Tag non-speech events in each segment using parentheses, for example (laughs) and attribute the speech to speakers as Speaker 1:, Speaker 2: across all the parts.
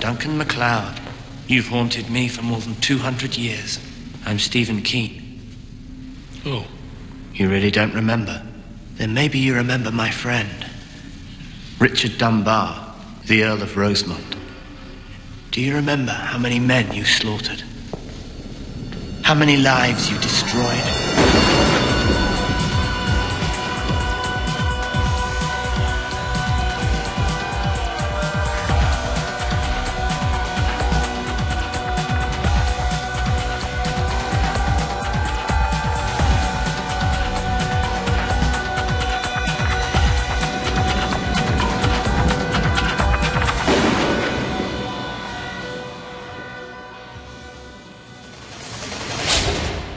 Speaker 1: Duncan MacLeod. You've haunted me for more than 200 years. I'm Stephen Keane.
Speaker 2: Oh,
Speaker 1: You really don't remember? Then maybe you remember my friend, Richard Dunbar, the Earl of Rosemont. Do you remember how many men you slaughtered? How many lives you destroyed?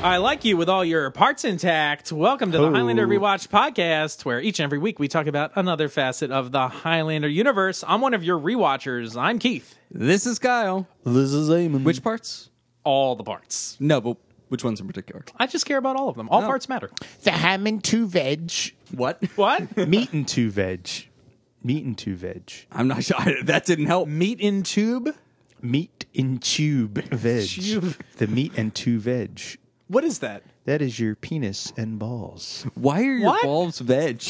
Speaker 3: I like you with all your parts intact. Welcome to the Highlander Rewatch podcast, where each and every week we talk about another facet of the Highlander universe. I'm one of your rewatchers. I'm Keith.
Speaker 4: This is Kyle.
Speaker 5: This is Eamon.
Speaker 4: Which parts?
Speaker 3: All the parts.
Speaker 4: No, but which ones in particular?
Speaker 3: I just care about all of them. All parts matter.
Speaker 6: The ham and two veg.
Speaker 4: What?
Speaker 3: What?
Speaker 5: meat and two veg. Meat and two veg.
Speaker 4: (laughs) I'm not sure. that didn't
Speaker 3: (laughs)
Speaker 4: help.
Speaker 3: Meat in
Speaker 4: (laughs)
Speaker 3: tube?
Speaker 5: Meat and tube veg.
Speaker 3: Tube.
Speaker 5: The meat and two veg.
Speaker 3: What is that?
Speaker 5: That is your penis and balls.
Speaker 4: Why are your
Speaker 3: What?
Speaker 4: balls (laughs) veg?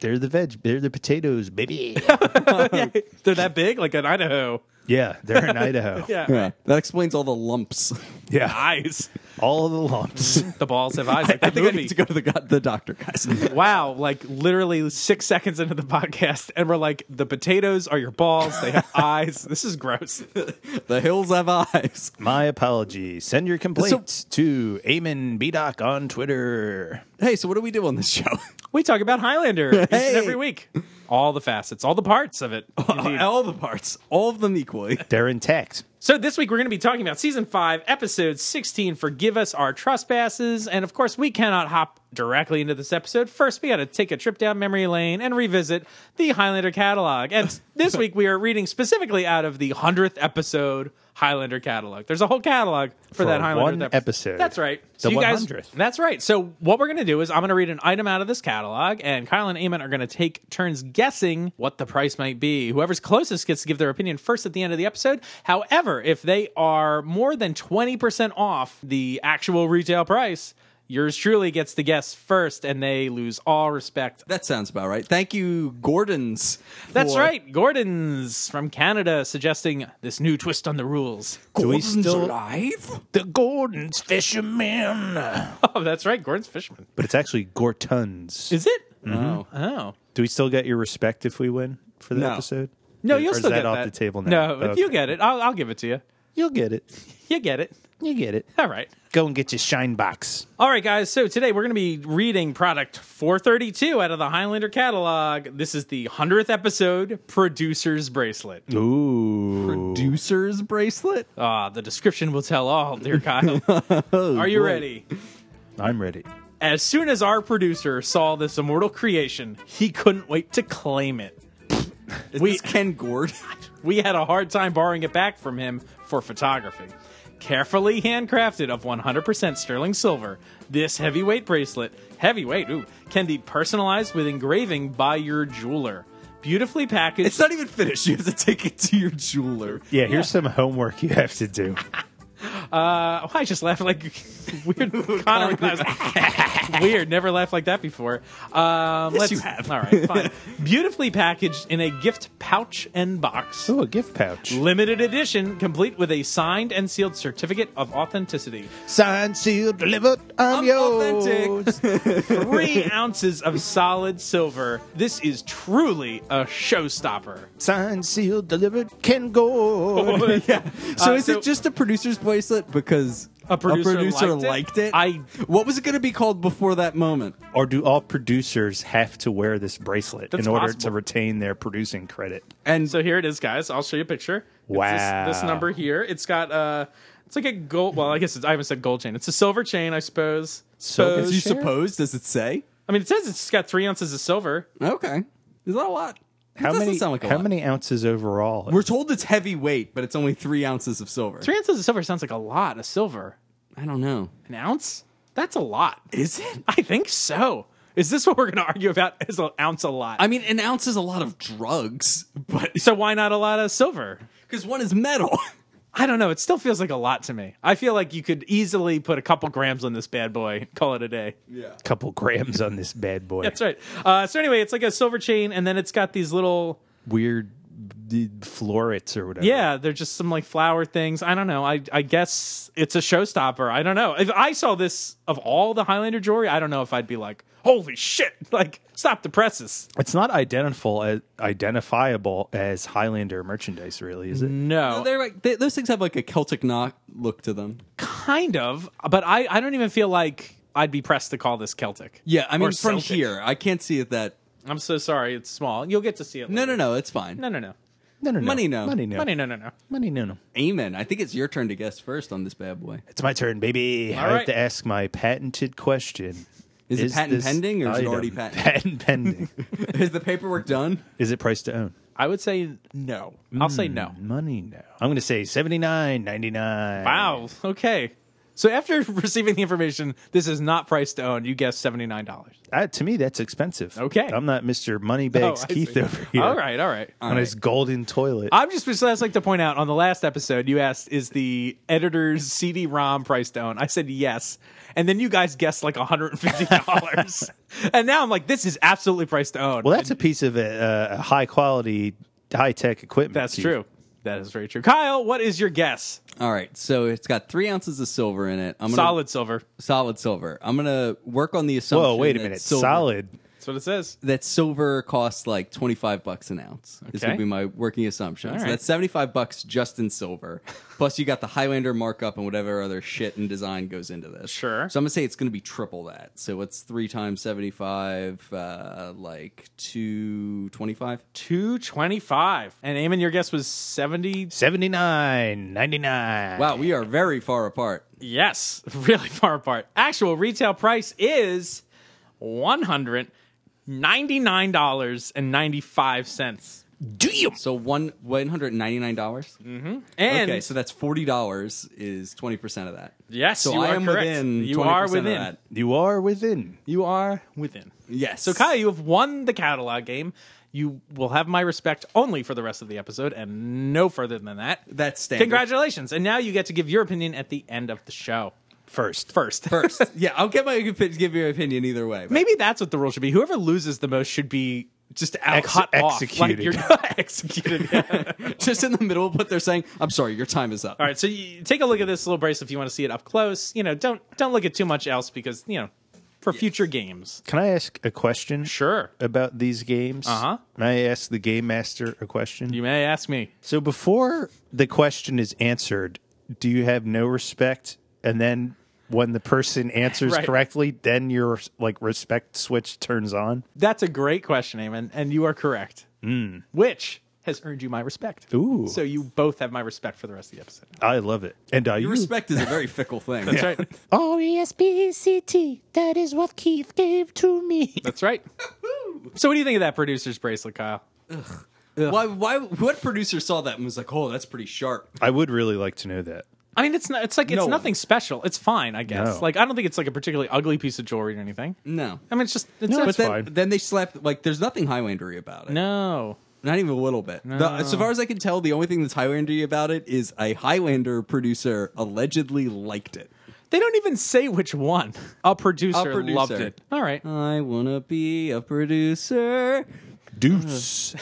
Speaker 5: They're the veg. They're the potatoes, baby.
Speaker 3: They're that big? Like an Idaho.
Speaker 5: yeah, they're in Idaho.
Speaker 3: Yeah.
Speaker 4: That explains all the (laughs) lumps.
Speaker 5: yeah.
Speaker 3: Eyes.
Speaker 5: All the lumps.
Speaker 3: The balls have eyes. Like the
Speaker 4: (laughs) I think I
Speaker 3: movie.
Speaker 4: need to go to the, go- the doctor, guys. (laughs)
Speaker 3: Wow, like literally six seconds into the (laughs) podcast, and we're like, the potatoes are your balls. They
Speaker 4: (laughs)
Speaker 3: have eyes. This is gross.
Speaker 4: the hills have eyes. (laughs)
Speaker 5: My apologies. Send your complaints to Eamon Bedoc on Twitter.
Speaker 4: Hey, so what do we do on this show?
Speaker 3: We talk about Highlander each and
Speaker 4: Hey.
Speaker 3: every week. All the facets, all the parts
Speaker 5: (laughs)
Speaker 3: of it. Indeed.
Speaker 4: (laughs) all the parts, all of them equally.
Speaker 5: They're intact.
Speaker 3: so this week we're going to be talking about season 5, episode 16, Forgive Us Our Trespasses, and of course we cannot hop directly into this episode. First, we got to take a trip down memory lane and revisit the Highlander catalog.
Speaker 5: (laughs)
Speaker 3: And this week we are reading specifically out of the 100th episode Highlander catalog. There's a whole catalog for, that Highlander
Speaker 5: one episode.
Speaker 3: That's right.
Speaker 5: The
Speaker 3: you guys-
Speaker 5: 100th.
Speaker 3: that's right. So what we're going to do is I'm going to read an item out of this catalog, and Kyle and Eamon are going to take turns guessing what the price might be. Whoever's closest gets to give their opinion first at the end of the episode. However, if they are more than 20% off the actual retail price, yours truly gets to guess first, and they lose all respect.
Speaker 4: (laughs) That sounds about right. Thank you, Gordon's.
Speaker 3: That's
Speaker 4: for-
Speaker 3: right. Gordon's from Canada suggesting this new twist on the
Speaker 5: (laughs)
Speaker 3: rules.
Speaker 5: Do we
Speaker 4: Gordon's
Speaker 5: still
Speaker 4: alive?
Speaker 5: the Gordon's fisherman?
Speaker 3: Oh, that's right. Gordon's Fisherman.
Speaker 5: But it's actually Gortons.
Speaker 3: Is it?
Speaker 5: Mm-hmm.
Speaker 4: No.
Speaker 3: Oh.
Speaker 5: Do we still get your respect if we win for the
Speaker 4: No.
Speaker 5: episode?
Speaker 3: No,
Speaker 5: Or-
Speaker 3: you'll
Speaker 5: or is
Speaker 3: still
Speaker 5: that
Speaker 3: get
Speaker 5: off
Speaker 3: that.
Speaker 5: the table now.
Speaker 3: No, if
Speaker 5: Okay.
Speaker 3: you get it, I'll, I'll give it to you.
Speaker 5: You'll get it.
Speaker 3: You get it.
Speaker 5: You get it.
Speaker 3: All right.
Speaker 5: Go and get your shine box.
Speaker 3: All right, guys. So today we're going to be reading product 432 out of the Highlander catalog. This is the 100th episode, Producer's Bracelet.
Speaker 5: Ooh.
Speaker 4: Producer's bracelet?
Speaker 3: Ah, the description will tell all, dear
Speaker 4: (laughs)
Speaker 3: Kyle.
Speaker 4: Oh,
Speaker 3: Are you ready?
Speaker 5: I'm ready.
Speaker 3: As soon as our producer saw this immortal creation, he couldn't wait to claim it.
Speaker 4: Is
Speaker 3: We-
Speaker 4: this Ken Gordon?
Speaker 3: We had a hard time borrowing it back from him for photography. Carefully handcrafted of 100% sterling silver, this heavyweight bracelet, heavyweight, ooh, can be personalized with engraving by your jeweler. Beautifully packaged.
Speaker 4: (laughs) It's not even finished. You have to take it to your jeweler.
Speaker 5: Yeah, here's some homework you have to do.
Speaker 3: Oh, (laughs) I just laughed like (laughs)
Speaker 4: (laughs)
Speaker 3: weird. Connor class. (laughs) weird. Never laughed like that before. Um, let's,
Speaker 4: you have.
Speaker 3: All right,
Speaker 4: (laughs)
Speaker 3: fine. Beautifully packaged in a gift pouch and box.
Speaker 5: Ooh, a gift pouch.
Speaker 3: Limited edition, complete with a signed and sealed certificate of authenticity.
Speaker 5: Signed, sealed, delivered. I'm,
Speaker 4: I'm
Speaker 5: yours.
Speaker 4: authentic. (laughs)
Speaker 3: three ounces of solid silver. This is truly a showstopper.
Speaker 5: Signed, sealed, delivered. Ken
Speaker 4: (laughs)
Speaker 5: Gord.
Speaker 4: yeah. So
Speaker 3: Uh,
Speaker 4: is
Speaker 3: so-
Speaker 4: it just a producer's bracelet because
Speaker 3: A producer liked it?
Speaker 4: liked it?
Speaker 3: I-
Speaker 4: what was it going to be called before that moment?
Speaker 5: (laughs) or do all producers have to wear this bracelet
Speaker 3: That's
Speaker 5: in order
Speaker 3: possible.
Speaker 5: to retain their producing credit?
Speaker 4: And
Speaker 3: So here it is, guys. I'll show you a picture. It's
Speaker 5: Wow.
Speaker 3: This, this number here. It's got uh it's like a gold well, I guess it's, I haven't said gold chain. It's a silver chain, I suppose.
Speaker 5: Silver
Speaker 4: as
Speaker 3: Suppose.
Speaker 4: you suppose, does it say?
Speaker 3: I mean it says it's got three ounces of silver.
Speaker 4: Okay, is that a lot? That
Speaker 5: How
Speaker 4: doesn't
Speaker 5: many?
Speaker 4: sound like a
Speaker 5: how
Speaker 4: lot.
Speaker 5: many ounces overall?
Speaker 4: We're told it's heavyweight, but it's only three ounces of silver.
Speaker 3: Three ounces of silver sounds like a lot of silver.
Speaker 4: I don't know.
Speaker 3: An ounce? That's a lot.
Speaker 4: Is it?
Speaker 3: I think so. Is this what we're going to argue about? Is an ounce a lot?
Speaker 4: I mean, an ounce is a lot of drugs, but (laughs)
Speaker 3: so why not a lot of silver?
Speaker 4: because one is (laughs) metal.
Speaker 3: I don't know. It still feels like a lot to me. I feel like you could easily put a couple grams on this bad boy, (laughs) call it a day.
Speaker 5: couple grams on this bad boy.
Speaker 3: That's right. Uh, so anyway, it's like a silver chain, and then it's got these little.
Speaker 5: Weird d- florets or whatever.
Speaker 3: Yeah, they're just some like flower things. I don't know. I I guess it's a showstopper. I don't know. If I saw this of all the Highlander jewelry, I don't know if I'd be like, "Holy shit!" (laughs) Like, stop the presses.
Speaker 5: It's not identifiable as, identifiable as Highlander merchandise, really, is it?
Speaker 3: No,
Speaker 4: They're like they, those things have like a Celtic knock look to them.
Speaker 3: kind of, but I I don't even feel like I'd be pressed to call this Celtic.
Speaker 4: Yeah, I mean
Speaker 3: Or
Speaker 4: from
Speaker 3: Celtic.
Speaker 4: here, I can't see it that.
Speaker 3: I'm so sorry. It's small. You'll get to see it.
Speaker 4: No,
Speaker 3: later.
Speaker 4: no, no, it's fine.
Speaker 3: no, no, no.
Speaker 5: No, no, no.
Speaker 4: Money no.
Speaker 5: Money no.
Speaker 3: Money, no, no, no.
Speaker 5: Money no. no.
Speaker 4: Amen. I think it's your turn to guess first on this bad boy. (laughs)
Speaker 5: It's my turn, baby. I
Speaker 3: right.
Speaker 5: have to ask my patented question.
Speaker 4: Is it patent
Speaker 5: this
Speaker 4: pending or is it
Speaker 5: item
Speaker 4: already patent?
Speaker 5: Patent pending.
Speaker 4: Is the paperwork done?
Speaker 5: is it price to own?
Speaker 3: I would say no. I'll say no.
Speaker 5: Money no. I'm going to say seventy nine ninety nine.
Speaker 3: Wow. Okay. So after (laughs) receiving the information, this is not priced to own. You guessed seventy nine dollars.
Speaker 5: Uh, to me, that's expensive.
Speaker 3: Okay.
Speaker 5: I'm not Mr. Moneybags Keith over here.
Speaker 3: Oh, All right. All right.
Speaker 5: On his golden toilet.
Speaker 3: I'm just just like to point out on the last episode you asked is the editor's CD-ROM price to own. I said yes, and then you guys guessed like 150 (laughs) dollars, and now I'm like this is absolutely priced to own.
Speaker 5: well, that's a piece of uh, high quality, high tech equipment.
Speaker 3: that's
Speaker 5: Keith.
Speaker 3: true. That is very true. Kyle, what is your guess?
Speaker 4: All right, so it's got three ounces of silver in it. I'm gonna,
Speaker 3: Solid silver.
Speaker 4: solid silver. I'm gonna work on the assumption.
Speaker 5: Whoa, wait a
Speaker 4: that
Speaker 5: minute.
Speaker 4: silver-
Speaker 5: Solid.
Speaker 3: That's what it says.
Speaker 4: That silver costs like twenty five bucks an ounce. Is
Speaker 3: Okay.
Speaker 4: gonna be my working assumption.
Speaker 3: All
Speaker 4: So
Speaker 3: right.
Speaker 4: that's seventy five bucks just in silver. Plus you got the Highlander markup and whatever other shit and design goes into this.
Speaker 3: Sure.
Speaker 4: So I'm gonna say it's gonna be triple that. So it's three times seventy five, uh, like two twenty five.
Speaker 3: 225. And Eamon, your guess was 70.
Speaker 5: Seventy nine ninety nine.
Speaker 4: Wow, we are very far apart.
Speaker 3: Yes, (laughs) really far apart. Actual retail price is $199.95.
Speaker 4: So one one hundred ninety nine dollars.
Speaker 3: And
Speaker 4: Okay, so that's forty dollars is twenty percent of that.
Speaker 3: yes,
Speaker 4: So
Speaker 3: you
Speaker 4: I
Speaker 3: are
Speaker 4: am
Speaker 3: correct.
Speaker 4: within.
Speaker 3: you
Speaker 4: 20%
Speaker 3: are
Speaker 4: of
Speaker 3: within.
Speaker 4: that.
Speaker 5: You are within.
Speaker 3: You are within.
Speaker 4: Yes.
Speaker 3: So Kyle, you have won the catalog game. You will have my respect only for the rest of the episode and no further than that.
Speaker 4: That's standard.
Speaker 3: Congratulations. And now you get to give your opinion at the end of the show.
Speaker 5: First.
Speaker 3: First. (laughs)
Speaker 4: first. (laughs) yeah, I'll get my opi- give your opinion either way. but-
Speaker 3: Maybe that's what the rule should be. Whoever loses the most should be just out
Speaker 5: Ex-
Speaker 3: cut off. Like
Speaker 5: executed.
Speaker 3: you're not (laughs) executed. Yeah.
Speaker 4: just in the middle of what they're saying. I'm sorry, your time is up.
Speaker 3: All right, so you take a look at this little brace if you want to see it up close. You know, don't don't look at too much else because you know for future games.
Speaker 5: Can I ask a question?
Speaker 3: Sure,
Speaker 5: About these games?
Speaker 3: Uh-huh.
Speaker 5: Can I ask the game master a question?
Speaker 3: you may ask me.
Speaker 5: So before the question is answered, do you have no respect? And then when the person answers
Speaker 3: (laughs) Right.
Speaker 5: correctly, then your like respect switch turns on.
Speaker 3: That's a great question, Eamon, and you are correct. Which has earned you my respect.
Speaker 5: Hmm. Ooh.
Speaker 3: So you both have my respect for the rest of the episode.
Speaker 5: I love it. And I
Speaker 4: Your respect is a very fickle thing.
Speaker 3: That's right.
Speaker 6: O E S P C T. That is what Keith gave to me.
Speaker 3: That's right. so what do you think of that producer's bracelet, Kyle?
Speaker 4: Why? Why? What producer saw that and was like, "Oh, that's pretty sharp."
Speaker 5: (laughs) I would really like to know that.
Speaker 3: I mean, it's not. It's like it's
Speaker 4: No.
Speaker 3: nothing special. It's fine, I guess.
Speaker 5: No.
Speaker 3: Like I don't think it's like a particularly ugly piece of jewelry or anything.
Speaker 4: No.
Speaker 3: I mean, it's just it's,
Speaker 5: No,
Speaker 3: it's
Speaker 5: but
Speaker 4: Then,
Speaker 5: fine.
Speaker 4: then they slapped like there's nothing Highlandery about it.
Speaker 3: no.
Speaker 4: Not even a little bit. The- so far as I can tell, the only thing that's Highlandery about it is a Highlander producer allegedly liked it.
Speaker 3: They don't even say which one. (laughs) A producer,
Speaker 4: A producer.
Speaker 3: loved it. All right.
Speaker 4: I wanna be a producer.
Speaker 5: Deuce.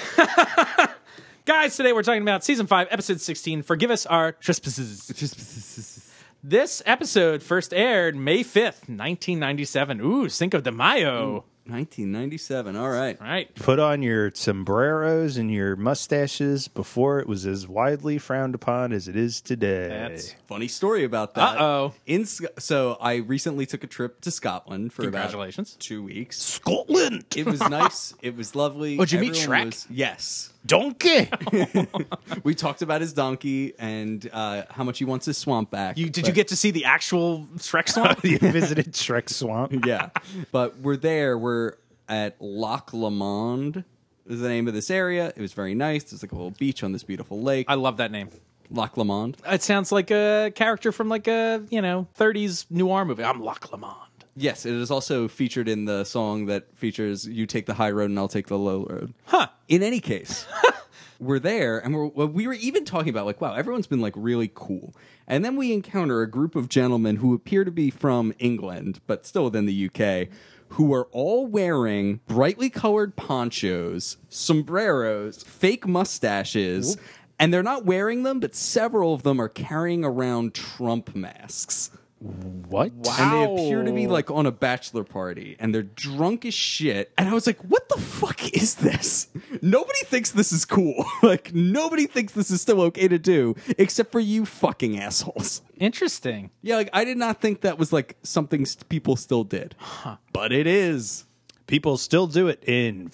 Speaker 3: Guys, today we're talking about season 5, episode 16, Forgive Us Our Trespasses. (laughs) This episode first aired May 5th, 1997. Ooh, Cinco de Mayo.
Speaker 4: 1997. All right.
Speaker 3: All right.
Speaker 5: (laughs) Put on your sombreros and your mustaches before it was as widely frowned upon as it is today.
Speaker 3: That's
Speaker 4: Funny story about that.
Speaker 3: Uh-oh.
Speaker 4: In Sc- so I recently took a trip to Scotland for
Speaker 3: Congratulations.
Speaker 4: about two weeks.
Speaker 5: Scotland.
Speaker 4: It was nice. it was lovely.
Speaker 3: Oh, did you meet Shrek?
Speaker 4: was- yes.
Speaker 5: Donkey.
Speaker 4: We talked about his donkey and uh, how much he wants his swamp back.
Speaker 3: you did
Speaker 4: but-
Speaker 3: you get to see the actual Shrek (laughs) swamp?
Speaker 5: (laughs) you visited Shrek Swamp.
Speaker 4: (laughs) yeah. But we're there. We're at Loch Lomond. Is the name of this area? It was very nice. There's like a little beach on this beautiful lake,
Speaker 3: I love that name.
Speaker 4: Loch Lomond.
Speaker 3: It sounds like a character from like a, you know, 30s noir movie. I'm Loch Lamond.
Speaker 4: Yes, it is also featured in the song that features "You Take the High Road and I'll Take the Low Road." Huh. In any case, (laughs) we're there, and we're, well, we were even talking about like, wow, everyone's been like really cool, and then we encounter a group of gentlemen who appear to be from England, but still within the UK, who are all wearing brightly colored ponchos, sombreros, fake mustaches. And they're not wearing them, but several of them are carrying around Trump masks.
Speaker 5: What?
Speaker 3: Wow.
Speaker 4: And they appear to be like on a bachelor party and they're drunk as shit. And I was like, what the fuck is this? Nobody thinks this is cool. (laughs) like, nobody thinks this is still okay to do except for you fucking assholes.
Speaker 3: Interesting.
Speaker 4: Yeah, like, I did not think that was like something st- people still did. But it is.
Speaker 5: People still do it in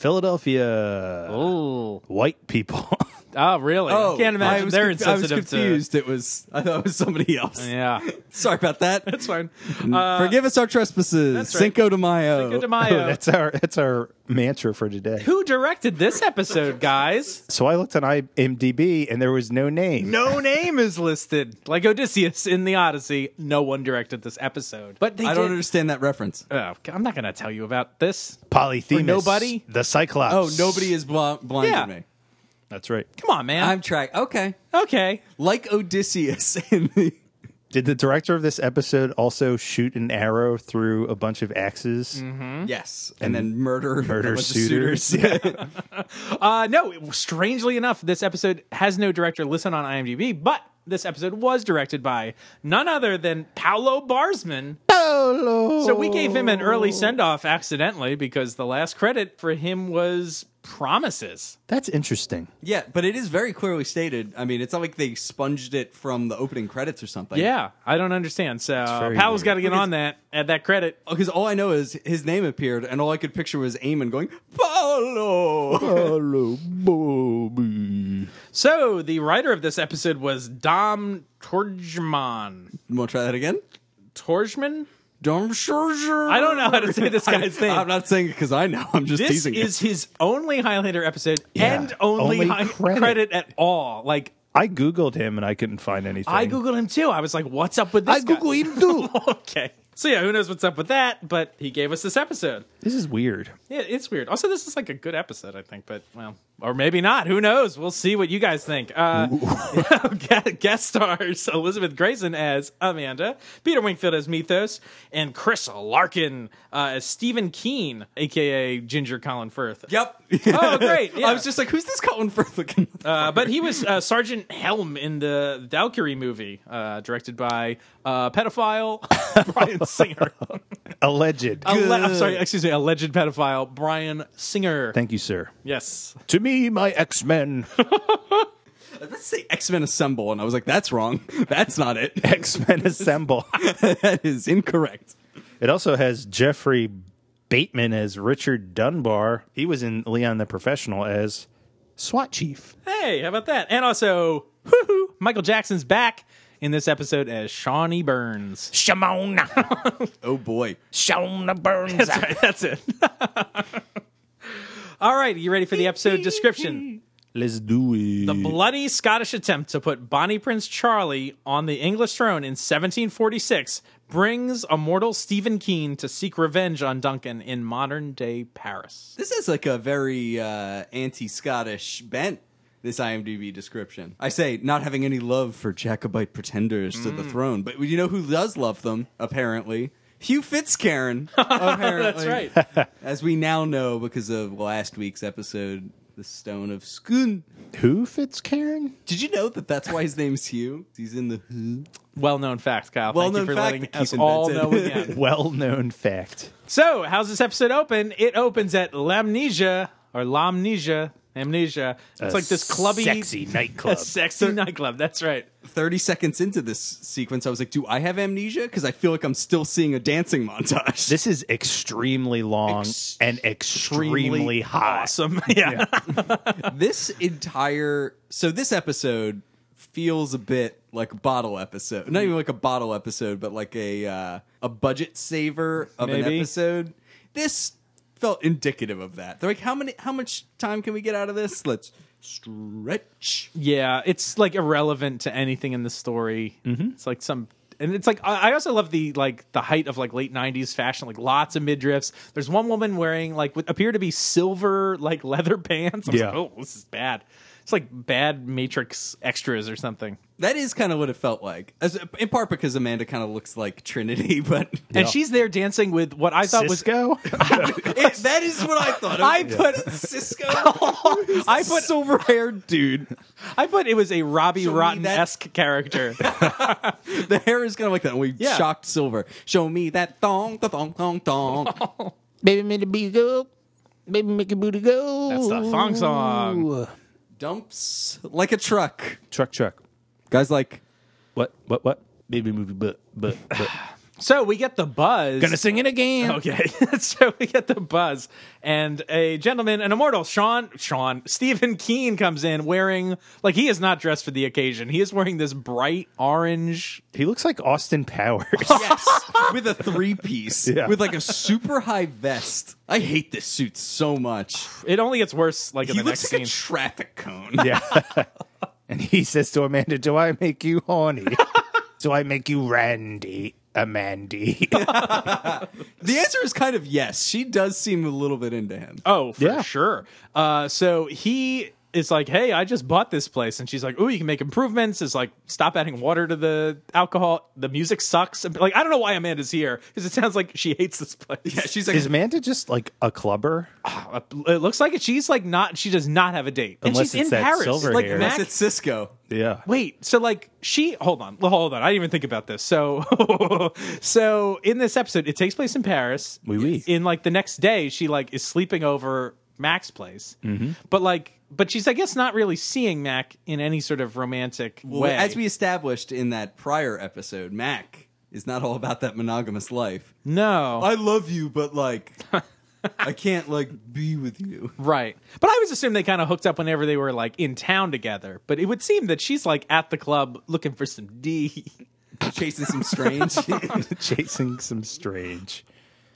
Speaker 5: Philadelphia.
Speaker 3: Oh,
Speaker 5: White people. (laughs)
Speaker 3: oh, really? I can't imagine
Speaker 4: was
Speaker 3: they're
Speaker 4: conf- I was
Speaker 3: insensitive
Speaker 4: confused. It was, I thought it was somebody else.
Speaker 3: to. (laughs) Yeah,
Speaker 4: Sorry about that. Mm,
Speaker 3: that's fine. Uh,
Speaker 4: Forgive us our trespasses.
Speaker 3: that's right.
Speaker 4: Cinco de Mayo.
Speaker 3: Cinco de Mayo.
Speaker 5: that's our that's our mantra for today.
Speaker 3: uh, Who directed this episode, guys?
Speaker 5: So I looked on IMDb and there was no name.
Speaker 3: No name is listed. Like Odysseus in the Odyssey, no one directed this episode. But they
Speaker 4: I don't
Speaker 3: did-
Speaker 4: understand that reference.
Speaker 3: Oh, I'm not going to tell you about this.
Speaker 5: Polythemus.
Speaker 3: Or nobody?
Speaker 5: The
Speaker 4: Oh,
Speaker 5: Cyclops.
Speaker 4: nobody is bl- blinded
Speaker 3: Yeah.
Speaker 4: me.
Speaker 5: That's right.
Speaker 3: Come on, man.
Speaker 4: I'm track. Okay.
Speaker 3: okay.
Speaker 4: Like Odysseus (laughs) in the.
Speaker 5: Did the director of this episode also shoot an arrow through a bunch of axes?
Speaker 3: Mm-hmm. Hmm?
Speaker 4: Yes. And, then murder.
Speaker 5: Murder
Speaker 4: a bunch of
Speaker 3: (laughs)
Speaker 5: suitors.
Speaker 4: Yeah.
Speaker 3: Uh, no, strangely enough, this episode has no director listed on IMDb, but this episode was directed by none other than Paolo Barsman. Paolo! So we gave him an early send off accidentally because the last credit for him was Promises.
Speaker 5: That's interesting.
Speaker 4: yeah. But it is very clearly stated. I mean, it's not like they sponged it from the opening credits or something.
Speaker 3: Yeah, I don't understand. So
Speaker 5: very
Speaker 3: Paolo's
Speaker 5: weird.
Speaker 3: got to get on that, add that credit.
Speaker 4: Because all I know is his name appeared, and all I could picture was Eamon going, Paolo.
Speaker 5: Hello, Bobby.
Speaker 3: So the writer of this episode was Dom Torjman.
Speaker 4: you want to try that again?
Speaker 3: Torjman?
Speaker 4: Dom
Speaker 3: (laughs)
Speaker 4: Scherzer.
Speaker 3: I don't know how to say this guy's name.
Speaker 4: I'm not saying it because I know. I'm just
Speaker 3: this
Speaker 4: teasing. you.
Speaker 3: is his only Highlander episode
Speaker 5: Yeah.
Speaker 3: and only,
Speaker 5: Only
Speaker 3: High- credit.
Speaker 5: credit.
Speaker 3: at all. Like
Speaker 5: I googled him and I couldn't find anything.
Speaker 3: I googled him too. I was like, "What's up with this?"
Speaker 5: I
Speaker 3: guy? (laughs)
Speaker 5: googled him too.
Speaker 3: okay, so yeah, who knows what's up with that? But he gave us this episode.
Speaker 5: this is weird.
Speaker 3: Yeah, it's weird. Also, this is like a good episode, I think. But well, or maybe not. Who knows? We'll see what you guys think. Uh, (laughs) gu- guest stars (laughs) Elizabeth Grayson as Amanda, Peter Wingfield as Mythos, and Chris Larkin uh, as Stephen Keen, aka Ginger Colin Firth.
Speaker 4: (laughs) Yep.
Speaker 3: Oh, great. Yeah.
Speaker 4: (laughs) I was just like, who's this Colin Firth looking?
Speaker 3: Uh, but he was uh, Sergeant Helm in the Valkyrie movie, uh, directed by uh, pedophile (laughs) Brian (laughs) Singer.
Speaker 5: Alleged.
Speaker 3: Ale- I'm sorry, excuse me, alleged pedophile Brian Singer.
Speaker 5: Thank you, sir.
Speaker 3: yes.
Speaker 5: To me, my
Speaker 3: (laughs)
Speaker 5: X Men.
Speaker 4: Let's say X Men Assemble, and I was like, that's wrong. (laughs) That's not it.
Speaker 5: X Men Assemble.
Speaker 4: (laughs) that is incorrect.
Speaker 5: It also has Jeffrey Bateman as Richard Dunbar. He was in Leon the Professional as SWAT chief.
Speaker 3: Hey, how about that? And also, whoo-hoo, Michael Jackson's back in this episode as Shawnee Burns.
Speaker 6: Shimona.
Speaker 4: Oh boy.
Speaker 6: Shona Burns.
Speaker 3: (laughs) That's right, (laughs) that's it. (laughs) All right, you ready for the episode (laughs) description?
Speaker 5: Let's do it.
Speaker 3: The bloody Scottish attempt to put Bonnie Prince Charlie on the English throne in 1746 brings immortal Stephen Keane to seek revenge on Duncan in modern day Paris.
Speaker 4: This is like a very uh, anti-Scottish bent. This IMDb description. I say not having any love for Jacobite pretenders to
Speaker 3: Mm.
Speaker 4: the throne, but you know who does love them? Apparently, Hugh Fitzcairn. Apparently,
Speaker 3: (laughs) That's right. (laughs)
Speaker 4: As we now know because of last week's episode, the Stone of Scone.
Speaker 5: Who fits Karen?
Speaker 4: Did you know that that's why his name's Hugh? He's in the Who.
Speaker 3: Well known fact, Kyle. Thank you
Speaker 4: Well-known
Speaker 3: for
Speaker 4: fact
Speaker 3: letting
Speaker 4: that
Speaker 3: us
Speaker 4: Keith
Speaker 3: all know
Speaker 4: invented. (laughs)
Speaker 3: again.
Speaker 5: Well known fact.
Speaker 3: so, how's this episode open? It opens at Lamnesia or Lamnesia. Amnesia. It's like this clubby, (laughs)
Speaker 5: sexy nightclub.
Speaker 3: sexy nightclub. That's right.
Speaker 4: 30 seconds into this sequence, I was like, do I have amnesia? Because I feel like I'm still seeing a dancing montage.
Speaker 5: This is extremely long and extremely, hot. (laughs)
Speaker 3: Awesome. Yeah.
Speaker 4: this entire. So this episode feels a bit like a bottle episode. Not even like a bottle episode, but like a, uh, a budget saver of an
Speaker 3: Maybe.
Speaker 4: episode. This felt indicative of that. They're like, how many, how much time can we get out of this? Let's stretch.
Speaker 5: Mm-hmm.
Speaker 3: Yeah, it's like irrelevant to anything in the story. It's like some and it's like I I also love the like the height of like late '90s fashion, like lots of midriffs. There's one woman wearing like what appear to be silver like (laughs) leather pants. I was
Speaker 5: Yeah.
Speaker 3: like, oh, this is bad. It's like bad Matrix extras or something.
Speaker 4: That is kind of what it felt like, As, in part because Amanda kind of looks like Trinity, (laughs) but
Speaker 3: And she's there dancing with what I thought was
Speaker 5: (laughs) Cisco.
Speaker 4: It- that is what I thought.
Speaker 3: I put
Speaker 4: Cisco.
Speaker 3: I
Speaker 5: (laughs)
Speaker 3: put
Speaker 4: silver haired dude.
Speaker 3: I put it was a Robbie
Speaker 4: Show me
Speaker 3: Rotten esque
Speaker 4: (laughs)
Speaker 3: character.
Speaker 4: (laughs) The hair is kind of like that. We
Speaker 3: Yeah.
Speaker 4: shocked Silver. Show me that thong, the thong, thong, thong.
Speaker 6: Baby, make a booty go. Baby, make a booty go.
Speaker 3: That's the thong song.
Speaker 4: Dumps like a truck.
Speaker 5: truck, truck.
Speaker 4: Guys, like
Speaker 5: What? What? What? Baby movie, but but but.
Speaker 3: So we get the buzz.
Speaker 5: Gonna sing it again.
Speaker 3: Okay, (laughs) so we get the buzz, and a gentleman, an immortal, Sean, Sean, Stephen Keen comes in wearing like he is not dressed for the occasion. He is wearing this bright orange.
Speaker 5: He looks like Austin Powers.
Speaker 4: yes, with a three piece,
Speaker 5: Yeah.
Speaker 4: with like a super high vest. I hate this suit so much.
Speaker 3: It only gets worse like in
Speaker 4: He
Speaker 3: the next
Speaker 4: looks like a
Speaker 3: scene.
Speaker 4: traffic cone.
Speaker 5: yeah. (laughs) and he says to Amanda, "Do I make you horny? (laughs) Do I make you randy, Amandy?"
Speaker 4: The answer is kind of yes. She does seem a little bit into him.
Speaker 3: oh, for
Speaker 5: Yeah.
Speaker 3: sure. Uh, so he is like, "Hey, I just bought this place," and she's like, "Oh, you can make improvements." It's like, stop adding water to the alcohol. The music sucks. Like, I don't know why Amanda's here because it sounds like she hates this place.
Speaker 4: Yeah, she's like
Speaker 5: Is Amanda just like a clubber?
Speaker 3: It looks like it. She's like not. She does not have a date, and
Speaker 5: Unless
Speaker 3: she's
Speaker 5: it's
Speaker 3: in
Speaker 5: that
Speaker 3: Paris.
Speaker 5: silver
Speaker 3: like
Speaker 5: hair.
Speaker 3: Mac-
Speaker 4: Yes, it's Cisco.
Speaker 5: Yeah.
Speaker 3: Wait, so like she hold on, hold on. I didn't even think about this. So (laughs) so in this episode, it takes place in Paris.
Speaker 5: Oui, oui.
Speaker 3: In like the next day, she like is sleeping over Mac's place.
Speaker 5: Mm-hmm.
Speaker 3: But like but she's I guess not really seeing Mac in any sort of romantic
Speaker 4: Well,
Speaker 3: way.
Speaker 4: as we established in that prior episode, Mac is not all about that monogamous life.
Speaker 3: no.
Speaker 4: I love you, but like, I can't like be with you.
Speaker 3: right. But I was assuming they kind of hooked up whenever they were like in town together. But it would seem that she's like at the club looking for some D. (laughs)
Speaker 4: Chasing some (laughs) strange.
Speaker 5: (laughs) Chasing some strange.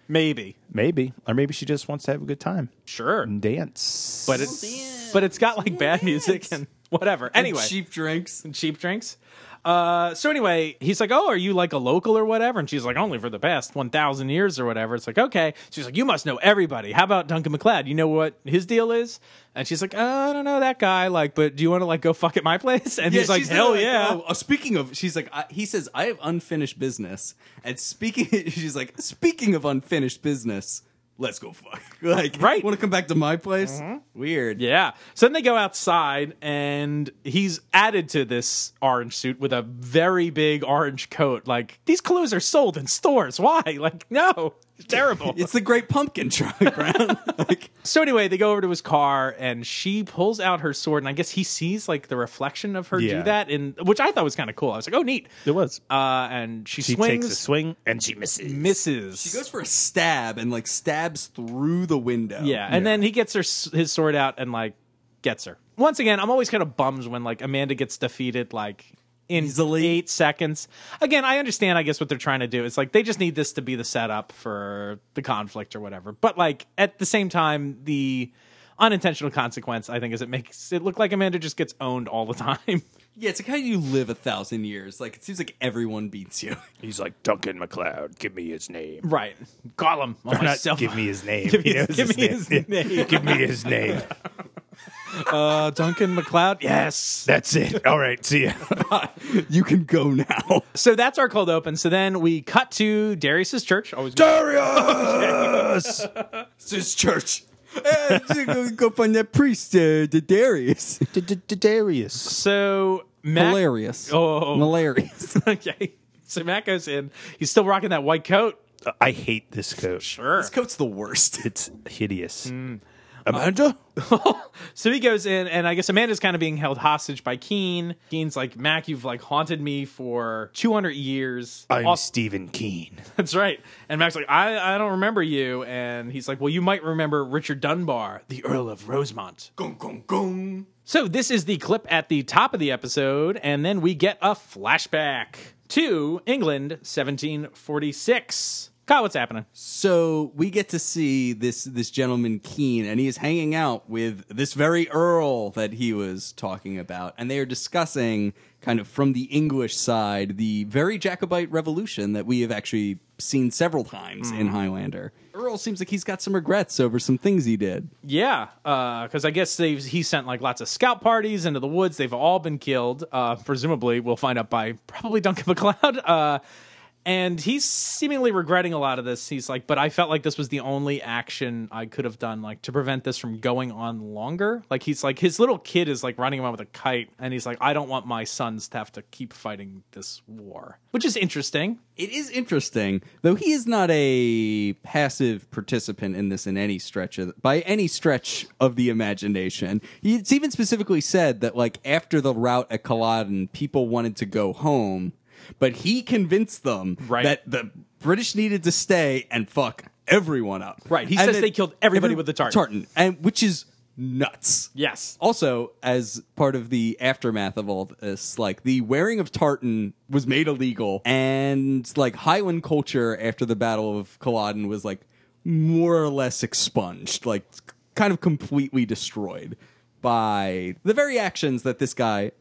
Speaker 3: Maybe.
Speaker 5: Maybe. Or maybe she just wants to have a good time
Speaker 3: Sure.
Speaker 5: and dance.
Speaker 3: But it's but it's got like bad music and whatever. Anyway.
Speaker 4: cheap drinks.
Speaker 3: (laughs) cheap drinks. Uh, so anyway, he's like, "Oh, are you like a local or whatever?" And she's like, "Only for the past one thousand years or whatever." It's like, okay. She's like, "You must know everybody. How about Duncan McLeod? You know what his deal is?" And she's like, "Uh, "I don't know that guy. Like, but do you want to like go fuck at my place?" (laughs) And he's like,
Speaker 4: she's
Speaker 3: "Hell
Speaker 4: like,
Speaker 3: yeah."
Speaker 4: oh, uh, speaking of, she's like, I, he says, I have unfinished business. And speaking, (laughs) she's like, speaking of unfinished business, let's go fuck. (laughs) Like,
Speaker 3: Right. Mm-hmm.
Speaker 4: Want to come back to my place? Weird.
Speaker 3: Yeah. So then they go outside, and he's added to this orange suit with a very big orange coat. Like these clothes are sold in stores. Why? (laughs) Like no, it's terrible.
Speaker 5: (laughs)
Speaker 4: It's the great pumpkin truck, (laughs) right? like,
Speaker 3: So anyway, they go over to his car, and she pulls out her sword, and I guess he sees like the reflection of her do
Speaker 5: Yeah.
Speaker 3: that, and which I thought was kind of cool. I was like, oh, neat.
Speaker 5: it was.
Speaker 3: Uh, and she,
Speaker 5: she
Speaker 3: swings,
Speaker 5: takes a swing and she misses.
Speaker 3: misses.
Speaker 4: She goes for a (laughs) stab and like stabs through the window.
Speaker 3: yeah, and then he gets her s- his sword out and like gets her. Once again, I'm always kind of bummed when like Amanda gets defeated like in
Speaker 4: Easily.
Speaker 3: eight seconds. Again, I understand. I guess what they're trying to do is like they just need this to be the setup for the conflict or whatever. But like at the same time, the unintentional consequence I think is it makes it look like Amanda just gets owned all the time. (laughs)
Speaker 4: Yeah, it's like how you live a thousand years. Like it seems like everyone beats you. (laughs)
Speaker 5: He's like, Duncan McLeod, give me his name.
Speaker 3: right. Call him on
Speaker 5: (laughs) Not
Speaker 3: myself.
Speaker 5: give (laughs) me his name.
Speaker 3: Give me
Speaker 5: He
Speaker 3: his-
Speaker 5: knows
Speaker 3: give me his name.
Speaker 5: (laughs) give me his name.
Speaker 3: uh, Duncan McLeod. Yes.
Speaker 5: That's (laughs) it. All right. See ya.
Speaker 4: you can go now. (laughs)
Speaker 3: So that's our cold open. So then we cut to Darius's church. Always
Speaker 5: (laughs) Darius!
Speaker 4: It's this church. (laughs) Eh, go- go find that priest, uh, the Darius.
Speaker 5: Darius.
Speaker 3: So Mac,
Speaker 4: Hilarious.
Speaker 3: Oh.
Speaker 4: (laughs) hilarious.
Speaker 3: (laughs) okay. So Matt goes in. He's still rocking that white coat.
Speaker 5: I hate this coat.
Speaker 4: this coat's the worst.
Speaker 5: It's hideous. Amanda?
Speaker 3: So he goes in, and I guess Amanda's kind of being held hostage by Keen. Keen's like, Mac, you've like haunted me for 200 years.
Speaker 5: I'm
Speaker 3: Also-
Speaker 5: Stephen Keen.
Speaker 3: (laughs) that's right. And Mac's like, I, I don't remember you. And he's like, Well, you might remember Richard Dunbar, the Earl of Rosemont.
Speaker 4: (laughs) Gong, gong, gong.
Speaker 3: So this is the clip at the top of the episode, and then we get a flashback to England, 1746. Kyle, what's happening?
Speaker 4: So we get to see this this gentleman Keen, and he is hanging out with this very Earl that he was talking about, and they are discussing kind of from the English side the very Jacobite Revolution that we have actually seen several times in Highlander. Earl seems like he's got some regrets over some things he did.
Speaker 3: Yeah, because I guess they've, he sent like lots of scout parties into the woods. They've all been killed. Uh, presumably, we'll find out by (laughs) probably Duncan McLeod. Uh, and he's seemingly regretting a lot of this. He's like, but I felt like this was the only action I could have done, like to prevent this from going on longer. Like he's like his little kid is like running around with a kite, and he's like, I don't want my sons to have to keep fighting this war, which is interesting.
Speaker 4: It is interesting, though he is not a passive participant in this in any stretch of, by any stretch of the imagination. It's even specifically said that like after the rout at Culloden, people wanted to go home, but he convinced them
Speaker 3: Right.
Speaker 4: that the British needed to stay and fuck everyone up.
Speaker 3: Right, he
Speaker 4: And
Speaker 3: says
Speaker 4: that
Speaker 3: they killed everybody with the tartan.
Speaker 4: Tartan, and which is nuts.
Speaker 3: Yes.
Speaker 4: Also, as part of the aftermath of all this, like the wearing of tartan was made illegal, and like Highland culture after the Battle of Culloden was like more or less expunged, like kind of completely destroyed by the very actions that this guy.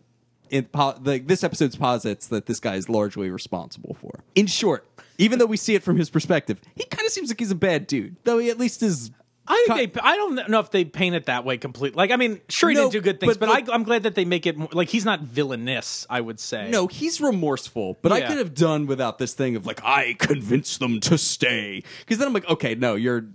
Speaker 4: In po- like this episode's posits that this guy is largely responsible for. In short, even though we see it from his perspective, he kind of seems like he's a bad dude. Though he at least is.
Speaker 3: I
Speaker 4: co-
Speaker 3: think they. I don't know if they paint it that way completely. Like, I mean, sure he
Speaker 4: No,
Speaker 3: didn't do good things,
Speaker 4: but
Speaker 3: but,
Speaker 4: like-
Speaker 3: I, I'm glad that they make it more, like he's not villainous. I would say
Speaker 4: No, he's remorseful, but I
Speaker 3: Yeah.
Speaker 4: could have done without this thing of like I convinced them to stay. Because then I'm like, okay, no, you're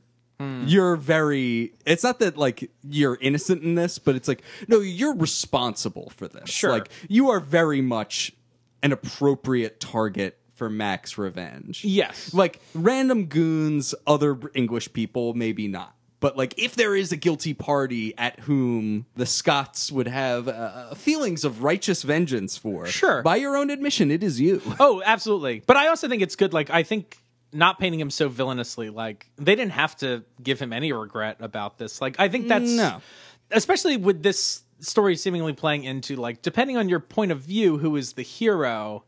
Speaker 3: Hmm.
Speaker 4: you're very. It's not that like you're innocent in this, but it's like no, you're responsible for this.
Speaker 3: Sure.
Speaker 4: like you are very much an appropriate target for Max revenge.
Speaker 3: Yes.
Speaker 4: like random goons, other English people, maybe not. But like, if there is a guilty party at whom the Scots would have uh, feelings of righteous vengeance for,
Speaker 3: Sure.
Speaker 4: by your own admission, it
Speaker 3: (laughs)
Speaker 4: is you.
Speaker 3: Oh, absolutely. But I also think it's good. Like, I think not painting him so villainously. Like, they didn't have to give him any regret about this. Like, I think that's
Speaker 4: No.
Speaker 3: especially with this story seemingly playing into like depending on your point of view, who is the hero.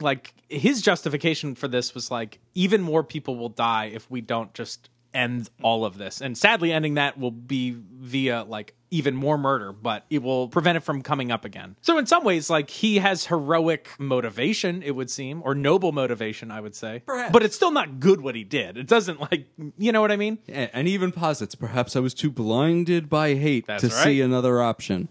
Speaker 3: Like his justification for this was like even more people will die if we don't just end all of this. And sadly, ending that will be via like even more murder, but it will prevent it from coming up again. So in some ways, like he has heroic motivation, it would seem, or noble motivation, I would say.
Speaker 4: Perhaps.
Speaker 3: But it's still not good what he did. It doesn't like you know what I mean?
Speaker 4: And, and he even posits, perhaps I was too blinded by hate
Speaker 3: That's
Speaker 4: to see
Speaker 3: right.
Speaker 4: another option.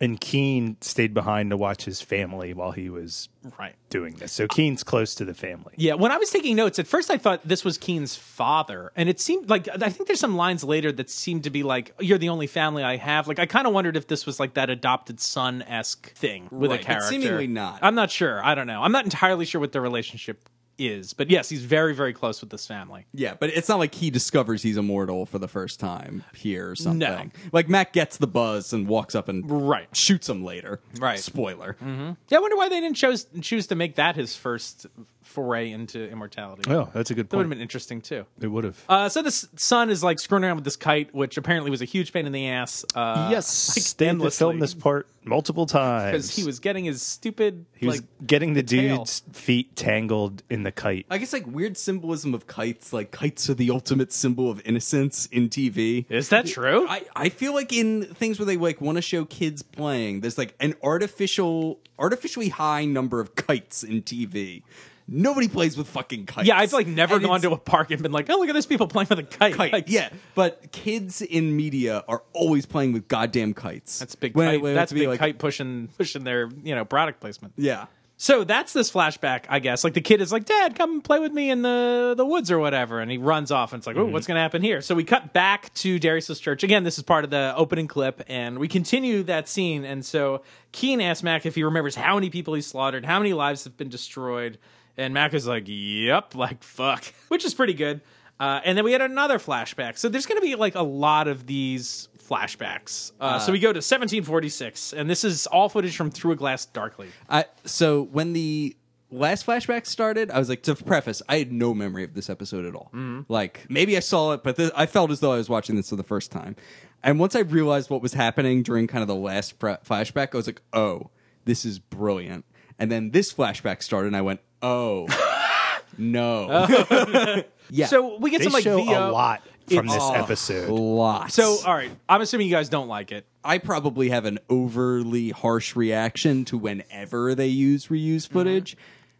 Speaker 5: And Keen stayed behind to watch his family while he was
Speaker 3: Right.
Speaker 5: doing this. So Keen's close to the family.
Speaker 3: Yeah, when I was taking notes, at first I thought this was Keen's father, and it seemed like I think there's some lines later that seem to be like, "You're the only family I have." Like I kind of wondered if this was like that adopted son esque thing with
Speaker 4: Right,
Speaker 3: a
Speaker 4: but
Speaker 3: character.
Speaker 4: seemingly not.
Speaker 3: I'm not sure. I don't know. I'm not entirely sure what their relationship is, but yes, he's very very close with this family.
Speaker 4: Yeah, but it's not like he discovers he's immortal for the first time here or something.
Speaker 3: No.
Speaker 4: Like Mac gets the buzz and walks up and
Speaker 3: Right.
Speaker 4: shoots him later.
Speaker 3: Right. Mm-hmm.
Speaker 4: Spoiler.
Speaker 3: Yeah, I wonder why they didn't chose, choose to make that his first foray into immortality.
Speaker 5: Oh, that's a good
Speaker 3: That would have
Speaker 5: point.
Speaker 3: been interesting too.
Speaker 5: it would have.
Speaker 3: Uh, so this son is like screwing around with this kite, which apparently was a huge pain in the ass. Uh,
Speaker 5: yes,
Speaker 3: like,
Speaker 5: they had to film
Speaker 3: endlessly.
Speaker 5: this part multiple times
Speaker 3: because he was getting his stupid.
Speaker 5: He was
Speaker 3: like,
Speaker 5: getting the,
Speaker 3: tail.
Speaker 5: dude's feet tangled in the kite.
Speaker 4: I guess like weird symbolism of kites, like kites are the ultimate symbol of innocence in TV.
Speaker 3: Is that true?
Speaker 4: I, I feel like in things where they like want to show kids playing, there's like an artificial artificially high number of kites in TV. Nobody plays with fucking kites.
Speaker 3: yeah, I've like never
Speaker 4: And
Speaker 3: gone to
Speaker 4: it's
Speaker 3: a park and been like, "Oh, look at those people playing with a kite."
Speaker 4: (laughs) kite.
Speaker 3: Like,
Speaker 4: yeah, but kids in media are always playing with goddamn kites.
Speaker 3: that's big.
Speaker 4: When I-
Speaker 3: kite.
Speaker 4: when I
Speaker 3: that's
Speaker 4: have to be
Speaker 3: big
Speaker 4: like-
Speaker 3: kite pushing pushing their you know product placement.
Speaker 4: Yeah.
Speaker 3: So that's this flashback, I guess. Like the kid is like, "Dad, come play with me in the the woods or whatever," and he runs off. And it's like, "Oh, what's going to happen here?" So we cut back to Darius's church again. This is part of the opening clip, and we continue that scene. And so Keen asks Mac if he remembers how many people he slaughtered, how many lives have been destroyed, and Mac is like, "Yep, like fuck," (laughs) which is pretty good. Uh, and then we had another flashback. So there's going to be like a lot of these flashbacks. Uh, so we go to 1746, and this is all footage from Through a Glass Darkly.
Speaker 4: I so when the last flashback started, I was like to preface, I had no memory of this episode at all.
Speaker 3: Mm-hmm.
Speaker 4: Like maybe I saw it, but this, I felt as though I was watching this for the first time. And once I realized what was happening during kind of the last pre- flashback, I was like,
Speaker 3: (laughs)
Speaker 4: "Oh, this is brilliant." And then this flashback started, and I went, "Oh." No. yeah.
Speaker 3: So we get
Speaker 5: They
Speaker 3: some like
Speaker 5: show
Speaker 3: VO
Speaker 5: a lot from
Speaker 3: It's-
Speaker 5: this
Speaker 3: Oh.
Speaker 5: episode.
Speaker 4: lots.
Speaker 3: So uh, all right, I'm assuming you guys don't like it.
Speaker 4: I probably have an overly harsh reaction to whenever they use reuse
Speaker 3: Mm-hmm.
Speaker 4: footage.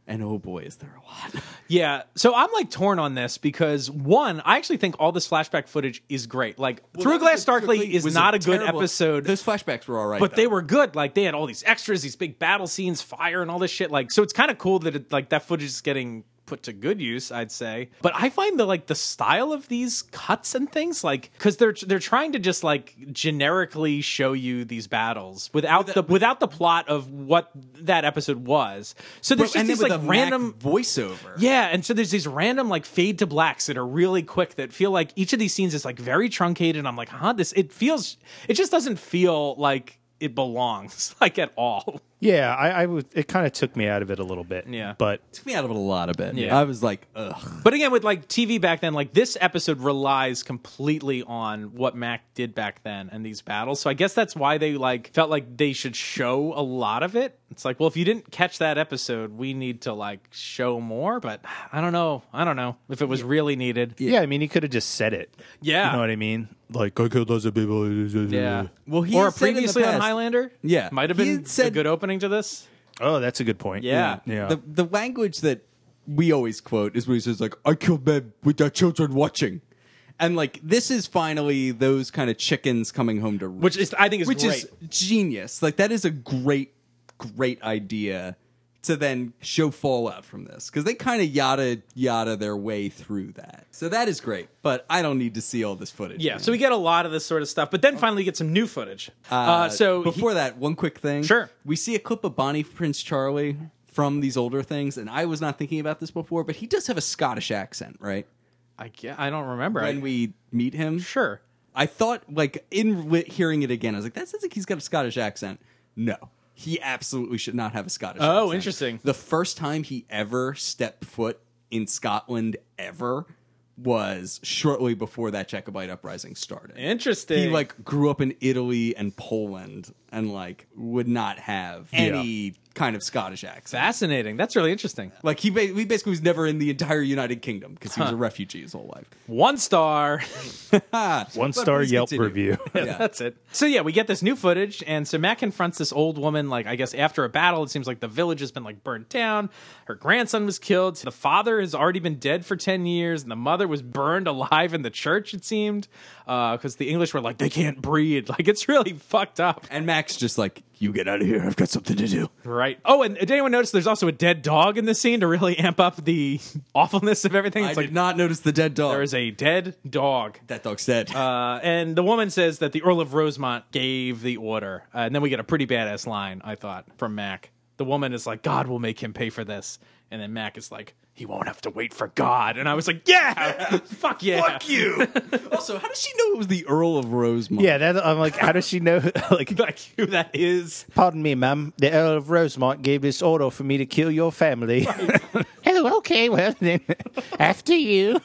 Speaker 4: And oh boy, is there a lot.
Speaker 3: Yeah. So I'm like torn on this because one, I actually think all this flashback footage is great. Like Through Glass Darkly is
Speaker 4: was
Speaker 3: not a, good
Speaker 4: terrible-
Speaker 3: episode.
Speaker 4: Those flashbacks were all right.
Speaker 3: but they
Speaker 4: though.
Speaker 3: were good. Like they had all these extras, these big battle scenes, fire, and all this shit. Like so, it's kind of cool that it, like that footage is getting put to good use. I'd say. But I find the like the style of these cuts and things like because they're they're trying to just like generically show you these battles without the without the plot of what that episode was. So there's just
Speaker 4: and then
Speaker 3: these
Speaker 4: with
Speaker 3: like
Speaker 4: a
Speaker 3: random.
Speaker 4: Mac voiceover.
Speaker 3: Yeah, and so there's these random like fade to blacks that are really quick that feel like each of these scenes is like very truncated. And I'm like, huh, this it feels it just doesn't feel like it belongs (laughs) like at all.
Speaker 5: Yeah, I, I was. It kind of took me out of it a little bit.
Speaker 3: Yeah.
Speaker 5: but
Speaker 4: took me out of it a lot of bit.
Speaker 3: Yeah.
Speaker 4: I was like, ugh.
Speaker 3: But again, with like TV back then, like this episode relies completely on what Mac did back then and these battles. So I guess that's why they like felt like they should show a lot of it. It's like, well, if you didn't catch that episode, we need to like show more. But I don't know. I don't know if it was really needed.
Speaker 5: yeah, I mean, he could have just said it.
Speaker 3: Yeah.
Speaker 5: you know what I mean. Like I killed lots of people.
Speaker 3: Yeah.
Speaker 4: Well, he
Speaker 3: or
Speaker 4: had said in the
Speaker 3: previously on
Speaker 4: past-
Speaker 3: Highlander.
Speaker 4: Yeah.
Speaker 3: might have
Speaker 4: He
Speaker 3: been
Speaker 4: had said-
Speaker 3: a good opening to this.
Speaker 5: Oh, that's a good point.
Speaker 3: Yeah.
Speaker 5: yeah.
Speaker 4: The the language that we always quote is when he says like, "I killed men with their children watching," and like this is finally those kind of chickens coming home to roost.
Speaker 3: Which is- I think is
Speaker 4: which is
Speaker 3: great.
Speaker 4: genius. Like that is a great great idea to then show fallout from this because they kind of yada yada their way through that. So that is great, but I don't need to see all this footage.
Speaker 3: Yeah,
Speaker 4: man.
Speaker 3: so we get a lot of this sort of stuff, but then finally get some new footage. Uh, so he-
Speaker 4: before that, one quick thing.
Speaker 3: Sure.
Speaker 4: We see a clip of Bonnie Prince Charlie from these older things, and I was not thinking about this before, but he does have a Scottish accent, right?
Speaker 3: I ge- I don't remember. I-
Speaker 4: When we meet him,
Speaker 3: sure.
Speaker 4: I thought like in wi- hearing it again, I was like, that sounds like he's got a Scottish accent. No. He absolutely should not have a Scottish
Speaker 3: Oh,
Speaker 4: accent.
Speaker 3: interesting.
Speaker 4: The first time he ever stepped foot in Scotland ever was shortly before that Jacobite uprising started.
Speaker 3: Interesting.
Speaker 4: He like grew up in Italy and Poland and like would not have any kind of Scottish accent.
Speaker 3: fascinating. That's really interesting.
Speaker 4: like he, ba- he basically was never in the entire United Kingdom because he was a refugee his whole life.
Speaker 3: One star.
Speaker 5: One
Speaker 4: But
Speaker 5: star
Speaker 4: please
Speaker 5: Yelp
Speaker 4: continue.
Speaker 5: review. (laughs)
Speaker 4: Yeah.
Speaker 3: (laughs) That's it. So yeah, we get this new footage, and so Matt confronts this old woman. Like I guess after a battle, it seems like the village has been like burnt down. Her grandson was killed. The father has already been dead for ten years, and the mother was burned alive in the church. It seemed because the English were like they can't breed. (laughs) Like it's really fucked up,
Speaker 4: And Max just like, you get out of here. I've got something to do.
Speaker 3: right? Oh, and did anyone notice there's also a dead dog in this scene to really amp up the (laughs) awfulness of everything?
Speaker 4: I
Speaker 3: It's like
Speaker 4: did not notice the dead dog.
Speaker 3: there is a dead dog.
Speaker 4: that dog's dead.
Speaker 3: Uh, and the woman says that the Earl of Rosemont gave the order. Uh, and then we get a pretty badass line, I thought, from Mac. The woman is like, God will make him pay for this. And then Mac is like, he won't have to wait for God. And I was like,
Speaker 4: (laughs)
Speaker 3: yeah, fuck yeah.
Speaker 4: (laughs) Fuck you. also, how does she know it was the Earl of Rosemont?
Speaker 5: yeah, that, I'm like, how does she know? (laughs) like,
Speaker 3: (laughs) Like, who that is.
Speaker 5: pardon me, ma'am. The Earl of Rosemont gave this order for me to kill your family.
Speaker 6: (laughs) Oh, okay, well, then, (laughs) after you.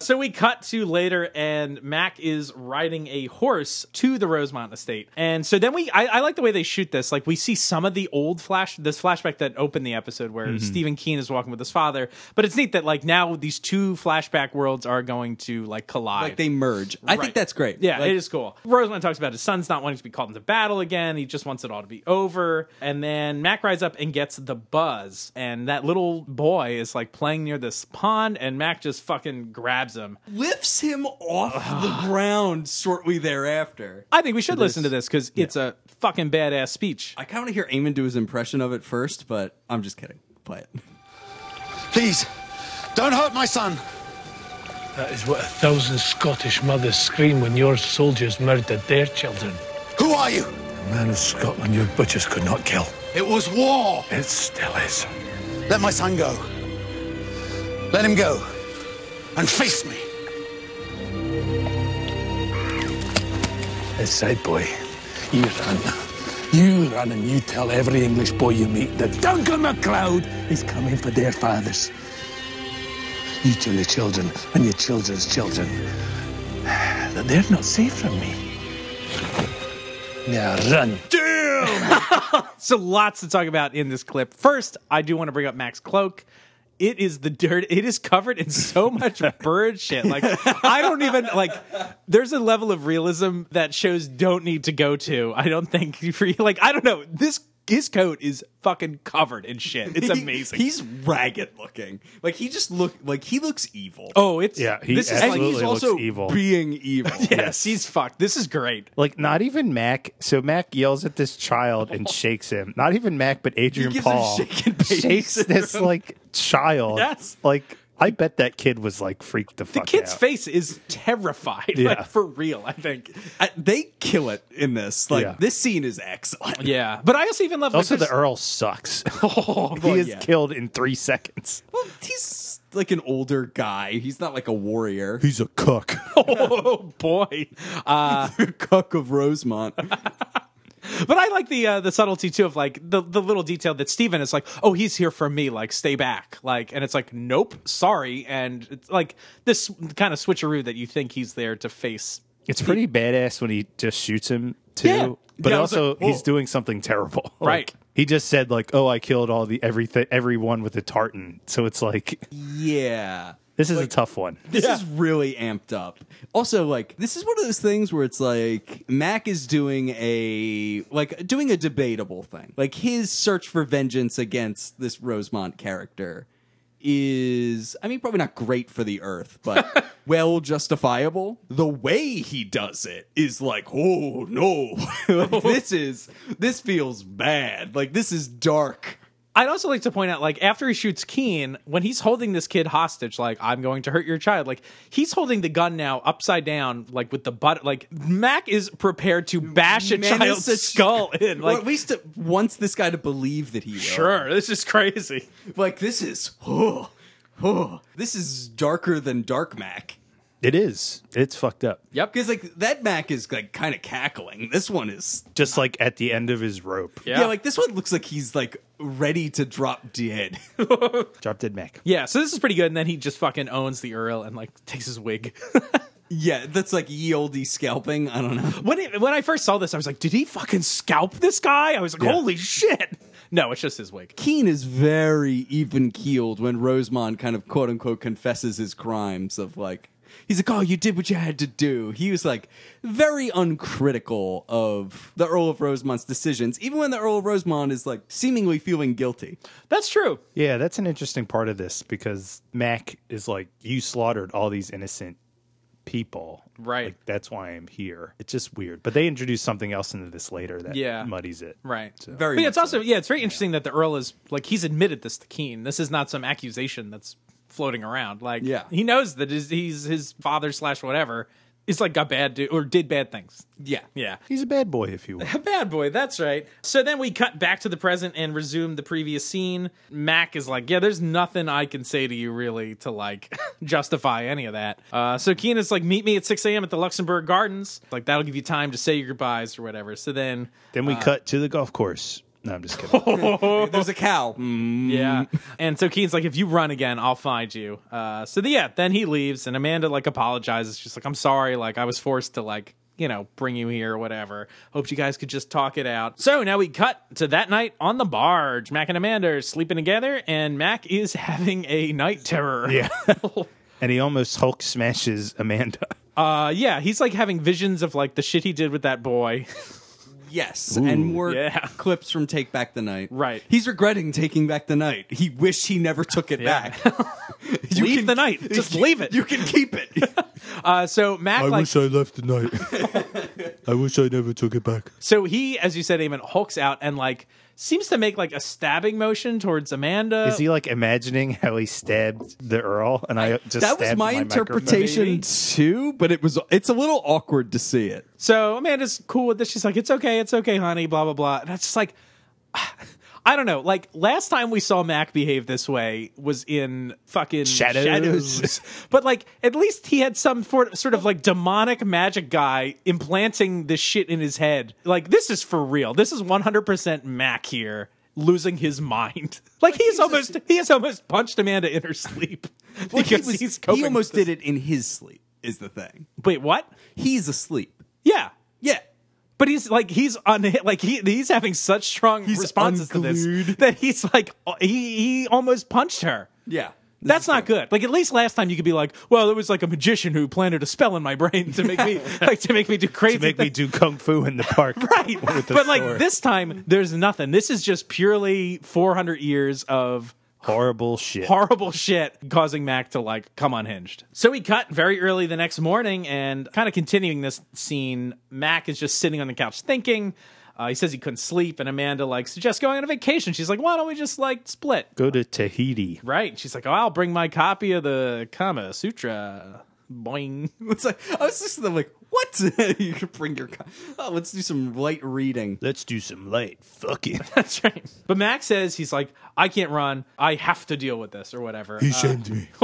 Speaker 3: So we cut to later, and Mac is riding a horse to the Rosemont estate. And so then we, I, I like the way they shoot this. Like we see some of the old flash, this flashback that opened the episode where
Speaker 4: Mm-hmm.
Speaker 3: Stephen Keane is walking with his father. But it's neat that like now these two flashback worlds are going to like collide.
Speaker 4: Like they merge. I
Speaker 3: Right.
Speaker 4: think that's great.
Speaker 3: Yeah,
Speaker 4: Like,
Speaker 3: it is cool. Rosemont talks about his son's not wanting to be called into battle again. He just wants it all to be over. And then Mac rides up and gets the buzz. And that little boy is like playing near this pond, and Mac just fucking grabs him.
Speaker 4: lifts him
Speaker 3: (sighs)
Speaker 4: off the ground shortly thereafter.
Speaker 3: I think we should listen to this because it's a fucking badass speech.
Speaker 4: I kind of want to hear Eamon do his impression of it first, but I'm just kidding. Play it.
Speaker 2: Please, don't hurt my son.
Speaker 7: That is what a thousand Scottish mothers scream when your soldiers murdered their children.
Speaker 2: Who are you?
Speaker 7: The man of Scotland your butchers could not kill.
Speaker 2: It was war.
Speaker 7: It still is.
Speaker 2: Let my son go. Let him go. And face me.
Speaker 7: It's said, boy. You run. You run and you tell every English boy you meet that Duncan MacLeod is coming for their fathers. You tell your children and your children's children that they're not safe from me. Now run.
Speaker 3: So lots to talk about in this clip. First, I do want to bring up Mac's cloak. it is the dirt. It is covered in so (laughs) much bird shit. Like I don't even like. There's a level of realism that shows don't need to go to. I don't think (laughs) for you. Like I don't know this. His coat is fucking covered in shit. It's
Speaker 4: He-
Speaker 3: amazing.
Speaker 4: he's ragged looking. Like he just look like he looks evil.
Speaker 3: oh, it's
Speaker 5: Yeah, he
Speaker 3: this is
Speaker 4: and
Speaker 3: like,
Speaker 5: absolutely
Speaker 4: he's also
Speaker 5: looks evil.
Speaker 4: being evil.
Speaker 3: (laughs) yes, he's fucked. This is great.
Speaker 5: Like not even Mac. So Mac yells at this child and shakes him. Not even Mac, but Adrian
Speaker 4: gives him
Speaker 5: Paul
Speaker 4: shake and bake
Speaker 5: shakes this like child.
Speaker 3: Yes.
Speaker 5: Like I bet that kid was like freaked the,
Speaker 3: The
Speaker 5: fuck
Speaker 3: kid's
Speaker 5: out.
Speaker 3: face is terrified. (laughs)
Speaker 5: Yeah.
Speaker 3: Like for real, I think.
Speaker 4: I- they kill it in this. Like
Speaker 5: Yeah.
Speaker 4: this scene is excellent.
Speaker 3: Yeah, but I also even love like,
Speaker 5: Also,
Speaker 3: there's-
Speaker 5: the Earl sucks.
Speaker 3: Oh,
Speaker 5: he
Speaker 3: boy,
Speaker 5: is
Speaker 4: yeah.
Speaker 5: killed in three seconds.
Speaker 4: Well, he's like an older guy. He's not like a warrior. (laughs)
Speaker 5: He's a cook.
Speaker 3: (laughs) oh boy. Uh,
Speaker 4: Cuck of Rosemont.
Speaker 3: but I like the uh, the subtlety too of like the the little detail that Steven is like, oh, he's here for me, like stay back, like, and it's like, nope, sorry, and it's like this kind of switcheroo that you think he's there to face.
Speaker 5: It's pretty badass when he just shoots him too.
Speaker 3: Yeah.
Speaker 5: But
Speaker 3: Yeah, I was
Speaker 5: also
Speaker 3: like,
Speaker 5: he's
Speaker 3: whoa.
Speaker 5: doing something terrible. (laughs) Like,
Speaker 3: Right.
Speaker 5: He just said like, "Oh, I killed all the everything everyone with a tartan." So it's like
Speaker 4: yeah.
Speaker 5: this is a tough one.
Speaker 4: This is really amped up. Also, like, this is one of those things where it's like Mac is doing a like doing a debatable thing. Like his search for vengeance against this Rosemont character is I mean probably not great for the earth,
Speaker 3: (laughs)
Speaker 4: but well justifiable. The way he does it is like, oh no. (laughs) Like, this is this feels bad. Like this is dark.
Speaker 3: I'd also like to point out, like, after he shoots Keen, when he's holding this kid hostage, like, I'm going to hurt your child, like, he's holding the gun now upside down, like, with the butt, like, Mac is prepared to bash a
Speaker 4: Menace
Speaker 3: child's
Speaker 4: a ch-
Speaker 3: skull in,
Speaker 4: or
Speaker 3: like,
Speaker 4: at least it wants this guy to believe that he will.
Speaker 3: sure, this is crazy.
Speaker 4: Like this is oh, oh, this is darker than Dark Mac.
Speaker 5: It is. It's fucked up.
Speaker 3: Yep.
Speaker 4: Because like that Mac is like kind of cackling. This one is (laughs)
Speaker 5: Just like at the end of his rope.
Speaker 4: yeah. Like this one looks like he's like ready to drop dead. (laughs)
Speaker 5: Drop dead Mac.
Speaker 3: Yeah, so this is pretty good. And then he just fucking owns the Earl and like takes his wig. (laughs)
Speaker 4: yeah, that's like ye olde scalping. I don't know.
Speaker 3: when it, when I first saw this, I was like, did he fucking scalp this guy? I was like, holy shit. No, it's just his wig.
Speaker 4: Keen is very even keeled when Rosemond kind of quote unquote confesses his crimes of like he's like oh you did what you had to do. He was like very uncritical of the Earl of Rosemont's decisions, even when the Earl of Rosemont is like seemingly feeling guilty.
Speaker 3: That's true.
Speaker 5: Yeah, that's an interesting part of this because Mac is like, you slaughtered all these innocent people.
Speaker 3: Right.
Speaker 5: Like, that's why I'm here. It's just weird. But they introduce something else into this later that
Speaker 3: Yeah.
Speaker 5: muddies it.
Speaker 3: Right.
Speaker 4: Very
Speaker 3: But yeah,
Speaker 4: much
Speaker 3: it's also yeah, it's very interesting that the Earl is like he's admitted this to Keen. This is not some accusation that's floating around. Like
Speaker 4: Yeah.
Speaker 3: he knows that his, he's his father slash whatever is like got bad do- or did bad things.
Speaker 4: Yeah.
Speaker 3: Yeah.
Speaker 5: He's a bad boy, if you will.
Speaker 3: (laughs) A bad boy, that's right. So then we cut back to the present and resume the previous scene. Mac is like, Yeah, there's nothing I can say to you really to like (laughs) justify any of that. Uh, so Keen is like, Meet me at 6 a.m. at the Luxembourg Gardens. Like, that'll give you time to say your goodbyes or whatever. So then,
Speaker 5: then we cut to the golf course. No, I'm (laughs) just kidding.
Speaker 4: There's a cow.
Speaker 3: yeah. And so Keen's like, If you run again, I'll find you. Uh, so the, yeah, then he leaves and Amanda like apologizes. She's like, I'm sorry. Like, I was forced to like, you know, bring you here or whatever. Hoped you guys could just talk it out. So now we cut to that night on the barge. Mac and Amanda are sleeping together, and Mac is (laughs) having a night terror.
Speaker 5: Yeah. and he almost Hulk smashes Amanda.
Speaker 3: Uh, yeah, he's like having visions of like the shit he did with that boy.
Speaker 4: Yes, and more
Speaker 3: yeah.
Speaker 4: clips from Take Back the Night.
Speaker 3: Right.
Speaker 4: He's regretting taking back the night. He wished he never took it
Speaker 3: Yeah. (laughs)
Speaker 4: back. You
Speaker 3: Leave the night. Just leave it.
Speaker 4: You can keep it.
Speaker 3: Uh, so Mac like
Speaker 7: I left the night. (laughs) I wish I never took it back.
Speaker 3: So he, as you said, Eamon, hulks out and like seems to make like a stabbing motion towards Amanda.
Speaker 5: Is he like imagining how he stabbed the Earl? And I, just
Speaker 4: that was
Speaker 5: stabbed
Speaker 4: my
Speaker 5: microphone?
Speaker 4: interpretation
Speaker 3: Maybe.
Speaker 4: too, but it was it's a little awkward to see it.
Speaker 3: so Amanda's cool with this. She's like, "It's okay, it's okay, honey." Blah blah blah. And that's just like, (sighs) I don't know. Like last time we saw Mac behave this way was in fucking
Speaker 5: Shadows.
Speaker 3: Shadows. (laughs) but like, at least he had some for, sort of like demonic magic guy implanting this shit in his head. Like this is for real. This is one hundred percent Mac here losing his mind. (laughs) Like he's almost he has almost punched Amanda in her sleep.
Speaker 4: Well, he,
Speaker 3: because
Speaker 4: was-
Speaker 3: he's
Speaker 4: he
Speaker 3: coping
Speaker 4: almost
Speaker 3: with this.
Speaker 4: did it in his sleep. Is the thing.
Speaker 3: Wait, what?
Speaker 4: He's asleep.
Speaker 3: Yeah.
Speaker 4: Yeah.
Speaker 3: But he's like he's on like he he's having such strong responses to
Speaker 4: unglued.
Speaker 3: this that he's like he he almost punched her.
Speaker 4: Yeah. This
Speaker 3: That's
Speaker 4: is
Speaker 3: not good. Like at least last time you could be like, well, it was like a magician who planted a spell in my brain to make
Speaker 5: (laughs)
Speaker 3: me like to make me do crazy
Speaker 5: to make me
Speaker 3: things.
Speaker 5: do kung fu in the park.
Speaker 3: right.
Speaker 5: with the
Speaker 3: But like
Speaker 5: sword.
Speaker 3: this time there's nothing. This is just purely 400 years of
Speaker 5: horrible shit.
Speaker 3: horrible shit causing Mac to like come unhinged. So we cut very early the next morning and kind of continuing this scene. Mac is just sitting on the couch thinking. Uh, he says he couldn't sleep, and Amanda like suggests going on a vacation. She's like, "Why don't we just like split?"
Speaker 5: Go to Tahiti.
Speaker 3: Right? She's like, "Oh, I'll bring my copy of the Kama Sutra." Boing.
Speaker 4: It's like I was just I'm like, what? (laughs) you can bring your. Co- oh, let's do some light reading.
Speaker 5: Let's do some light. Fuck it.
Speaker 3: That's right. But Mac says he's like, "I can't run. I have to deal with this or whatever." Uh,
Speaker 7: shamed me.
Speaker 3: (laughs)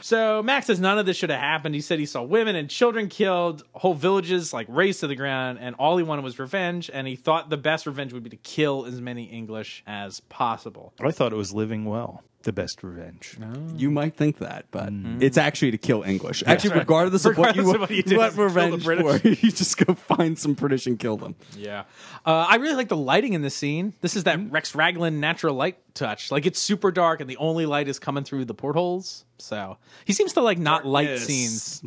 Speaker 3: so Max says none of this should have happened. He said he saw women and children killed, whole villages like razed to the ground, and all he wanted was revenge. And he thought the best revenge would be to kill as many English as possible.
Speaker 5: I thought it was living well. The best revenge.
Speaker 4: You might think that, but it's actually to kill English. Actually, regardless, of
Speaker 3: Mm-hmm. Regardless
Speaker 4: what
Speaker 3: of what you do,
Speaker 4: you what,
Speaker 3: just kill the
Speaker 4: revenge for, (laughs) you just go find some British and kill them.
Speaker 3: Yeah, uh, I really like the lighting in this scene. This is that Rex Raglan natural light touch. Like it's super dark, and the only light is coming through the portholes. So he seems to like not light
Speaker 4: Yes.
Speaker 3: scenes.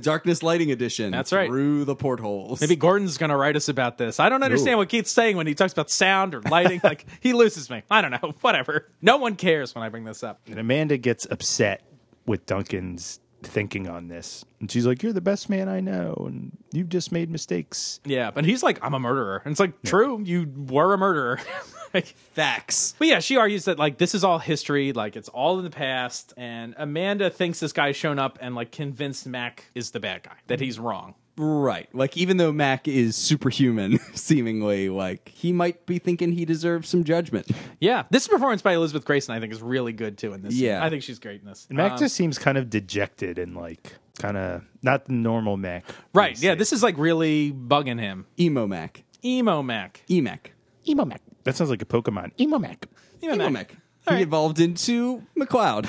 Speaker 4: Darkness lighting edition.
Speaker 3: That's right.
Speaker 4: Through the portholes.
Speaker 3: Maybe Gordon's going to write us about this. I don't understand what Keith's saying when he talks about sound or lighting.
Speaker 4: (laughs)
Speaker 3: like, he loses me. I don't know. (laughs) Whatever. No one cares when I bring this up.
Speaker 5: And Amanda gets upset with Duncan's thinking on this. And she's like, You're the best man I know. And you've just made mistakes.
Speaker 3: Yeah, but he's like, I'm a murderer. And it's like, true, you were a murderer. (laughs) like,
Speaker 4: facts.
Speaker 3: but yeah, she argues that, like, this is all history. Like, it's all in the past. And Amanda thinks this guy's shown up and, like, convinced Mac is the bad guy, that he's wrong.
Speaker 4: Right. Like even though Mac is superhuman, (laughs) seemingly, like he might be thinking he deserves some judgment.
Speaker 3: Yeah. This performance by Elizabeth Grayson, I think, is really good, too, in this.
Speaker 4: Yeah.
Speaker 3: I think she's great in this.
Speaker 5: And Mac just seems kind of dejected and like kind of not the normal Mac.
Speaker 3: Right. Yeah. This is, like, really bugging him.
Speaker 4: Emo Mac. E
Speaker 3: Emo Mac.
Speaker 4: Emac.
Speaker 6: Emo Mac.
Speaker 5: That sounds like a Pokemon.
Speaker 6: Emo Mac.
Speaker 4: Emo Mac. He evolved into
Speaker 3: (laughs)
Speaker 4: McLeod.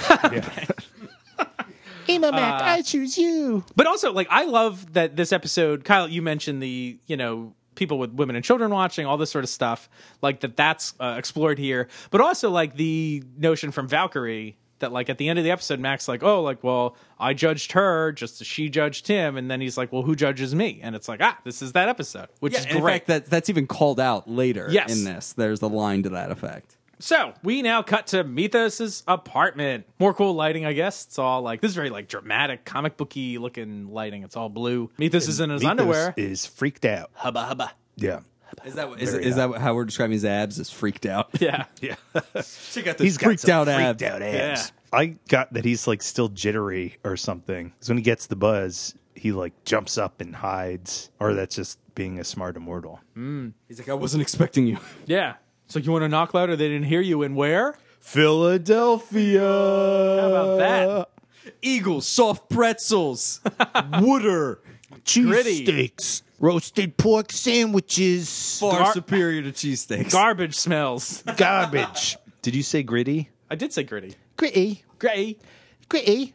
Speaker 6: Emo Mac, I choose you.
Speaker 3: But also, like, I love that this episode, Kyle, you mentioned the, you know, people with women and children watching, all this sort of stuff, like that that's uh, explored here. But also, like, the notion from Valkyrie that, like, at the end of the episode, Mac's like, oh, like, well, I judged her just as she judged him. And then he's like, well, who judges me? And it's like, ah, this is that episode, which
Speaker 4: yeah,
Speaker 3: is great.
Speaker 4: and in fact, that that's even called out later
Speaker 3: Yes.
Speaker 4: in this. There's a line to that effect.
Speaker 3: So we now cut to Mythos's apartment. More cool lighting, I guess. It's all like this is very like dramatic, comic booky looking lighting. It's all blue. Mythos is in his
Speaker 5: Mythos
Speaker 3: underwear.
Speaker 5: is freaked out.
Speaker 3: Hubba hubba.
Speaker 5: Yeah.
Speaker 4: Is that is, is that how we're describing his abs? Is freaked out.
Speaker 3: (laughs) Yeah.
Speaker 5: Yeah.
Speaker 4: She got
Speaker 5: He's got
Speaker 4: freaked
Speaker 5: some
Speaker 4: out abs.
Speaker 5: freaked out abs.
Speaker 3: Yeah.
Speaker 5: I got that he's like still jittery or something. Because when he gets the buzz, he like jumps up and hides. Or that's just being a smart immortal.
Speaker 4: He's like, I wasn't expecting you.
Speaker 3: Yeah. It's like you want to knock louder? They didn't hear you. And where?
Speaker 5: Philadelphia.
Speaker 3: How about that?
Speaker 4: Uh, Eagles, soft pretzels, (laughs) water,
Speaker 3: Gritty.
Speaker 5: steaks, roasted pork
Speaker 4: (laughs)
Speaker 5: sandwiches,
Speaker 4: far
Speaker 3: Gar-
Speaker 4: superior to cheesesteaks.
Speaker 3: Garbage smells.
Speaker 5: garbage. Did you say gritty?
Speaker 3: I did say gritty.
Speaker 6: Gritty.
Speaker 3: Gritty.
Speaker 6: Gritty.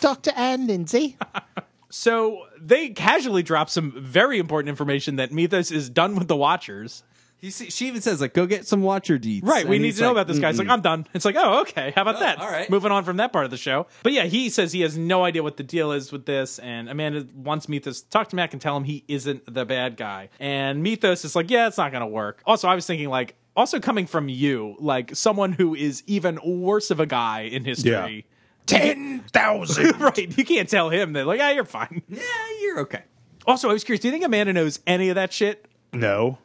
Speaker 6: Dr. Ann Lindsay.
Speaker 3: So they casually drop some very important information that Mythos is done with the Watchers.
Speaker 4: He se- she even says like, go get some watcher deets.
Speaker 3: Right. we
Speaker 4: And
Speaker 3: need
Speaker 4: he's
Speaker 3: to know
Speaker 4: like,
Speaker 3: about this guy. It's like, I'm done. It's like, oh, okay. How about that?
Speaker 4: all right.
Speaker 3: Moving on from that part of the show. But yeah, he says he has no idea what the deal is with this. And Amanda wants Mythos to talk to Mac and tell him he isn't the bad guy. And Mythos is like, yeah, it's not going to work. Also, I was thinking, like, also coming from you, like someone who is even worse of a guy in history.
Speaker 5: Ten
Speaker 3: (laughs)
Speaker 5: thousand.
Speaker 3: Right. You can't tell him that, like, yeah, you're fine.
Speaker 4: "Mm, Yeah, you're okay.
Speaker 3: Also, I was curious, do you think Amanda knows any of that shit?
Speaker 5: (laughs) no,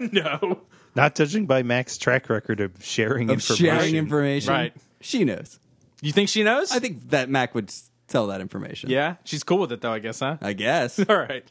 Speaker 3: no.
Speaker 5: not judging by Mac's track record of sharing
Speaker 4: Of
Speaker 5: information.
Speaker 4: sharing information.
Speaker 3: Right.
Speaker 4: She knows.
Speaker 3: You think she knows?
Speaker 4: I think that Mac would s- tell that information.
Speaker 3: Yeah. She's cool with it, though, I guess, huh?
Speaker 4: I guess.
Speaker 3: All right.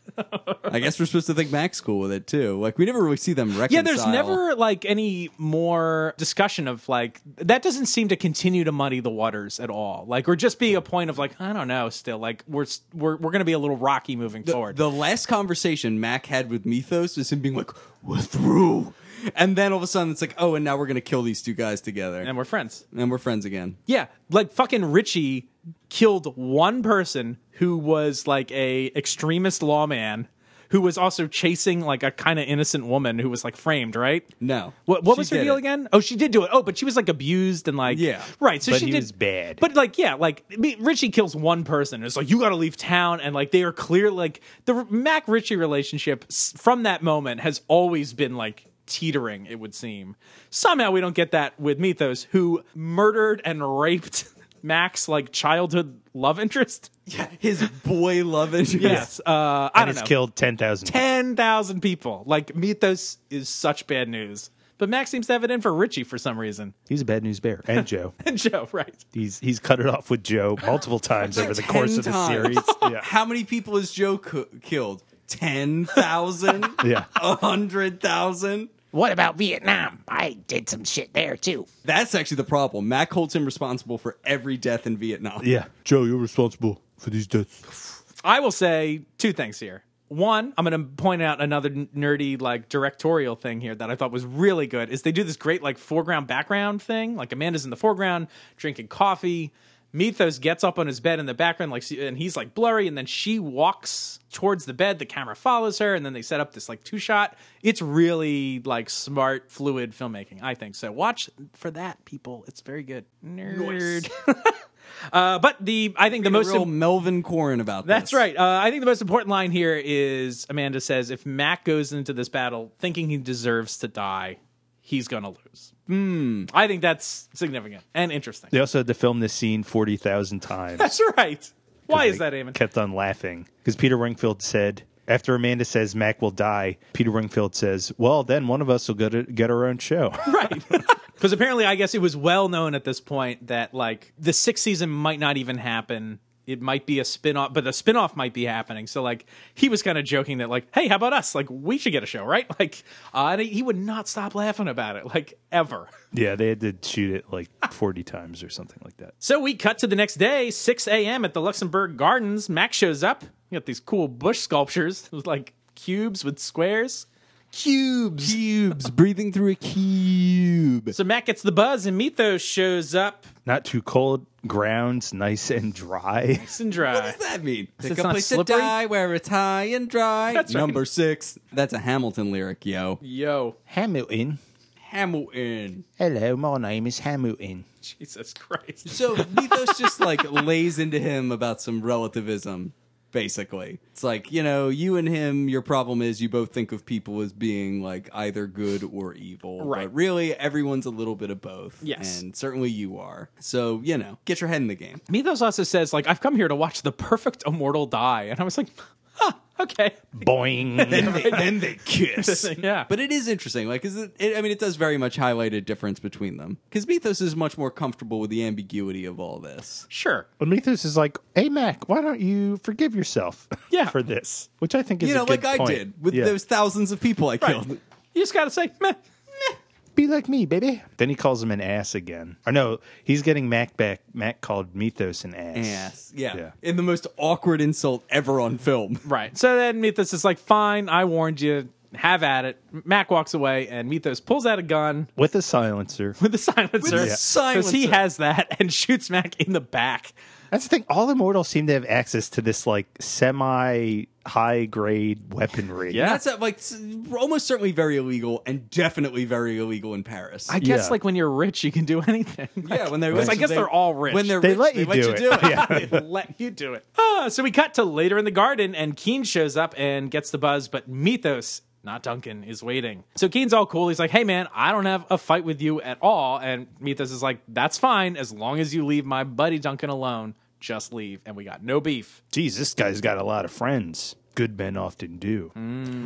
Speaker 4: I guess we're supposed to think Mac's cool with it too. Like we never really see them reconcile.
Speaker 3: Yeah, there's never like any more discussion of like that doesn't seem to continue to muddy the waters at all. Like or just be a point of like I don't know still like we're s- we're we're going to be a little rocky moving
Speaker 4: the,
Speaker 3: forward.
Speaker 4: the last conversation Mac had with Mythos is him being like, "We're through," and then all of a sudden it's like, "Oh, and now we're gonna kill these two guys together,
Speaker 3: and we're friends.
Speaker 4: and we're friends again."
Speaker 3: Yeah, like fucking Richie killed one person who was like a extremist lawman who was also chasing like a kind of innocent woman who was like framed, right?
Speaker 4: No.
Speaker 3: What, what
Speaker 4: She
Speaker 3: was her
Speaker 4: did
Speaker 3: deal
Speaker 4: it.
Speaker 3: again? Oh, she did do it. Oh, but she was like abused and like
Speaker 4: Yeah.
Speaker 3: right. So
Speaker 5: But
Speaker 3: she
Speaker 5: he
Speaker 3: did
Speaker 5: was bad.
Speaker 3: But like yeah, like I mean, Richie kills one person. It's like you got to leave town, and like they are clear. Like the Mac Richie relationship s- from that moment has always been like teetering. It would seem somehow we don't get that with Mythos, who murdered and raped (laughs) Mac's like childhood love interest.
Speaker 4: His boy
Speaker 3: (laughs)
Speaker 4: love interest.
Speaker 3: Yes, uh, I don't
Speaker 5: and it's
Speaker 3: know
Speaker 5: killed 10,000.
Speaker 3: ten thousand people. Like Mythos is such bad news. But Max seems to have it in for Richie for some reason.
Speaker 5: He's a bad news bear. And Joe.
Speaker 3: And (laughs) Joe, right?
Speaker 5: he's he's cut it off with Joe (laughs) multiple times over the course of the series. Yeah.
Speaker 4: (laughs) How many people has Joe co- killed?
Speaker 3: (laughs)
Speaker 4: 10,000?
Speaker 5: Yeah.
Speaker 4: 100,000?
Speaker 6: What about Vietnam? I did some shit there too.
Speaker 4: That's actually the problem. Mac holds him responsible for every death in Vietnam.
Speaker 5: (laughs) Yeah. Joe, you're responsible for these deaths.
Speaker 3: I will say two things here. One, I'm going to point out another n- nerdy like directorial thing here that I thought was really good is they do this great like foreground background thing. Like Amanda's in the foreground drinking coffee. Mythos gets up on his bed in the background like and he's like blurry and then she walks towards the bed, the camera follows her and then they set up this like two shot. It's really like smart fluid filmmaking, I think. So watch for that people. It's very good. Nerd. (laughs) uh, but the I think the most
Speaker 4: Most real
Speaker 3: im-
Speaker 4: Melvin Corrin about
Speaker 3: that's
Speaker 4: this.
Speaker 3: right. Uh, I think the most important line here is Amanda says, if Mac goes into this battle thinking he deserves to die, he's going to lose. Hmm. I think that's significant and interesting.
Speaker 5: They also had to film this scene 40,000 times.
Speaker 3: That's right. Why is
Speaker 5: They
Speaker 3: that, Eamon?
Speaker 5: Kept on laughing because Peter Ringfield said after Amanda says Mac will die, Peter Ringfield says, "Well, then one of us will go to get our own show."
Speaker 3: right. Because apparently, I guess it was well known at this point that, like, the sixth season might not even happen. It might be a spin off, but the spin off might be happening. So, like, he was kind of joking that, like, hey, how about us? Like, we should get a show, right? (laughs) Like, uh, and he would not stop laughing about it, like, ever.
Speaker 5: yeah, they had to shoot it like 40 times or something like that.
Speaker 3: So we cut to the next day, 6 a.m. at the Luxembourg Gardens. Max shows up. You got these cool bush sculptures (laughs) with like cubes with squares. Cubes.
Speaker 4: Cubes breathing through a cube.
Speaker 3: So Mac gets the buzz and Mythos shows up.
Speaker 5: Not too cold, grounds nice and dry.
Speaker 3: Nice and dry.
Speaker 4: What does that mean? Pick
Speaker 3: it's
Speaker 4: a
Speaker 3: not
Speaker 4: place
Speaker 3: slippery?
Speaker 4: to die where it's high and dry.
Speaker 3: That's right.
Speaker 4: Number six. That's a Hamilton lyric, yo.
Speaker 3: Yo, (laughs)
Speaker 5: Hamilton.
Speaker 4: Hamilton.
Speaker 5: Hello, my name is Hamilton.
Speaker 3: Jesus Christ.
Speaker 4: So Mythos just like lays into him about some relativism, basically. It's like, you know, you and him, your problem is you both think of people as being like either good or evil.
Speaker 3: Right.
Speaker 4: But really, everyone's a little bit of both.
Speaker 3: Yes.
Speaker 4: And certainly you are. So, you know, get your head in the game.
Speaker 3: Mythos also says, like, I've come here to watch the perfect immortal die. And I was like, huh, okay.
Speaker 4: (laughs)
Speaker 5: Boing.
Speaker 4: They- (laughs) then they kiss.
Speaker 3: (laughs) Yeah.
Speaker 4: But it is interesting. Like, is it, it, I mean, it does very much highlight a difference between them. Because Mythos is much more comfortable with the ambiguity of all this.
Speaker 3: Sure.
Speaker 5: But Mythos is like, "Hey Mac, why don't you forgive yourself
Speaker 3: Yeah.
Speaker 5: (laughs) for this?" Which I think is
Speaker 4: You know,
Speaker 5: a good
Speaker 4: like I
Speaker 5: point.
Speaker 4: did with
Speaker 5: Yeah.
Speaker 4: those thousands of people I
Speaker 3: Right.
Speaker 4: killed.
Speaker 3: You just got to say, meh.
Speaker 5: Be like me, baby. Then he calls him an ass again. Or no, he's getting Mac back. Mac called Mythos an ass.
Speaker 4: ass. Yeah. In the most awkward insult ever on film.
Speaker 3: Right. So then Mythos is like, fine, I warned you. Have at it. Mac walks away, and Mythos pulls out a gun.
Speaker 5: With a silencer.
Speaker 3: with (laughs) the silencer.
Speaker 4: a Yeah. silencer.
Speaker 3: he has that and shoots Mac in the back.
Speaker 5: (laughs) That's the thing. All immortals seem to have access to this like semi high grade weaponry.
Speaker 3: Yeah.
Speaker 4: That's uh, like s- almost certainly very illegal and definitely very illegal in Paris.
Speaker 3: I guess
Speaker 5: Yeah.
Speaker 3: like when you're rich, you can do anything. (laughs)
Speaker 4: yeah, when they're
Speaker 3: Because I
Speaker 4: rich,
Speaker 3: guess
Speaker 4: they-
Speaker 3: they're all rich.
Speaker 4: When they're
Speaker 5: They
Speaker 4: rich,
Speaker 5: let you
Speaker 4: they
Speaker 5: do
Speaker 4: let
Speaker 5: it.
Speaker 4: you do
Speaker 5: (laughs)
Speaker 4: it. (laughs)
Speaker 3: they let you do it. Ah, so we cut to later in the garden, and Keen shows up and gets the buzz, but Mythos. Not Duncan is waiting. So Keen's all cool. He's like, hey man, I don't have a fight with you at all. And Mythos is like, that's fine as long as you leave my buddy Duncan alone. Just leave. And we got no beef.
Speaker 5: Geez, this guy's got a lot of friends. Good men often do.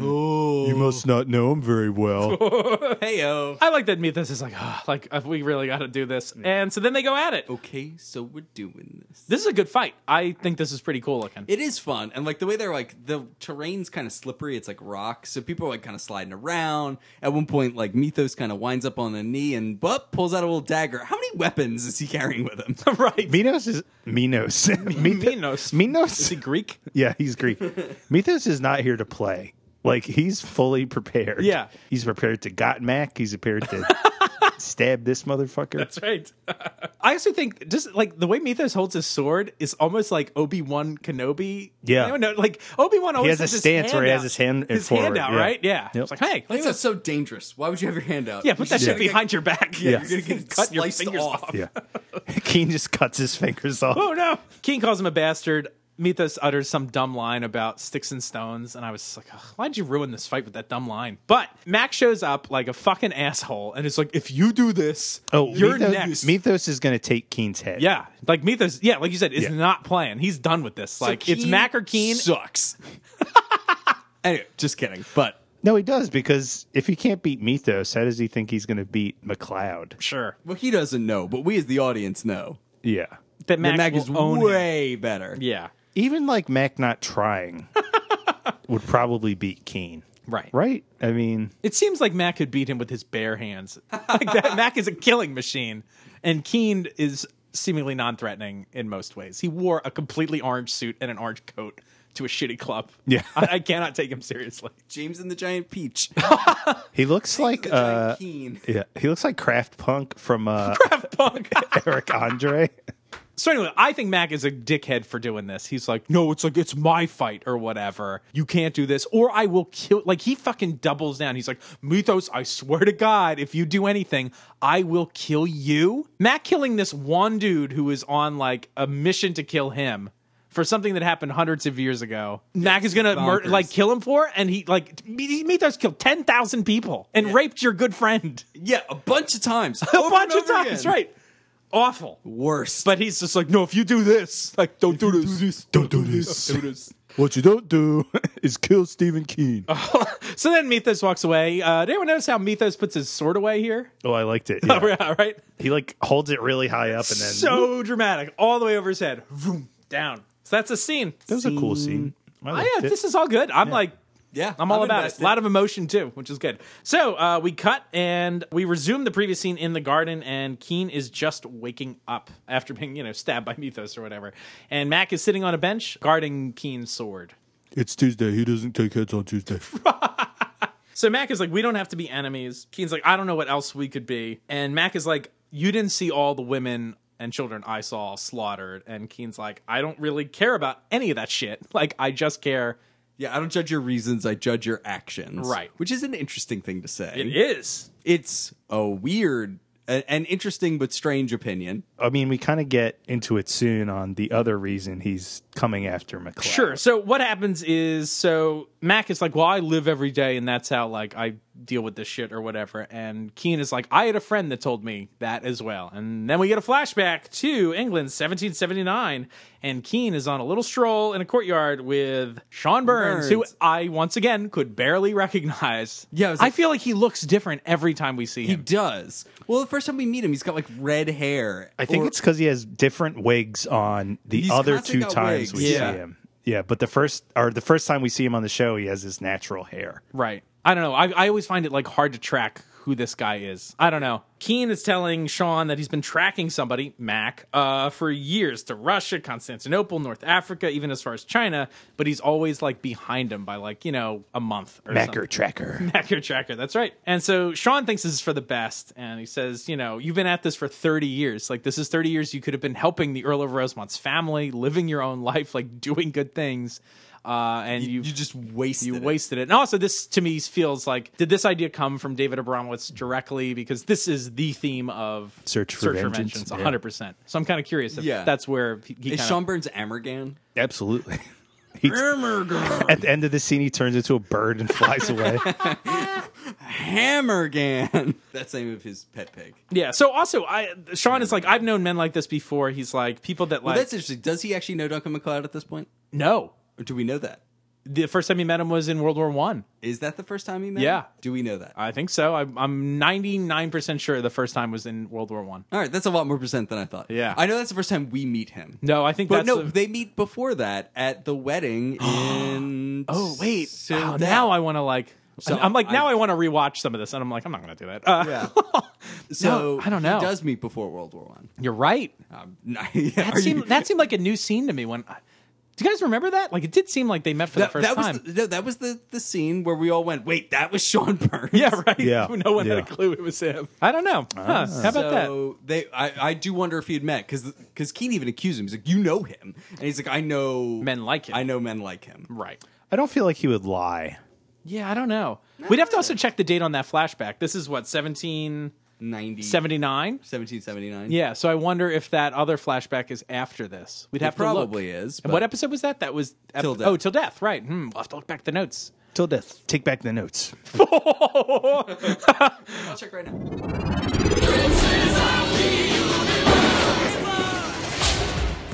Speaker 5: Oh. You must not know him very well.
Speaker 4: Heyo.
Speaker 3: I like that Mythos is like, oh, like uh, we really got to do this. And so then they go at it.
Speaker 4: Okay, so we're doing this.
Speaker 3: This is a good fight. I think this is pretty cool looking.
Speaker 4: It is fun. And like the way they're like, the terrain's kind of slippery. It's like rock. So people are like kind of sliding around. At one point, like Mythos kind of winds up on the knee and bup, pulls out a little dagger. How many weapons is he carrying with him?
Speaker 3: (laughs) right.
Speaker 5: Minos is Minos.
Speaker 3: Minos.
Speaker 5: Minos.
Speaker 3: Is he Greek?
Speaker 5: Yeah, he's Greek. Mythos is not here to play. Like he's fully prepared.
Speaker 3: Yeah. (laughs)
Speaker 5: He's prepared to got Mac. He's prepared to stab this
Speaker 3: (laughs)
Speaker 5: motherfucker.
Speaker 3: That's right. (laughs) I also think just like the way Mythos holds his sword is almost like Obi Wan Kenobi.
Speaker 5: Yeah.
Speaker 3: You know, like Obi Wan always
Speaker 5: has a
Speaker 3: has his
Speaker 5: stance where he
Speaker 3: hand
Speaker 5: has his hand
Speaker 3: out.
Speaker 5: in
Speaker 3: his hand
Speaker 5: forward,
Speaker 3: out,
Speaker 5: yeah.
Speaker 3: right? Yeah.
Speaker 5: Yep.
Speaker 3: It's like, hey, look at
Speaker 4: That's
Speaker 3: this.
Speaker 4: so dangerous. Why would you have your hand out?
Speaker 3: yeah, put that
Speaker 4: You
Speaker 3: shit
Speaker 4: should
Speaker 3: behind your back. (laughs)
Speaker 5: Yeah.
Speaker 4: You're gonna get
Speaker 3: cut your
Speaker 4: sliced
Speaker 3: fingers off.
Speaker 5: yeah. (laughs) Keen just cuts his fingers off.
Speaker 3: Oh no! King calls him a bastard. Mythos utters some dumb line about sticks and stones, and I was like, Ugh, "Why'd you ruin this fight with that dumb line?" But Max shows up like a fucking asshole, and it's like, "If you do this,
Speaker 5: Oh,
Speaker 3: you're
Speaker 5: Mythos,
Speaker 3: next."
Speaker 5: Mythos is going to take Keen's head.
Speaker 3: yeah, like Mythos. Yeah, like you said, is
Speaker 5: Yeah.
Speaker 3: not playing. He's done with this.
Speaker 4: So
Speaker 3: Like it's
Speaker 4: Keen
Speaker 3: Mac or Keen.
Speaker 4: sucks. (laughs) anyway, just kidding. But
Speaker 5: No, he does because if he can't beat Mythos, how does he think he's going to beat McLeod?
Speaker 3: sure,
Speaker 4: well, he doesn't know, but we as the audience know.
Speaker 5: Yeah.
Speaker 3: that Mac,
Speaker 4: Mac, Mac
Speaker 3: will
Speaker 4: is
Speaker 3: own him.
Speaker 4: way better.
Speaker 3: Yeah,
Speaker 5: Even like Mac
Speaker 3: (laughs)
Speaker 5: not trying would probably beat Keen.
Speaker 3: right.
Speaker 5: Right? I mean,
Speaker 3: It seems like Mac could beat him with his bare hands. like that, Mac is a killing machine, and Keen is seemingly non-threatening in most ways. He wore a completely orange suit and an orange coat to a shitty club.
Speaker 5: Yeah.
Speaker 3: I, I cannot take him seriously. (laughs)
Speaker 4: James and the Giant Peach. (laughs)
Speaker 5: he looks like
Speaker 4: the Giant
Speaker 5: uh
Speaker 4: Keen.
Speaker 5: yeah, he looks like Kraft Punk from uh
Speaker 3: Punk.
Speaker 5: (laughs) Eric Andre.
Speaker 3: so anyway, I think Mac is a dickhead for doing this. He's like, no, it's like it's my fight or whatever. You can't do this, or I will kill. Like he fucking doubles down. He's like, Mythos, I swear to God, if you do anything, I will kill you. Mac killing this one dude who is on like a mission to kill him. For something that happened hundreds of years ago, Mac is gonna mur-
Speaker 4: bonkers.
Speaker 3: like kill him for, and he like Mythos killed ten thousand people and raped your good friend
Speaker 4: Yeah, a bunch of
Speaker 3: (laughs)
Speaker 4: times.
Speaker 3: a bunch of times, right? Awful.
Speaker 4: Worse.
Speaker 3: But he's just like, no, if you do this, like, don't do this.
Speaker 5: Don't do this. (laughs) What you don't do (laughs) is kill Stephen Keen.
Speaker 3: So then Mythos walks away. Uh, did anyone notice how Mythos puts his sword away here?
Speaker 5: Oh, I liked it. Yeah.
Speaker 3: (laughs) Yeah, right?
Speaker 5: He like holds it really high up and then
Speaker 3: So dramatic. All the way over his head. Vroom, down. So that's a scene.
Speaker 5: that was a cool scene. I
Speaker 3: Oh,
Speaker 5: liked
Speaker 3: yeah,
Speaker 5: it.
Speaker 3: this is all good. I'm like,
Speaker 4: Yeah,
Speaker 3: I'm all
Speaker 4: I'm
Speaker 3: about
Speaker 4: invested.
Speaker 3: it. A lot of emotion too, which is good. So uh, we cut and we resume the previous scene in the garden, and Keen is just waking up after being, you know, stabbed by Mythos or whatever. And Mac is sitting on a bench guarding Keen's sword.
Speaker 8: It's Tuesday. He doesn't take heads on Tuesday.
Speaker 3: (laughs) So Mac is like, we don't have to be enemies. Keen's like, I don't know what else we could be. And Mac is like, you didn't see all the women and children I saw slaughtered. And Keen's like, I don't really care about any of that shit. Like, I just care.
Speaker 4: yeah, I don't judge your reasons. I judge your actions.
Speaker 3: Right.
Speaker 4: Which is an interesting thing to say.
Speaker 3: It is.
Speaker 4: It's a weird, a- an interesting but strange opinion.
Speaker 5: I mean, we kind of get into it soon on the other reason he's coming after McLeod.
Speaker 3: Sure. So what happens is, so Mac is like, well, I live every day, and that's how like I deal with this shit or whatever. And Keen is like, I had a friend that told me that as well. And then we get a flashback to England, 1779, and Keen is on a little stroll in a courtyard with Sean Burns, who
Speaker 4: Burns.
Speaker 3: I once again could barely recognize.
Speaker 4: Yeah, I
Speaker 3: I,
Speaker 4: was like-
Speaker 3: feel like he looks different every time we see
Speaker 4: He
Speaker 3: him.
Speaker 4: does. Well, the first time we meet him, he's got like red hair.
Speaker 5: I think
Speaker 4: Or-
Speaker 5: it's because he has different wigs on the
Speaker 4: He's
Speaker 5: other two
Speaker 4: constantly got wigs.
Speaker 5: times we
Speaker 3: Yeah.
Speaker 5: see him. Yeah, but the first or the first time we see him on the show, he has his natural hair.
Speaker 3: Right. I don't know. I, I always find it like hard to track who this guy is. I don't know. Keen is telling Sean that he's been tracking somebody, Mac, uh, for years to Russia, Constantinople, North Africa, even as far as China, but he's always like behind him by like, you know, a month or something. (laughs)
Speaker 5: Macker tracker.
Speaker 3: Accurate tracker. That's right. And so Sean thinks this is for the best. And he says, you know, you've been at this for 30 years. Like, this is 30 years you could have been helping the Earl of Rosemont's family, living your own life, like doing good things. Uh, and
Speaker 4: You-
Speaker 3: you've-
Speaker 4: you just wasted
Speaker 3: You
Speaker 4: it.
Speaker 3: wasted it. And also, this to me feels like did this idea come from David Abramowitz directly? Because this is the theme of
Speaker 5: Search for Vengeance,
Speaker 3: Vengeance,
Speaker 5: yeah.
Speaker 3: 100%. So I'm kind of curious if
Speaker 4: Yeah.
Speaker 3: that's where he, he
Speaker 4: Is
Speaker 3: kinda-
Speaker 4: Sean Burns Amargan?
Speaker 5: Absolutely. (laughs) He's,
Speaker 4: Amargan.
Speaker 5: at the end of the scene, he turns into a bird and flies away.
Speaker 3: (laughs)
Speaker 4: Hammergan. That's the name of his pet pig.
Speaker 3: Yeah. So also, I Sean is like, I've known men like this before. He's like, people that like,
Speaker 4: Well, that's interesting. Does he actually know Duncan McLeod at this point?
Speaker 3: no.
Speaker 4: Or do we know that?
Speaker 3: The first time he met him was in World War One.
Speaker 4: Is that the first time he met?
Speaker 3: Yeah.
Speaker 4: him? Do we know that?
Speaker 3: I think so. I, I'm 99% sure the first time was in World War One.
Speaker 4: All right, that's a lot more percent than I thought.
Speaker 3: Yeah.
Speaker 4: I know that's the first time we meet him.
Speaker 3: No, I think
Speaker 4: But
Speaker 3: that's
Speaker 4: no,
Speaker 3: the-
Speaker 4: they meet before that at the
Speaker 3: (gasps)
Speaker 4: wedding in.
Speaker 3: Oh wait!
Speaker 4: So
Speaker 3: Oh,
Speaker 4: that-
Speaker 3: now I want to like.
Speaker 4: So
Speaker 3: I'm like now I,
Speaker 4: I-
Speaker 3: want to rewatch some of this, and I'm like I'm not going to do that. Uh,
Speaker 4: (laughs) Yeah.
Speaker 3: No, I don't know.
Speaker 4: He does meet before World War One.
Speaker 3: You're right.
Speaker 4: Um, (laughs) yeah,
Speaker 3: That
Speaker 4: are
Speaker 3: seemed
Speaker 4: you-
Speaker 3: that seemed like a new scene to me when I, Do you guys remember that? Like, it did seem like they met for
Speaker 4: That,
Speaker 3: the first
Speaker 4: that was
Speaker 3: time.
Speaker 4: the, no, that was the, the scene where we all went, wait, that was Sean Burns.
Speaker 3: (laughs) (laughs) yeah, right.
Speaker 4: (laughs)
Speaker 5: Yeah.
Speaker 3: no one had
Speaker 5: Yeah.
Speaker 3: a clue it was him. I don't know. Huh. How about that?
Speaker 4: so they, I, I do wonder if he had met because because Keen even accused him. He's like, you know him, and he's like, I know
Speaker 3: Men like him.
Speaker 4: I know men like him.
Speaker 3: Right.
Speaker 5: I don't feel like he would lie.
Speaker 3: Yeah, I don't know. We'd have to also check the date on that flashback. This is what 1779.
Speaker 4: 90, 1779.
Speaker 3: Yeah, so I wonder if that other flashback is after this. We'd have to look.
Speaker 4: probably is,
Speaker 3: And what
Speaker 4: but-
Speaker 3: episode was that? That was ep-
Speaker 4: Till Death.
Speaker 3: Oh, till death. Right. Hmm. We'll have to look back the notes. (laughs)
Speaker 5: Till death. Take back the notes.
Speaker 4: I'll check right now.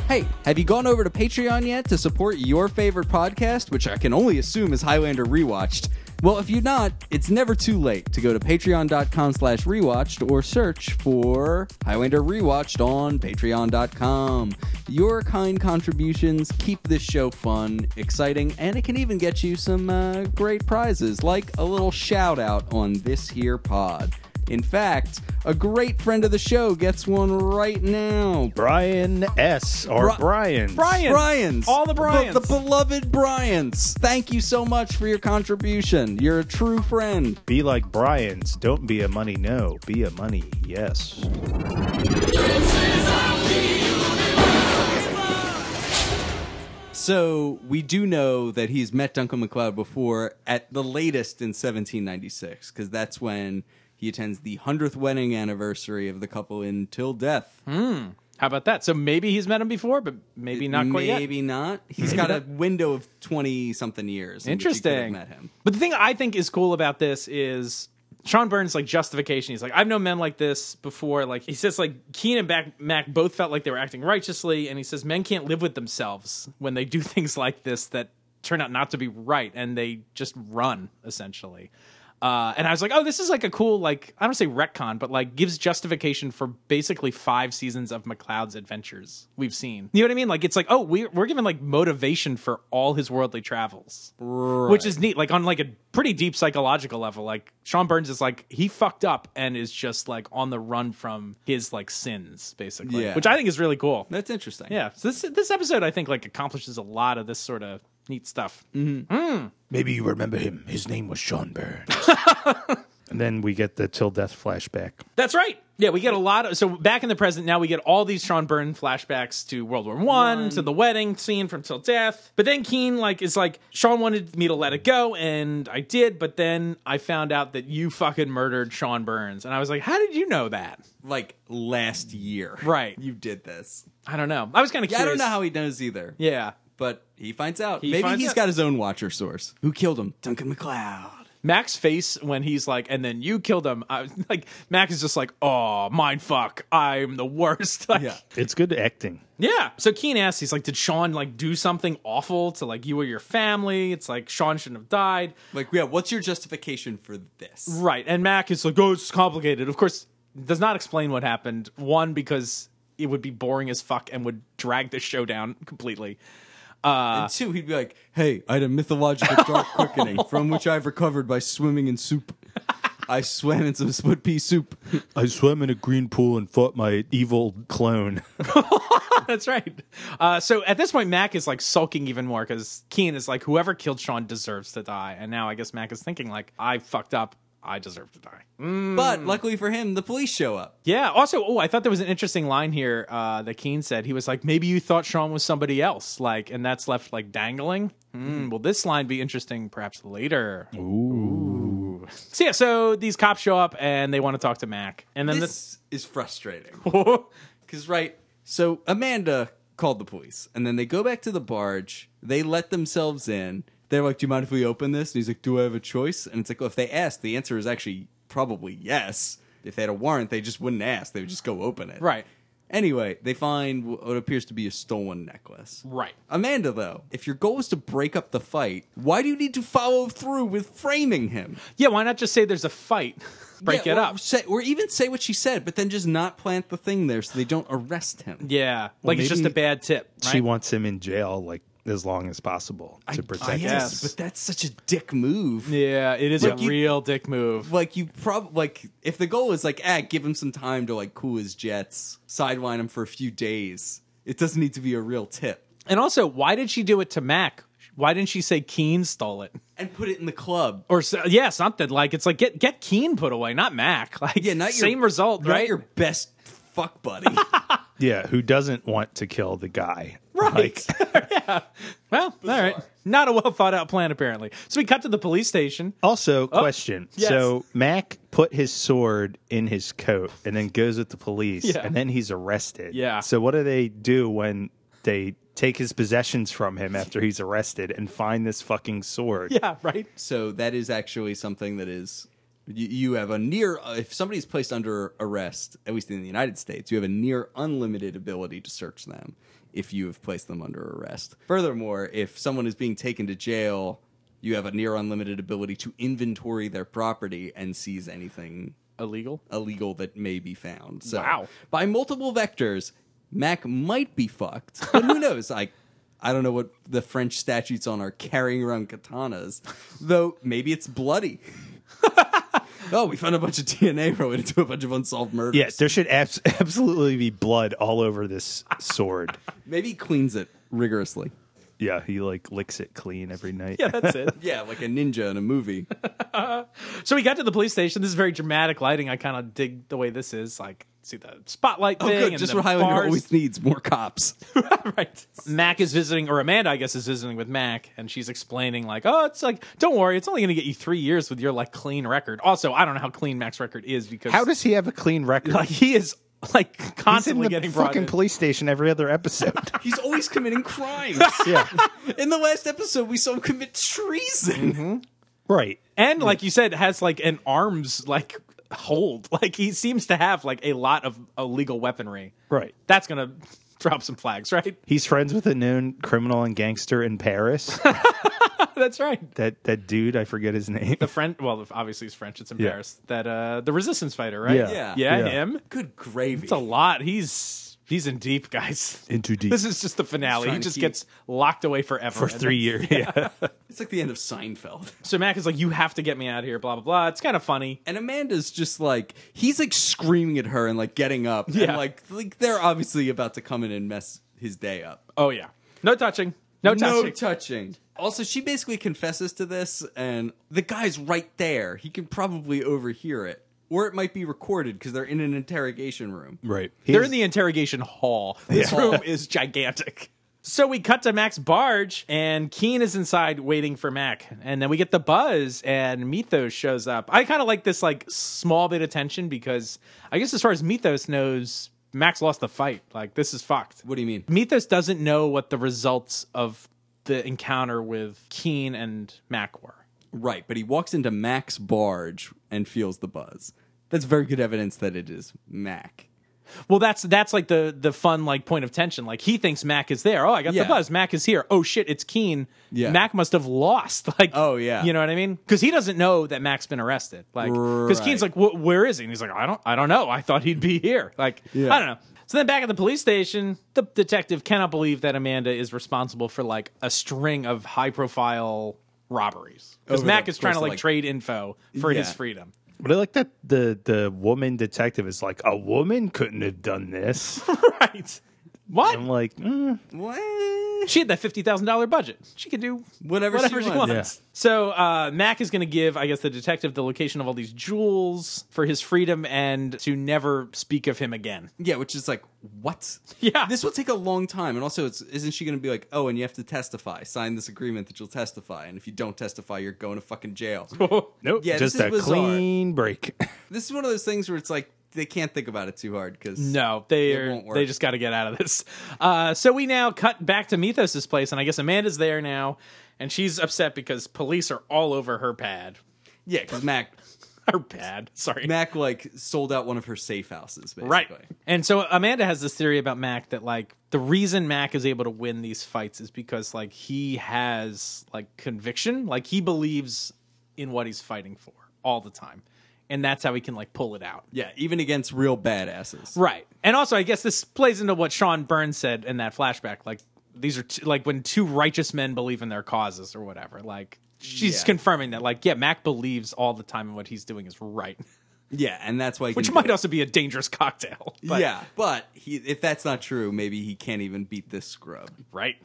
Speaker 4: Hey, have you gone over to Patreon yet to support your favorite podcast, which I can only assume is Highlander Rewatched? Well, if you're not, it's never too late to go to patreon.com slash rewatched or search for Highlander Rewatched on patreon.com. Your kind contributions keep this show fun, exciting, and it can even get you some uh, great prizes, like a little shout out on this here pod. In fact, a great friend of the show gets one right now.
Speaker 5: Brian S. or
Speaker 4: Bri-
Speaker 5: Brian.
Speaker 3: Brian.
Speaker 4: Bryans.
Speaker 3: All the Bryans.
Speaker 4: The, the beloved Bryans. Thank you so much for your contribution. You're a true friend.
Speaker 5: Be like Brian's. Don't be a money no. Be a money yes.
Speaker 4: So we do know that he's met Duncan McLeod before at the latest in 1796, because that's when he attends the 100th wedding anniversary of the couple in Till Death.
Speaker 3: How about that? So maybe he's met him before, but maybe not quite yet.
Speaker 4: Maybe not. He's got a window of 20 something years. in which he could have
Speaker 3: Interesting.
Speaker 4: met him.
Speaker 3: But the thing I think is cool about this is Sean Burns like justification. He's like, I've known men like this before. Like he says, like Keen and Mac, Mac both felt like they were acting righteously, and he says men can't live with themselves when they do (laughs) things like this that turn out not to be right, and they just run essentially. Uh, and I was like, oh, this is like a cool, like I don't say retcon, but like gives justification for basically five seasons of McLeod's adventures we've seen. You know what I mean? Like it's like, oh, we, we're given like motivation for all his worldly travels which is neat like on like a pretty deep psychological level like sean burns is like he fucked up and is just like on the run from his like sins basically
Speaker 4: Yeah.
Speaker 3: which i think is really cool
Speaker 4: That's interesting.
Speaker 3: yeah so this this episode i think like accomplishes a lot of this sort of neat stuff
Speaker 4: Mm-hmm.
Speaker 8: Maybe you remember him. His name was Sean Burns.
Speaker 5: And then we get the till death flashback.
Speaker 3: that's right yeah we get a lot of so back in the present now we get all these sean burn flashbacks to world war one to the wedding scene from till death but then keen like is like sean wanted me to let it go and i did but then i found out that you fucking murdered sean burns and i was like how did you know that
Speaker 4: Like last year.
Speaker 3: Right.
Speaker 4: You did this.
Speaker 3: I don't know. I was kind of
Speaker 4: Yeah,
Speaker 3: curious.
Speaker 4: I don't know how he knows either.
Speaker 3: Yeah.
Speaker 4: but he finds out.
Speaker 3: He
Speaker 4: Maybe
Speaker 3: finds
Speaker 4: he's
Speaker 3: out.
Speaker 4: got his own watcher source. Who killed him? Duncan McLeod.
Speaker 3: Mac's face when he's like, and then you killed him. I was (laughs) like, Mac is just like, oh, mind fuck. I'm the worst. (laughs) Like,
Speaker 4: Yeah.
Speaker 5: It's good acting.
Speaker 3: Yeah. So Keen asks, he's like, did Sean like do something awful to like you or your family? It's like, Sean shouldn't have died.
Speaker 4: Like, yeah, what's your justification for this?
Speaker 3: Right. And Mac is like, oh, it's complicated. Of course, does not explain what happened. One, because it would be boring as fuck and would drag the show down completely. Uh,
Speaker 4: and two, he'd be like, hey, I had a mythological
Speaker 3: (laughs)
Speaker 4: dark quickening from which I've recovered by swimming in soup. I swam in some split pea soup.
Speaker 8: I swam in a green pool and fought my evil clone.
Speaker 3: That's right. Uh, so at this point, Mac is like sulking even more because Keen is like, whoever killed Sean deserves to die. And now I guess Mac is thinking like, I fucked up. I deserve to die.
Speaker 4: But luckily for him, the police show up.
Speaker 3: Yeah. Also, oh, I thought there was an interesting line here uh, that Keen said. He was like, maybe you thought Sean was somebody else, like, and that's left like dangling. Hmm, will this line be interesting perhaps later? Ooh. So yeah, so these cops show up and they want to talk to Mac, and then this.
Speaker 4: This is
Speaker 3: (laughs)
Speaker 4: frustrating. Because, right, so Amanda called the police, and then they go back to the barge. They let themselves in. They're like, Do you mind if we open this? And he's like, Do I have a choice? And it's like, Well, if they ask, the answer is actually probably yes. If they had a warrant, they just wouldn't ask. They would just go open it.
Speaker 3: Right.
Speaker 4: Anyway, they find what appears to be a stolen necklace.
Speaker 3: Right.
Speaker 4: Amanda, though, if your goal is to break up the fight, why do you need to follow through with framing him?
Speaker 3: Yeah, why not just say there's a fight? (laughs) Break
Speaker 4: Yeah,
Speaker 3: it
Speaker 4: or
Speaker 3: up.
Speaker 4: Say, or even say what she said, but then just not plant the thing there so they don't arrest him.
Speaker 3: Yeah, like it's just a
Speaker 5: maybe
Speaker 3: bad tip. Right?
Speaker 5: (laughs) She wants him in jail like as long as possible
Speaker 4: I-
Speaker 5: to
Speaker 4: I
Speaker 5: protect
Speaker 4: guess,
Speaker 5: us.
Speaker 4: but that's such a dick move.
Speaker 3: Yeah, it is
Speaker 4: Like
Speaker 3: a
Speaker 4: you-
Speaker 3: real dick move.
Speaker 4: Like you prob like if the goal is like, ah, give him some time to like cool his jets, sideline him for a few days. It doesn't need to be a real tip.
Speaker 3: And also, why did she do it to Mac? Why didn't she say Keen stole it?
Speaker 4: and put it in the club.
Speaker 3: Or so, yeah, something like it's like get get Keen put away, not Mac. (laughs) Like
Speaker 4: Yeah, not your,
Speaker 3: same result,
Speaker 4: not
Speaker 3: right?
Speaker 4: Your best fuck buddy.
Speaker 5: Yeah, who doesn't want to kill the guy?
Speaker 3: Right. (laughs)
Speaker 5: Like,
Speaker 3: well, all right. Not a well thought out plan apparently. So we cut to the police station. (laughs)
Speaker 5: also, question.
Speaker 3: Oh, yes.
Speaker 5: So Mac put his sword in his coat and then goes with the police,
Speaker 3: Yeah.
Speaker 5: and then he's arrested.
Speaker 3: Yeah.
Speaker 5: So what do they do when they take his possessions from him after he's arrested and find this fucking sword?
Speaker 3: Yeah, right.
Speaker 4: so that is actually something that is you, you have a near if somebody's placed under arrest at least in the united states you have a near unlimited ability to search them if you have placed them under arrest furthermore if someone is being taken to jail you have a near unlimited ability to inventory their property and seize anything
Speaker 3: Illegal.
Speaker 4: illegal that may be found. So
Speaker 3: Wow.
Speaker 4: by multiple vectors, Mac might be fucked, but who knows? Like I don't know what the French statutes on are carrying around katanas, though maybe it's bloody. oh, we found a bunch of DNA related to a bunch of unsolved murders.
Speaker 5: Yes, there should abs- (laughs) absolutely be blood all over this sword.
Speaker 4: Maybe he cleans it rigorously.
Speaker 5: yeah, he like licks it clean every night.
Speaker 3: Yeah, that's it. (laughs)
Speaker 4: Yeah, like a ninja in a movie.
Speaker 3: So we got to the police station. This is very dramatic lighting. I kind of dig the way this is. Like, see the spotlight
Speaker 4: Oh,
Speaker 3: thing.
Speaker 4: good.
Speaker 3: and
Speaker 4: Just
Speaker 3: the
Speaker 4: what Highlander
Speaker 3: bars.
Speaker 4: always needs more cops.
Speaker 5: (laughs)
Speaker 3: right. Mac is visiting, or Amanda, I guess, is visiting with Mac, and she's explaining like, "Oh, it's like, don't worry, it's only going to get you three years with your like clean record." Also, I don't know how clean Mac's record is because
Speaker 5: How does he have a clean
Speaker 3: (laughs)
Speaker 5: record?
Speaker 3: like he is like
Speaker 5: He's in
Speaker 3: constantly
Speaker 5: the
Speaker 3: getting brought
Speaker 5: fucking
Speaker 3: in.
Speaker 5: police station every other episode.
Speaker 3: (laughs)
Speaker 4: He's always committing (laughs) crimes.
Speaker 5: yeah,
Speaker 4: In the last episode, we saw him commit treason.
Speaker 5: right.
Speaker 3: and like you said, has like an arms like hold. (laughs) Like he seems to have like a lot of illegal weaponry.
Speaker 5: Right.
Speaker 3: That's gonna (laughs) drop some flags, right? (laughs)
Speaker 5: He's friends with a known criminal and gangster in Paris.
Speaker 3: That's right.
Speaker 5: that that dude, I forget his name.
Speaker 3: The French, well, obviously it's French. It's in
Speaker 5: Yeah.
Speaker 3: Paris. That uh, the resistance fighter, right?
Speaker 5: Yeah.
Speaker 4: Yeah.
Speaker 3: yeah,
Speaker 5: Yeah.
Speaker 3: him.
Speaker 4: Good gravy.
Speaker 3: It's a lot. He's he's in deep, guys.
Speaker 5: In too
Speaker 3: (laughs)
Speaker 5: deep.
Speaker 3: This is just the finale.
Speaker 4: trying
Speaker 3: He
Speaker 4: to
Speaker 3: just
Speaker 4: keep-
Speaker 3: gets locked away forever
Speaker 5: for
Speaker 3: And
Speaker 5: (laughs) three
Speaker 3: that's-
Speaker 5: years. Yeah.
Speaker 4: It's like the end of Seinfeld. (laughs)
Speaker 3: So Mac is like, "You have to get me out of here." Blah blah blah. It's kind of funny.
Speaker 4: And Amanda's just like he's like screaming at her and like getting up.
Speaker 3: Yeah.
Speaker 4: And like like they're obviously about to come in and mess his day up.
Speaker 3: Oh yeah, no touching, no touching.
Speaker 4: touching. Also, she basically confesses to this and the guy's right there. He can probably overhear it. Or it might be recorded because they're in an interrogation room.
Speaker 5: Right.
Speaker 3: They're in the interrogation hall. This room is gigantic. So we cut to Mac's barge, and Keen is inside waiting for Mac. And then we get the buzz, and Mythos shows up. I kind of like this like small bit of tension because I guess as far as Mythos knows, Mac's lost the fight. Like this is fucked.
Speaker 4: What do you mean?
Speaker 3: Mythos doesn't know what the results of the encounter with Keen and Mac were.
Speaker 4: Right, but he walks into Mac's barge and feels the buzz. That's very good evidence that it is Mac.
Speaker 3: Well, that's that's like the the fun like point of tension. Like he thinks Mac is there. Oh, I got
Speaker 4: Yeah.
Speaker 3: the buzz. Mac is here. Oh shit, it's Keen.
Speaker 4: Yeah.
Speaker 3: Mac must have lost. (laughs) Like
Speaker 4: Oh, yeah.
Speaker 3: you know what I mean? Because he doesn't know that Mac's been arrested. Like because
Speaker 4: Right.
Speaker 3: Keen's like, "Wh- where is he? And he's like, I don't I don't know. I thought he'd be here. Like
Speaker 4: Yeah.
Speaker 3: I don't know. So then back at the police station, the detective cannot believe that Amanda is responsible for like a string of high profile robberies because
Speaker 4: Over
Speaker 3: Mac
Speaker 4: the
Speaker 3: is trying
Speaker 4: course
Speaker 3: to
Speaker 4: of,
Speaker 3: like,
Speaker 4: like-
Speaker 3: trade info for his
Speaker 4: Yeah.
Speaker 3: freedom. (laughs)
Speaker 5: But I like that the the woman detective is like a woman couldn't have done
Speaker 4: (laughs)
Speaker 5: this.
Speaker 3: right. What?
Speaker 5: I'm like, mm,
Speaker 4: What?
Speaker 3: She had that fifty thousand dollar budget. She could do
Speaker 4: Whatever she wants.
Speaker 5: Yeah.
Speaker 3: So uh, Mac is going to give, I guess, the detective the location of all these jewels for his freedom and to never speak of him again.
Speaker 4: Yeah, which is like what?
Speaker 3: Yeah.
Speaker 4: this will take a long time, and also, it's isn't she going to be like, oh, and you have to testify, sign this agreement that you'll testify, and if you don't testify, you're going to
Speaker 3: (laughs)
Speaker 4: fucking jail.
Speaker 5: nope,
Speaker 4: Yeah,
Speaker 5: just
Speaker 4: this is
Speaker 5: a
Speaker 4: bizarre.
Speaker 5: clean break. (laughs)
Speaker 4: this is one of those things where it's like they can't think about it too hard because
Speaker 3: No, they
Speaker 4: It
Speaker 3: are,
Speaker 4: won't work.
Speaker 3: they just got to get out of this. Uh, so we now cut back to Mythos's place, and I guess Amanda's there now, and she's upset because police are all over her pad.
Speaker 4: yeah, because Mac
Speaker 3: Her pad, sorry.
Speaker 4: Mac like sold out one of her safe houses, basically.
Speaker 3: Right. And so Amanda has this theory about Mac that like the reason Mac is able to win these fights is because like he has like conviction, like he believes in what he's fighting for all the time. And that's how he can like pull it out.
Speaker 4: Yeah, even against real badasses.
Speaker 3: Right. And also I guess this plays into what Sean Burns said in that flashback like these are two, like when two righteous men believe in their causes or whatever. Like she's
Speaker 4: Yeah.
Speaker 3: confirming that like yeah, Mac believes all the time in what he's doing is right. (laughs)
Speaker 4: Yeah, and that's why. He
Speaker 3: Which
Speaker 4: can do
Speaker 3: might
Speaker 4: it.
Speaker 3: also be a dangerous cocktail. (laughs) but-
Speaker 4: yeah, but he, if that's not true, maybe he can't even beat this scrub.
Speaker 3: Right.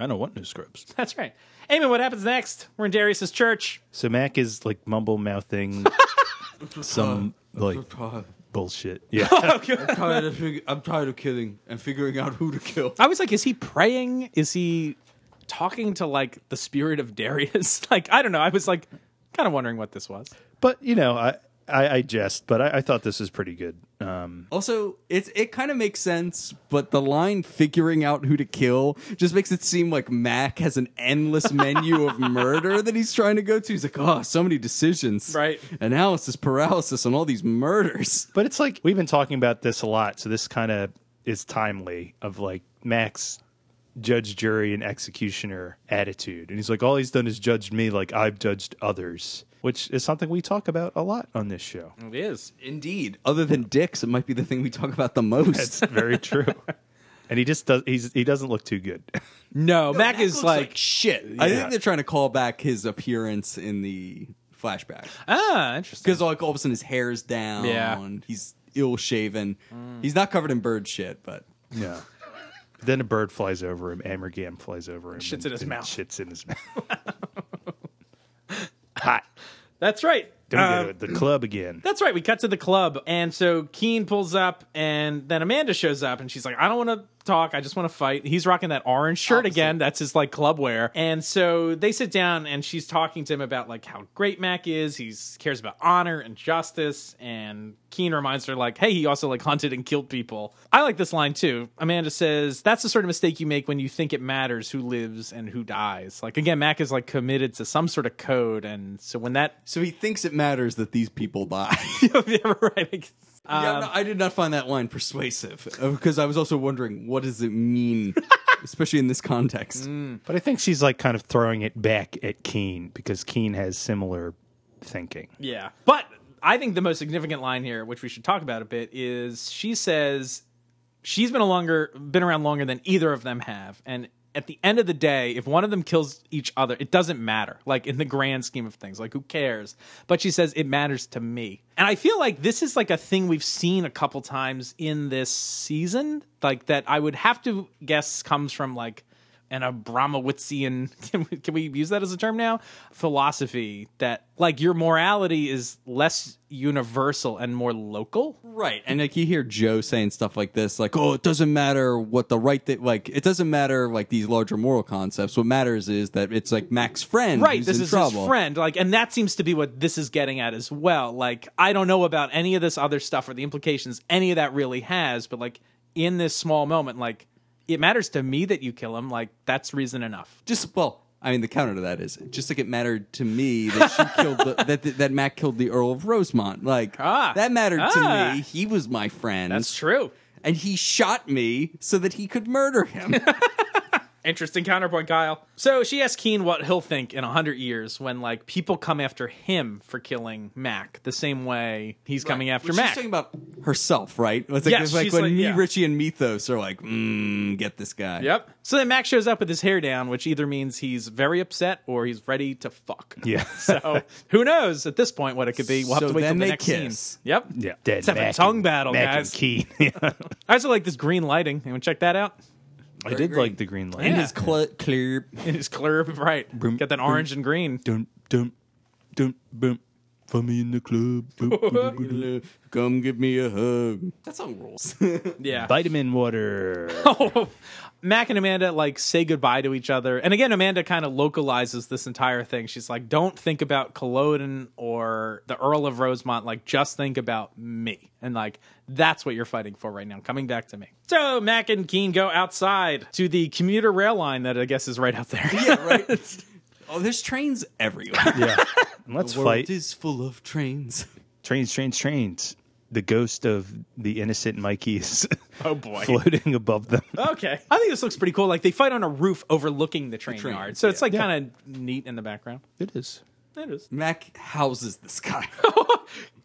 Speaker 8: I don't want new scripts.
Speaker 3: That's right. Eamon, what happens next? We're in Darius's church.
Speaker 5: So Mac is like
Speaker 4: (laughs)
Speaker 5: mumble mouthing some
Speaker 4: Oh,
Speaker 5: like bullshit. Yeah. (laughs)
Speaker 4: tired of fig- I'm tired of killing and figuring out who to kill.
Speaker 3: I was like, is he praying? Is he talking to like the spirit of Darius? (laughs) like, I don't know. I was like, kind of wondering what this was.
Speaker 5: but you know, I I, I jest, but I, I thought this was pretty good. Um,
Speaker 4: Also, it's it kind of makes sense, but the line figuring out who to kill just makes it seem like Mac has an endless menu of murder that he's trying to go to. He's like, oh, so many decisions.
Speaker 3: Right.
Speaker 4: Analysis, paralysis on all these murders.
Speaker 5: but it's like we've been talking about this a lot, so this kind of is timely of like Max judge, jury, and executioner attitude, and he's like, all he's done is judged me like I've judged others, which is something we talk about a lot on this (laughs) show.
Speaker 3: It is.
Speaker 4: Indeed. Other than dicks, it might be the thing we talk about the most.
Speaker 5: That's very true. And he just does. He's he doesn't look too good.
Speaker 3: No, Mac, is
Speaker 4: looks
Speaker 3: like,
Speaker 4: shit. I
Speaker 5: Yeah.
Speaker 4: think they're trying to call back his appearance in the flashback.
Speaker 3: ah, interesting.
Speaker 4: Because like all of a sudden his hair's down.
Speaker 3: Yeah.
Speaker 4: He's ill shaven. He's not covered in bird shit, but
Speaker 5: (laughs) Yeah. then a bird flies over him. Amergam flies over him.
Speaker 3: Shits
Speaker 5: and-
Speaker 3: in his
Speaker 5: and
Speaker 3: mouth.
Speaker 5: Shits in his mouth. Hot.
Speaker 3: That's right.
Speaker 5: Don't
Speaker 3: Um,
Speaker 5: go to the club again.
Speaker 3: That's right. We cut to the club, and so Keen pulls up, and then Amanda shows up, and she's like, "I don't want to talk. I just want to fight." He's rocking that orange shirt again. That's his like club wear, and so they sit down, and she's talking to him about like how great Mac is. He cares about honor and justice, and Keen reminds her like, "Hey, he also like hunted and killed people." I like this line too. Amanda says, "That's the sort of mistake you make when you think it matters who lives and who dies." Like again, Mac is like committed to some sort of code, and so when that, (laughs)
Speaker 4: so he thinks it matters that these people die. (laughs)
Speaker 3: Yeah, right. Um,
Speaker 4: yeah, no, I did not find that line persuasive uh, because I was also wondering what does it mean, (laughs) especially in this context.
Speaker 3: Mm.
Speaker 5: But I think she's like kind of throwing it back at Keen because Keen has similar thinking.
Speaker 3: Yeah. But I think the most significant line here, which we should talk about a bit, is she says she's been a longer been around longer than either of them have. And at the end of the day, if one of them kills each other, it doesn't matter. Like in the grand scheme of things, like who cares? But she says it matters to me. And I feel like this is like a thing we've seen a couple times in this season, like that I would have to guess comes from like an Abramowitzian (laughs) can we, can we use that as a term now philosophy that like your morality is less universal and more local.
Speaker 4: Right. And like you hear Joe saying stuff like this, like, oh, it doesn't matter what the right that like it doesn't matter like these larger moral concepts. What matters is that it's like Mac's friend.
Speaker 3: Right,
Speaker 4: who's
Speaker 3: this
Speaker 4: in
Speaker 3: is
Speaker 4: trouble.
Speaker 3: his friend, like, and that seems to be what this is getting at as well. Like, I don't know about any of this other stuff or the implications any of that really has, but like in this small moment, like it matters to me that you kill him. Like that's reason enough.
Speaker 4: Just well, I mean the counter to that is just like it mattered to me that
Speaker 3: (laughs)
Speaker 4: she killed the, that that Mac killed the Earl of Rosemont. Like
Speaker 3: Ah.
Speaker 4: that mattered
Speaker 3: Ah.
Speaker 4: to me. He was my friend.
Speaker 3: true.
Speaker 4: And he shot me so that he could murder him. (laughs)
Speaker 3: Interesting counterpoint, Kyle. So she asks Keen what he'll think in 100 years when, like, people come after him for killing Mac the same way he's coming after
Speaker 4: Which
Speaker 3: Mac.
Speaker 4: She's talking about herself, right? It's like,
Speaker 3: Yes,
Speaker 4: it's like
Speaker 3: she's
Speaker 4: when
Speaker 3: like-
Speaker 4: me,
Speaker 3: yeah.
Speaker 4: Richie, and Mythos are like, mm, get this guy.
Speaker 3: Yep. So then Mac shows up with his hair down, which either means he's very upset or he's ready to fuck.
Speaker 5: Yeah.
Speaker 3: So Oh, who knows at this point what it could be? We'll have
Speaker 4: So
Speaker 3: to wait till
Speaker 4: then
Speaker 3: the
Speaker 4: they
Speaker 3: next
Speaker 4: kiss.
Speaker 3: scene. Yep.
Speaker 5: Yeah, dead.
Speaker 3: Let's have a
Speaker 5: Mac
Speaker 3: tongue
Speaker 5: and-
Speaker 3: battle,
Speaker 5: Mac
Speaker 3: guys.
Speaker 5: And Keen. Yeah.
Speaker 3: I also like this green lighting. Anyone check that out? (laughs)
Speaker 5: I did like the green light.
Speaker 4: And
Speaker 3: Yeah.
Speaker 4: his cl- clear.
Speaker 3: It is clear, right? Got that orange and green.
Speaker 8: Dum dum dum bum. For me in the club. Dum, dum, dum, dum.
Speaker 4: Come give me a hug. That song (laughs) rules.
Speaker 3: Yeah.
Speaker 5: (laughs) Vitamin water.
Speaker 3: Mac and Amanda like say goodbye to each other. And again, Amanda kind of localizes this entire thing. She's like, don't think about Culloden or the Earl of Rosemont. Like, just think about me. And like, that's what you're fighting for right now. Coming back to me. So Mac and Keen go outside to the commuter rail line that I guess is right out there.
Speaker 4: yeah,
Speaker 3: (laughs)
Speaker 4: right. Oh, there's trains (laughs) everywhere.
Speaker 5: yeah. And let's
Speaker 4: The world
Speaker 5: fight.
Speaker 4: is full of trains.
Speaker 5: trains, trains, trains. The ghost of the innocent Mikey (laughs) is
Speaker 3: Oh, boy.
Speaker 5: floating above them.
Speaker 3: okay. I think this looks pretty cool. Like, they fight on a roof overlooking the train,
Speaker 4: train,
Speaker 3: yard. So it's
Speaker 4: yeah.
Speaker 3: like kind of neat in the background.
Speaker 5: It is.
Speaker 3: It is.
Speaker 4: Mac houses this guy. (laughs)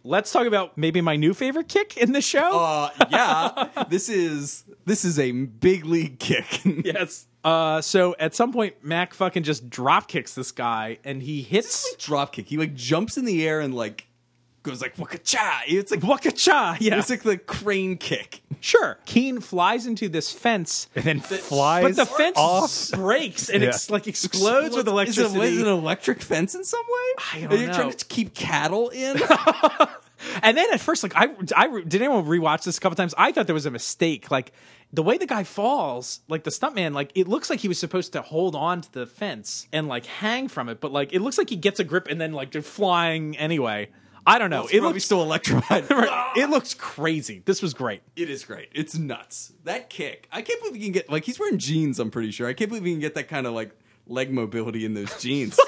Speaker 3: Let's talk about maybe my new favorite kick in the show.
Speaker 4: Uh, yeah, this is this is a big league kick. (laughs)
Speaker 3: Yes. Uh, so at some point, Mac fucking just drop kicks this guy, and he hits.
Speaker 4: drop kick. He like jumps in the air and like goes like waka cha. It's like
Speaker 3: Waka cha. Yeah.
Speaker 4: It's like the crane kick.
Speaker 3: Sure. Keen flies into this fence,
Speaker 5: and then flies
Speaker 3: but the fence
Speaker 5: off.
Speaker 3: breaks and
Speaker 5: Yeah.
Speaker 3: it's like explodes with
Speaker 4: Is it-
Speaker 3: electricity.
Speaker 4: Is it an electric fence in some way?
Speaker 3: I don't
Speaker 4: Are you
Speaker 3: know.
Speaker 4: trying to keep cattle
Speaker 3: (laughs)
Speaker 4: in?
Speaker 3: And then at first, like I, I did anyone rewatch this a couple times? I thought there was a mistake. Like the way the guy falls, like the stuntman, like it looks like he was supposed to hold on to the fence and like hang from it, but like it looks like he gets a grip and then like they're flying anyway. I don't know.
Speaker 4: It's
Speaker 3: it
Speaker 4: probably
Speaker 3: looks (laughs)
Speaker 4: still electrified.
Speaker 3: it looks crazy. This was great.
Speaker 4: (laughs) It is great. It's nuts. That kick. I can't believe he can get like he's wearing jeans. I'm pretty sure. I can't believe he can get that kind of like leg mobility in
Speaker 3: (laughs)
Speaker 4: those jeans.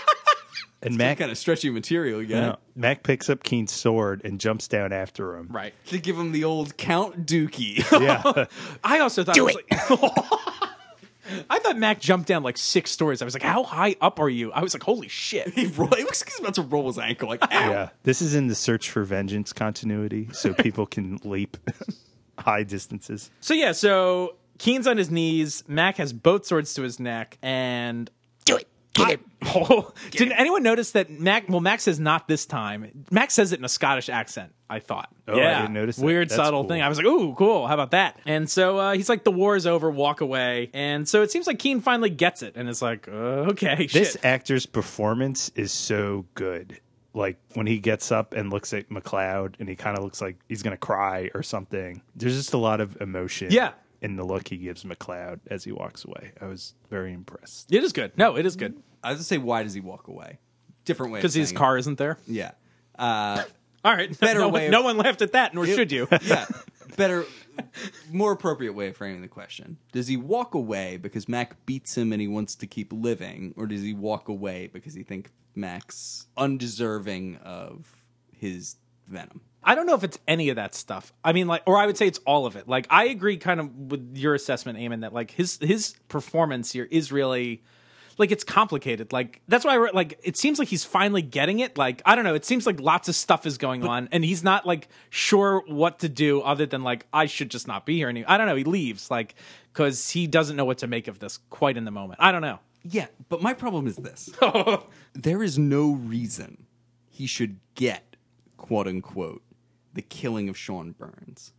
Speaker 5: And
Speaker 4: that
Speaker 5: Mac, (laughs)
Speaker 4: kind of stretchy material. Yeah.
Speaker 5: no, Mac picks up Keen's sword and jumps down after him.
Speaker 3: Right.
Speaker 4: To give him the old Count Dookie. (laughs)
Speaker 5: Yeah.
Speaker 3: I also thought it was like- (laughs) I thought Mac jumped down like six stories. I was like, how high up are you? I was like, holy shit.
Speaker 4: (laughs) he roll, it looks like he's about to roll his ankle. Like, ow.
Speaker 5: yeah. This is in the Search for Vengeance continuity,
Speaker 3: (laughs)
Speaker 5: so people can leap (laughs) high distances.
Speaker 3: So yeah, so Keen's on his knees. Mac has both swords to his neck, and
Speaker 6: Do it. Get him.
Speaker 3: (laughs) oh, did not anyone notice that Mac? Well, Mac says not this time. Mac says it in a Scottish accent. I thought.
Speaker 5: Oh, I didn't notice that.
Speaker 3: Weird
Speaker 5: That's
Speaker 3: subtle
Speaker 5: cool.
Speaker 3: thing. I was like, ooh, cool. How about that? And so uh, he's like, the war is over. Walk away. And so it seems like Keen finally gets it, and it's like, uh, okay,
Speaker 5: This
Speaker 3: shit.
Speaker 5: actor's performance is so good. Like when he gets up and looks at McLeod and he kind of looks like he's going to cry or something. There's just a lot of emotion
Speaker 3: Yeah.
Speaker 5: in the look he gives McLeod as he walks away. I was very impressed.
Speaker 3: It is good. No, it is good
Speaker 4: I was gonna say, why does he walk away? Different way. of
Speaker 3: because his
Speaker 4: saying it.
Speaker 3: car isn't there.
Speaker 4: Yeah. Uh,
Speaker 3: All right, (laughs)
Speaker 4: Better
Speaker 3: no,
Speaker 4: way
Speaker 3: One,
Speaker 4: of-
Speaker 3: no one laughed at that, nor should
Speaker 5: (laughs)
Speaker 3: you.
Speaker 4: yeah. Better, more appropriate way of framing the question. Does he walk away because Mac beats him and he wants to keep living, or does he walk away because he thinks Mac's undeserving of his venom?
Speaker 3: I don't know if it's any of that stuff. I mean, like, or I would say it's all of it. Like, I agree kind of with your assessment, Eamon, that like his his performance here is really like it's complicated. Like that's why I wrote, like it seems like he's finally getting it. Like I don't know. It seems like lots of stuff is going on, and he's not like sure what to do other than like I should just not be here. And I don't know. He leaves like because he doesn't know what to make of this quite in the moment. I don't know.
Speaker 4: Yeah, but my problem is (laughs) this: there is no reason he should get "quote unquote" the killing of Sean Burns.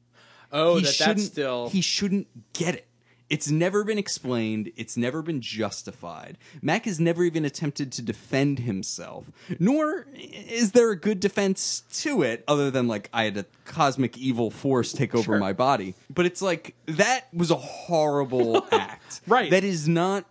Speaker 3: Oh,
Speaker 4: he shouldn't, he shouldn't get it. It's never been explained. It's never been justified. Mac has never even attempted to defend himself, nor is there a good defense to it other than like I had a cosmic evil force take over my body. But it's like that was
Speaker 3: (laughs)
Speaker 4: a horrible act.
Speaker 3: Right.
Speaker 4: That is not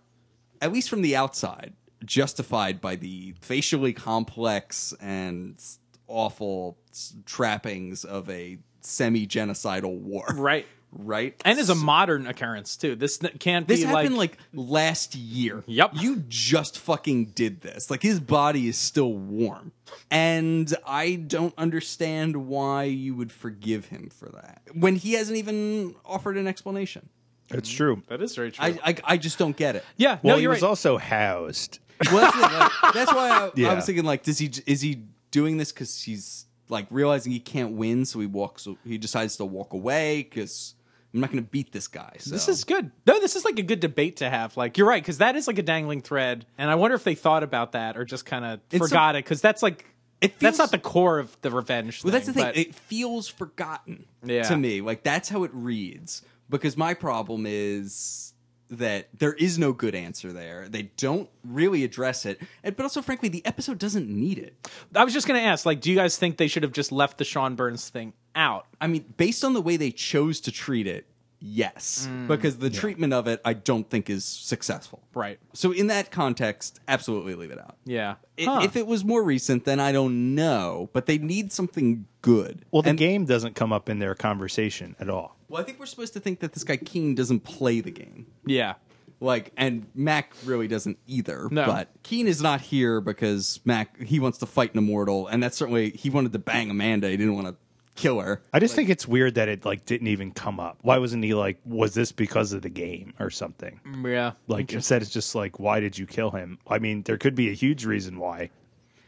Speaker 4: at least from the outside, justified by the facially complex and awful s- trappings of a semi genocidal war.
Speaker 3: right.
Speaker 4: Right?
Speaker 3: And is a modern occurrence too. This n- can't
Speaker 4: this
Speaker 3: be
Speaker 4: happened like, last year.
Speaker 3: Yep.
Speaker 4: You just fucking did this. Like his body is still warm. And I don't understand why you would forgive him for that when he hasn't even offered an explanation.
Speaker 5: It's true.
Speaker 3: that is very true.
Speaker 4: I, I, I just don't get it.
Speaker 3: Yeah,
Speaker 5: Well,
Speaker 3: no,
Speaker 5: he
Speaker 3: you're
Speaker 5: was
Speaker 3: right.
Speaker 5: also housed.
Speaker 4: (laughs) Well, that's, the thing, like, that's why I, I
Speaker 5: Yeah.
Speaker 4: was thinking like, does he is he doing this because he's like realizing he can't win, so he walks, he decides to walk away because I'm not going to beat this guy. So.
Speaker 3: This is good. No, this is like a good debate to have. Like you're right because that is like a dangling thread, and I wonder if they thought about that or just kind of
Speaker 4: some-
Speaker 3: forgot it because that's like
Speaker 4: It feels-
Speaker 3: that's not the core of the revenge.
Speaker 4: Well, that's the
Speaker 3: thing,
Speaker 4: thing.
Speaker 3: but-
Speaker 4: It feels forgotten
Speaker 3: Yeah.
Speaker 4: to me. Like that's how it reads. Because my problem is that there is no good answer there. They don't really address it, and, but also, frankly, the episode doesn't need it.
Speaker 3: I was just gonna ask, like, do you guys think they should have just left the Sean Burns thing out?
Speaker 4: I mean, based on the way they chose to treat it, yes. Because the treatment of it, I don't think is successful.
Speaker 3: Mm. Right.
Speaker 4: So in that context, absolutely leave it out.
Speaker 3: Yeah.
Speaker 4: I-
Speaker 3: Huh.
Speaker 4: If it was more recent, then I don't know. But they need something good.
Speaker 5: Well, the
Speaker 4: And-
Speaker 5: game doesn't come up in their conversation at all.
Speaker 4: Well, I think we're supposed to think that this guy Keen doesn't play the game.
Speaker 3: yeah.
Speaker 4: Like, and Mac really doesn't either.
Speaker 3: No.
Speaker 4: But Keen is not here because Mac he wants to fight an immortal, and that's certainly he wanted to bang Amanda. He didn't want to kill her.
Speaker 5: I just think it's weird that it like didn't even come up. Why wasn't he like was this because of the game or something?
Speaker 3: Yeah.
Speaker 5: Like instead it's just like why did you kill him? I mean, there could be a huge reason why.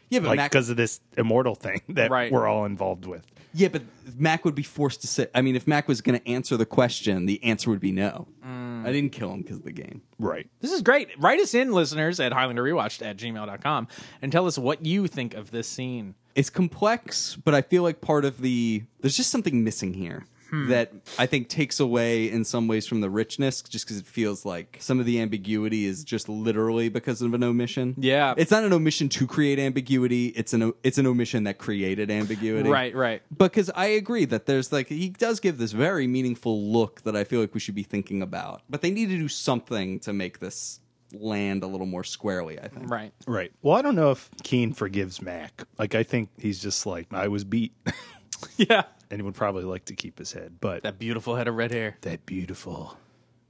Speaker 4: Yeah, but
Speaker 5: Like
Speaker 4: Mac
Speaker 5: because of this immortal thing (laughs) that
Speaker 3: Right.
Speaker 5: we're all involved with.
Speaker 4: Yeah, but Mac would be forced to say. I mean, if Mac was going to answer the question, the answer would be no. I didn't kill him because of the game.
Speaker 5: Right.
Speaker 3: This is great. Write us in, listeners, at HighlanderRewatched at gmail.com and tell us what you think of this scene.
Speaker 4: It's complex, but I feel like part of the there's just something missing here
Speaker 3: Hmm.
Speaker 4: that I think takes away in some ways from the richness, just because it feels like some of the ambiguity is just literally because of an omission.
Speaker 3: Yeah.
Speaker 4: it's not an omission to create ambiguity. It's an o- it's an omission that created ambiguity.
Speaker 3: Right, right.
Speaker 4: Because I agree that there's like he does give this very meaningful look that I feel like we should be thinking about, but they need to do something to make this land a little more squarely. I think.
Speaker 3: Right.
Speaker 5: Right. Well, I don't know if Keen forgives Mac. Like, I think he's just like, I was beat.
Speaker 3: (laughs)
Speaker 5: (laughs)
Speaker 3: Yeah.
Speaker 5: and he would probably like to keep his head, but
Speaker 3: That beautiful head of red hair.
Speaker 5: that beautiful,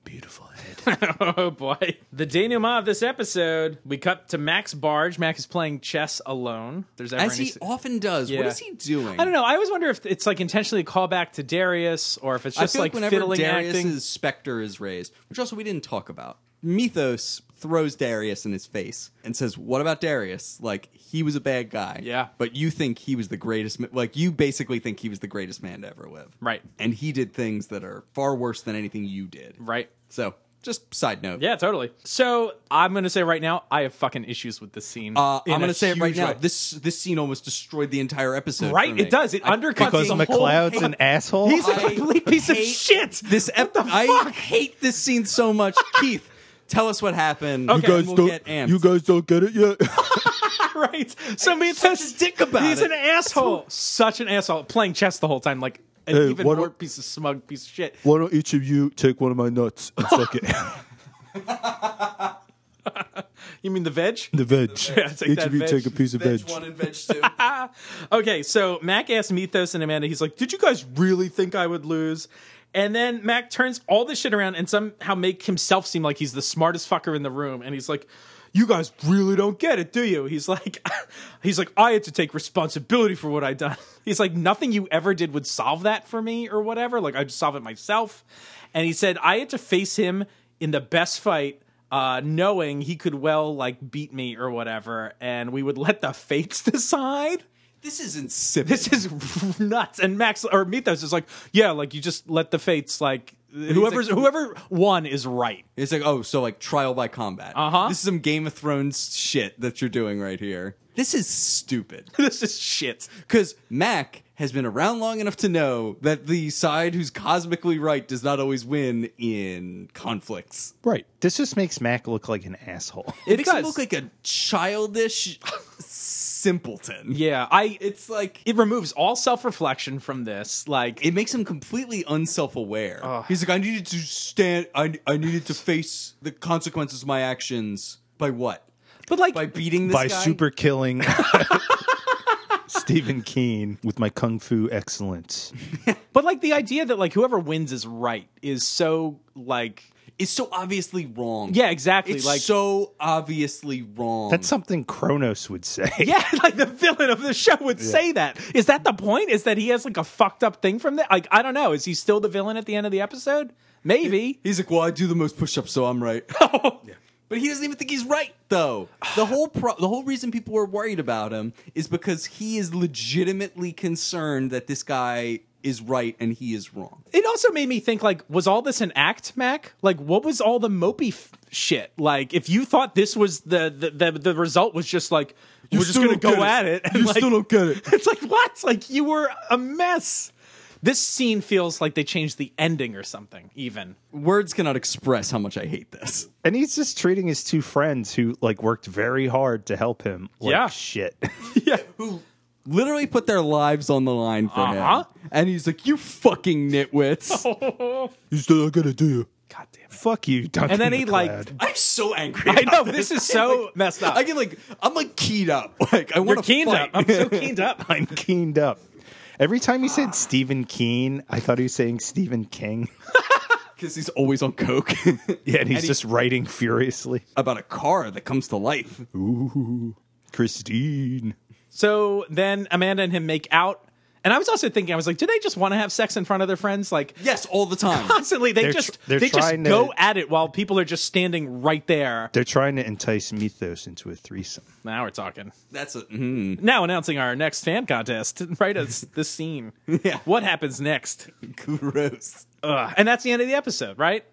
Speaker 5: beautiful head.
Speaker 3: (laughs) Oh boy. The denouement of this episode, we cut to Max Barge. Mac is playing chess alone. There's ever
Speaker 4: As
Speaker 3: any
Speaker 4: he
Speaker 3: se-
Speaker 4: often does.
Speaker 3: Yeah.
Speaker 4: What is he doing?
Speaker 3: I don't know. I always wonder if it's like intentionally a callback to Darius or if it's
Speaker 4: I
Speaker 3: just
Speaker 4: feel like,
Speaker 3: like,
Speaker 4: whenever
Speaker 3: fiddling
Speaker 4: Darius's
Speaker 3: acting.
Speaker 4: specter is raised, which also we didn't talk about, Mythos throws Darius in his face and says, "What about Darius? Like he was a bad guy.
Speaker 3: Yeah.
Speaker 4: but you think he was the greatest. ma- Like you basically think he was the greatest man to ever live.
Speaker 3: Right.
Speaker 4: And he did things that are far worse than anything you did.
Speaker 3: Right.
Speaker 4: So just side note.
Speaker 3: Yeah, totally. So I'm going to say right now, I have fucking issues with this scene.
Speaker 4: Uh,
Speaker 3: in
Speaker 4: I'm
Speaker 3: a
Speaker 4: gonna say it right
Speaker 3: huge
Speaker 4: now.
Speaker 3: way.
Speaker 4: This this scene almost destroyed the entire episode. for
Speaker 3: Right,
Speaker 4: me.
Speaker 3: it does. It
Speaker 4: I
Speaker 3: undercuts
Speaker 5: because
Speaker 3: the whole
Speaker 5: McLeod's
Speaker 3: thing.
Speaker 5: an asshole.
Speaker 3: He's a
Speaker 4: I
Speaker 3: complete piece of
Speaker 4: hate
Speaker 3: shit.
Speaker 4: This ep- I hate this scene
Speaker 3: (laughs)
Speaker 4: so much. Keith, tell us what happened.
Speaker 3: Okay. You guys
Speaker 4: we'll get amped.
Speaker 8: you guys don't get it yet.
Speaker 3: (laughs) right. So me
Speaker 4: such a dick about
Speaker 3: He's
Speaker 4: it.
Speaker 3: an asshole. Such an asshole. Playing chess the whole time, like an
Speaker 8: Hey,
Speaker 3: even
Speaker 8: why
Speaker 3: more
Speaker 8: don't-
Speaker 3: piece of smug piece of shit.
Speaker 8: (laughs) Why don't each of you take one of my nuts and suck (laughs) it?
Speaker 3: You mean the veg?
Speaker 8: the veg.
Speaker 3: Yeah, take
Speaker 8: each
Speaker 3: that
Speaker 8: of you
Speaker 3: veg.
Speaker 8: take a piece of veg.
Speaker 4: Veg one and veg two.
Speaker 3: Okay, so Mac asks Mythos and Amanda, he's like, Did you guys really think I would lose? And then Mac turns all this shit around and somehow make himself seem like he's the smartest fucker in the room. And he's like, You guys really don't get it, do you? He's like (laughs) he's like, I had to take responsibility for what I done. (laughs) He's like, Nothing you ever did would solve that for me or whatever. Like I just solve it myself. And he said, I had to face him in the best fight uh, knowing he could well like beat me or whatever, and we would (laughs) let the fates decide.
Speaker 4: (laughs) This is insipid.
Speaker 3: This is (laughs) nuts. And Max or Mythos is like, yeah, like you just let the fates like whoever's
Speaker 4: like-
Speaker 3: whoever won is right. (laughs)
Speaker 4: It's like, oh, so like trial by combat. Uh
Speaker 3: Uh-huh.
Speaker 4: This is some Game of Thrones shit that you're doing right here. This is stupid. (laughs)
Speaker 3: This is shit.
Speaker 4: Because Mac has been around long enough to know that the side who's cosmically right does not always win in conflicts.
Speaker 5: right. This just makes Mac look like an asshole.
Speaker 4: It,
Speaker 3: It
Speaker 4: makes him
Speaker 3: does.
Speaker 4: look like a childish (laughs) simpleton.
Speaker 3: Yeah, I it,
Speaker 4: It's like
Speaker 3: it removes all self reflection from this. Like
Speaker 4: it makes him completely unself-aware. He's like, I needed to stand. I I needed to face the consequences of my actions by what?
Speaker 3: but like
Speaker 4: By beating this
Speaker 5: By
Speaker 4: guy?
Speaker 5: super killing (laughs) Stephen Keen with my kung fu excellence.
Speaker 3: but like the idea that like whoever wins is right is so like
Speaker 4: It's so obviously wrong.
Speaker 3: Yeah, exactly,
Speaker 4: It's
Speaker 3: like-
Speaker 4: so obviously wrong.
Speaker 5: That's something Kronos would say.
Speaker 3: (laughs) yeah, like the villain of the show would say that. Is that the point? Is that he has like a fucked up thing from that? Like I don't know. Is he still the villain at the end of the episode? Maybe.
Speaker 4: He's like, well, I do the most push-ups, so
Speaker 3: (laughs)
Speaker 4: I'm right.
Speaker 3: Oh.
Speaker 4: But he doesn't even think he's right, though. The whole pro- the whole reason people were worried about him is because he is legitimately concerned that this guy is right and he is wrong.
Speaker 3: it also made me think like was all this an act mac like what was all the mopey f- shit like if you thought this was the the the, the result was just like we're just
Speaker 4: still
Speaker 3: gonna
Speaker 4: don't
Speaker 3: go
Speaker 4: get
Speaker 3: at
Speaker 4: it.
Speaker 3: it and,
Speaker 4: You
Speaker 3: like- (laughs)
Speaker 4: still don't get it.
Speaker 3: it's like what like you were a mess this scene feels like they changed the ending or something
Speaker 4: (laughs)
Speaker 3: even
Speaker 4: Words cannot express how much I hate this.
Speaker 5: And he's just treating his two friends who like worked very hard to help him like
Speaker 3: Yeah.
Speaker 5: shit.
Speaker 4: Literally put their lives on the line for
Speaker 3: Uh-huh.
Speaker 4: him. And he's like, you fucking (laughs) nitwits.
Speaker 8: You still not gonna do it.
Speaker 3: god damn it
Speaker 5: Fuck you, Duncan.
Speaker 3: and then he like
Speaker 5: MacLeod.
Speaker 4: I'm so angry.
Speaker 3: i know
Speaker 4: about
Speaker 3: this
Speaker 4: (laughs)
Speaker 3: is so messed up
Speaker 4: I get like I'm like keyed up. (laughs) Like I
Speaker 3: you're
Speaker 4: want to
Speaker 3: keened up i'm
Speaker 4: (laughs)
Speaker 3: so keened up
Speaker 5: I'm keened up. Every time he said Stephen Keen, I thought he was saying Stephen King. (laughs)
Speaker 4: because he's always on coke (laughs)
Speaker 5: Yeah, and he's just writing furiously.
Speaker 4: about a car that comes to life.
Speaker 5: Christine.
Speaker 3: So then Amanda and him make out. And I was also thinking, I was like, do they just want to have sex in front of their friends? Like,
Speaker 4: Yes, all the (laughs) time.
Speaker 3: constantly they
Speaker 5: They're tr-
Speaker 3: just
Speaker 5: they're
Speaker 3: they just
Speaker 5: trying to-
Speaker 3: go at it while people are just standing right there.
Speaker 5: They're trying to entice Mythos into a threesome.
Speaker 3: Now we're talking.
Speaker 4: That's a mm,
Speaker 3: Now announcing our next fan contest. (laughs) Write us the scene.
Speaker 4: (laughs) Yeah.
Speaker 3: What happens next?
Speaker 4: gross.
Speaker 3: Ugh. And that's the end of the episode, right?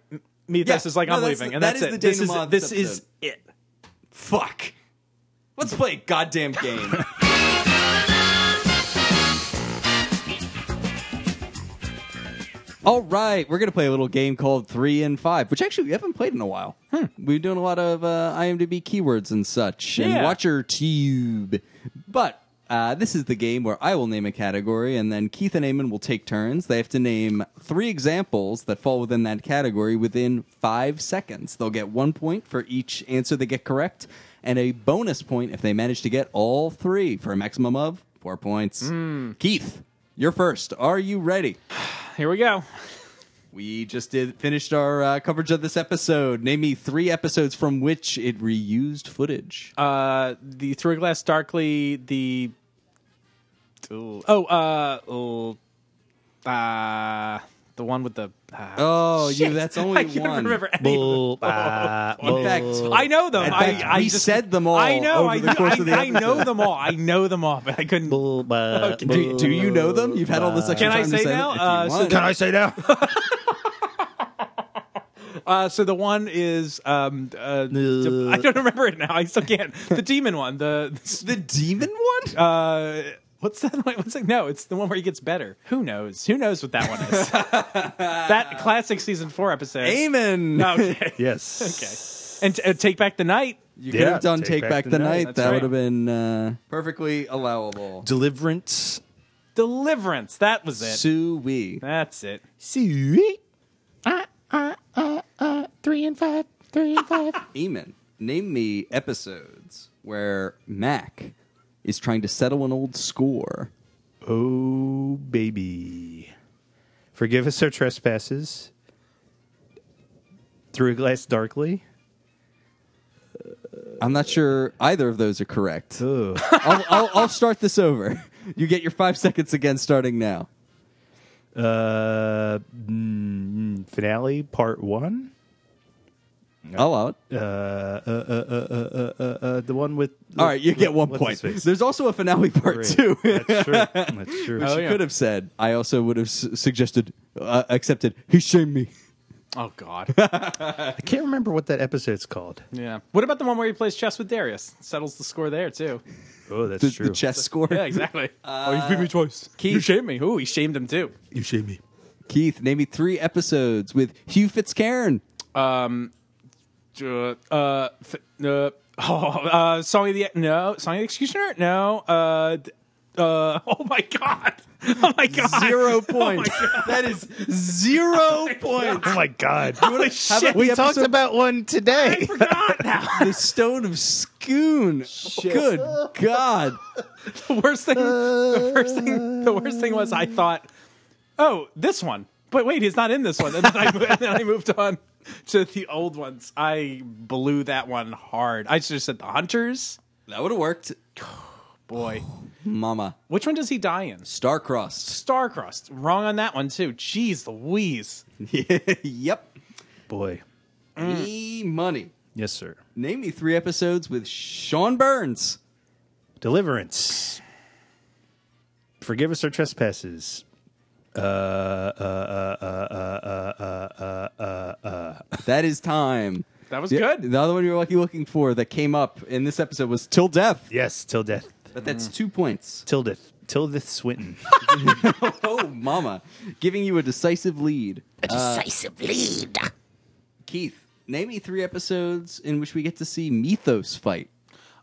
Speaker 3: Mithos
Speaker 4: Yeah.
Speaker 3: is like,
Speaker 4: No,
Speaker 3: I'm
Speaker 4: that's
Speaker 3: leaving,
Speaker 4: the-
Speaker 3: and
Speaker 4: that
Speaker 3: that's
Speaker 4: is the
Speaker 3: it. This is
Speaker 4: denouement of
Speaker 3: this
Speaker 4: this
Speaker 3: is it.
Speaker 4: Fuck. Let's play a goddamn (laughs) game. All right, we're gonna play a little game called Three and Five, which actually we haven't played in a while. We've been doing a lot of uh, IMDb keywords and such, and
Speaker 3: Yeah.
Speaker 4: Watcher Tube. But uh, this is the game where I will name a category, and then Keith and Eamon will take turns. They have to name three examples that fall within that category within five seconds. They'll get one point for each answer they get correct, and a bonus point if they manage to get all three for a maximum of four points. Keith, you're first. Are you ready?
Speaker 3: Here we go.
Speaker 4: We just did finished our uh, coverage of this episode. Name me three episodes from which it reused footage.
Speaker 3: Uh, the Through a Glass Darkly, the oh, uh, oh, uh, the one with the. Uh,
Speaker 4: oh, you, that's
Speaker 3: (laughs)
Speaker 4: only
Speaker 3: I can't
Speaker 4: one.
Speaker 3: remember any.
Speaker 5: Bull, bah,
Speaker 4: In fact,
Speaker 3: I know them.
Speaker 4: In
Speaker 3: I,
Speaker 4: fact,
Speaker 3: I
Speaker 4: we
Speaker 3: just,
Speaker 4: said them all.
Speaker 3: I know.
Speaker 4: over
Speaker 3: I,
Speaker 4: the course
Speaker 3: I,
Speaker 4: of the
Speaker 3: I know
Speaker 4: episode.
Speaker 3: them all. I know them all, but I couldn't.
Speaker 5: bull, bah,
Speaker 3: Okay.
Speaker 4: Do, do you know them? You've had all this extra
Speaker 3: Can I
Speaker 4: time to
Speaker 3: say
Speaker 4: them
Speaker 3: now?
Speaker 4: if
Speaker 3: Uh,
Speaker 4: you
Speaker 3: so
Speaker 4: want.
Speaker 5: Can I say now?
Speaker 3: (laughs) Uh, so the one is um, uh, d- (laughs) I don't remember it now. I still can't. The demon one. The
Speaker 4: the demon
Speaker 3: (laughs)
Speaker 4: one?
Speaker 3: uh, what's that? one? What's it? No, it's the one where he gets better. Who knows? Who knows what that one (laughs) is? that classic season four episode. (laughs)
Speaker 4: Amen.
Speaker 3: Okay.
Speaker 5: (laughs) Yes.
Speaker 3: And uh, take back the night.
Speaker 4: You
Speaker 5: Yeah,
Speaker 4: could have done Take, Back, the Night.
Speaker 3: That's
Speaker 4: That
Speaker 3: right.
Speaker 4: would have been uh, perfectly allowable.
Speaker 5: Deliverance.
Speaker 3: Deliverance. That was it.
Speaker 4: Sue we.
Speaker 3: That's it.
Speaker 6: Three and five, three and five.
Speaker 4: Eamon, name me episodes where Mac is trying to settle an old score.
Speaker 5: Oh, baby. Forgive us our trespasses. Through a glass darkly.
Speaker 4: I'm not sure either of those are correct. I'll, I'll, I'll start this over. You get your five seconds again starting now.
Speaker 5: Uh, mm, finale part one.
Speaker 4: I'll out.
Speaker 5: Uh, uh, uh, uh, uh, uh, uh, the one with.
Speaker 4: All right, you get one
Speaker 5: what's
Speaker 4: point.
Speaker 5: his face?
Speaker 4: There's also a finale part (laughs)
Speaker 5: Great.
Speaker 4: two. you
Speaker 5: That's true. That's true.
Speaker 3: Oh, yeah.
Speaker 4: could have said. I also would have s- suggested, uh, accepted. He shamed me.
Speaker 3: Oh (laughs) God.
Speaker 5: I can't remember what that episode's called.
Speaker 3: yeah. What about the one where he plays chess with Darius? Settles the score there too.
Speaker 5: Oh, that's
Speaker 4: The,
Speaker 5: true.
Speaker 4: the
Speaker 5: (laughs)
Speaker 4: chess score.
Speaker 3: Yeah, (laughs) exactly. oh, you beat me twice. You
Speaker 4: Keith-
Speaker 3: shamed me. Ooh, he shamed him too.
Speaker 5: You shame me.
Speaker 4: Keith, name me three episodes with Hugh
Speaker 5: (laughs)
Speaker 4: Fitzcairn.
Speaker 3: uh, uh, f- uh, (laughs) oh, uh, Song of the no, Song of the Executioner, no, uh, d- uh, (laughs) oh my god, (laughs) oh my god,
Speaker 4: Zero points. that is zero points.
Speaker 5: (laughs) Oh my god.
Speaker 3: Holy shit,
Speaker 5: we
Speaker 4: episode-
Speaker 5: talked about one
Speaker 3: I
Speaker 5: today.
Speaker 3: forgot now.
Speaker 4: the Stone of Scoon. Good God.
Speaker 3: (laughs) the worst thing, the first thing, the worst thing was I thought, oh, this one, but wait, he's not in this one, and then I, (laughs) and then I moved on to the old ones. I blew that one hard. I should have said the Hunters.
Speaker 4: That would have worked.
Speaker 3: Boy,
Speaker 4: Mama.
Speaker 3: which one does he die in? (laughs)
Speaker 4: Starcrossed.
Speaker 3: Starcrossed. Wrong on that one too. Jeez Louise.
Speaker 4: yep.
Speaker 5: Boy.
Speaker 3: Mm.
Speaker 4: E money.
Speaker 5: Yes, sir.
Speaker 4: Name me three episodes with Sean Burns.
Speaker 5: Deliverance. Forgive us our trespasses. Uh, uh,
Speaker 4: That is time.
Speaker 3: That was
Speaker 4: The-
Speaker 3: good.
Speaker 4: The other one you were lucky looking for that came up in this episode was Till Death.
Speaker 5: Yes, till death.
Speaker 4: But
Speaker 3: Mm.
Speaker 4: that's two points.
Speaker 5: Till death. Till
Speaker 4: (laughs)
Speaker 5: death Swinton.
Speaker 4: Oh, mama. Giving you a decisive lead. Uh,
Speaker 6: Decisive lead.
Speaker 4: Keith, name me three episodes in which we get to see Mythos fight.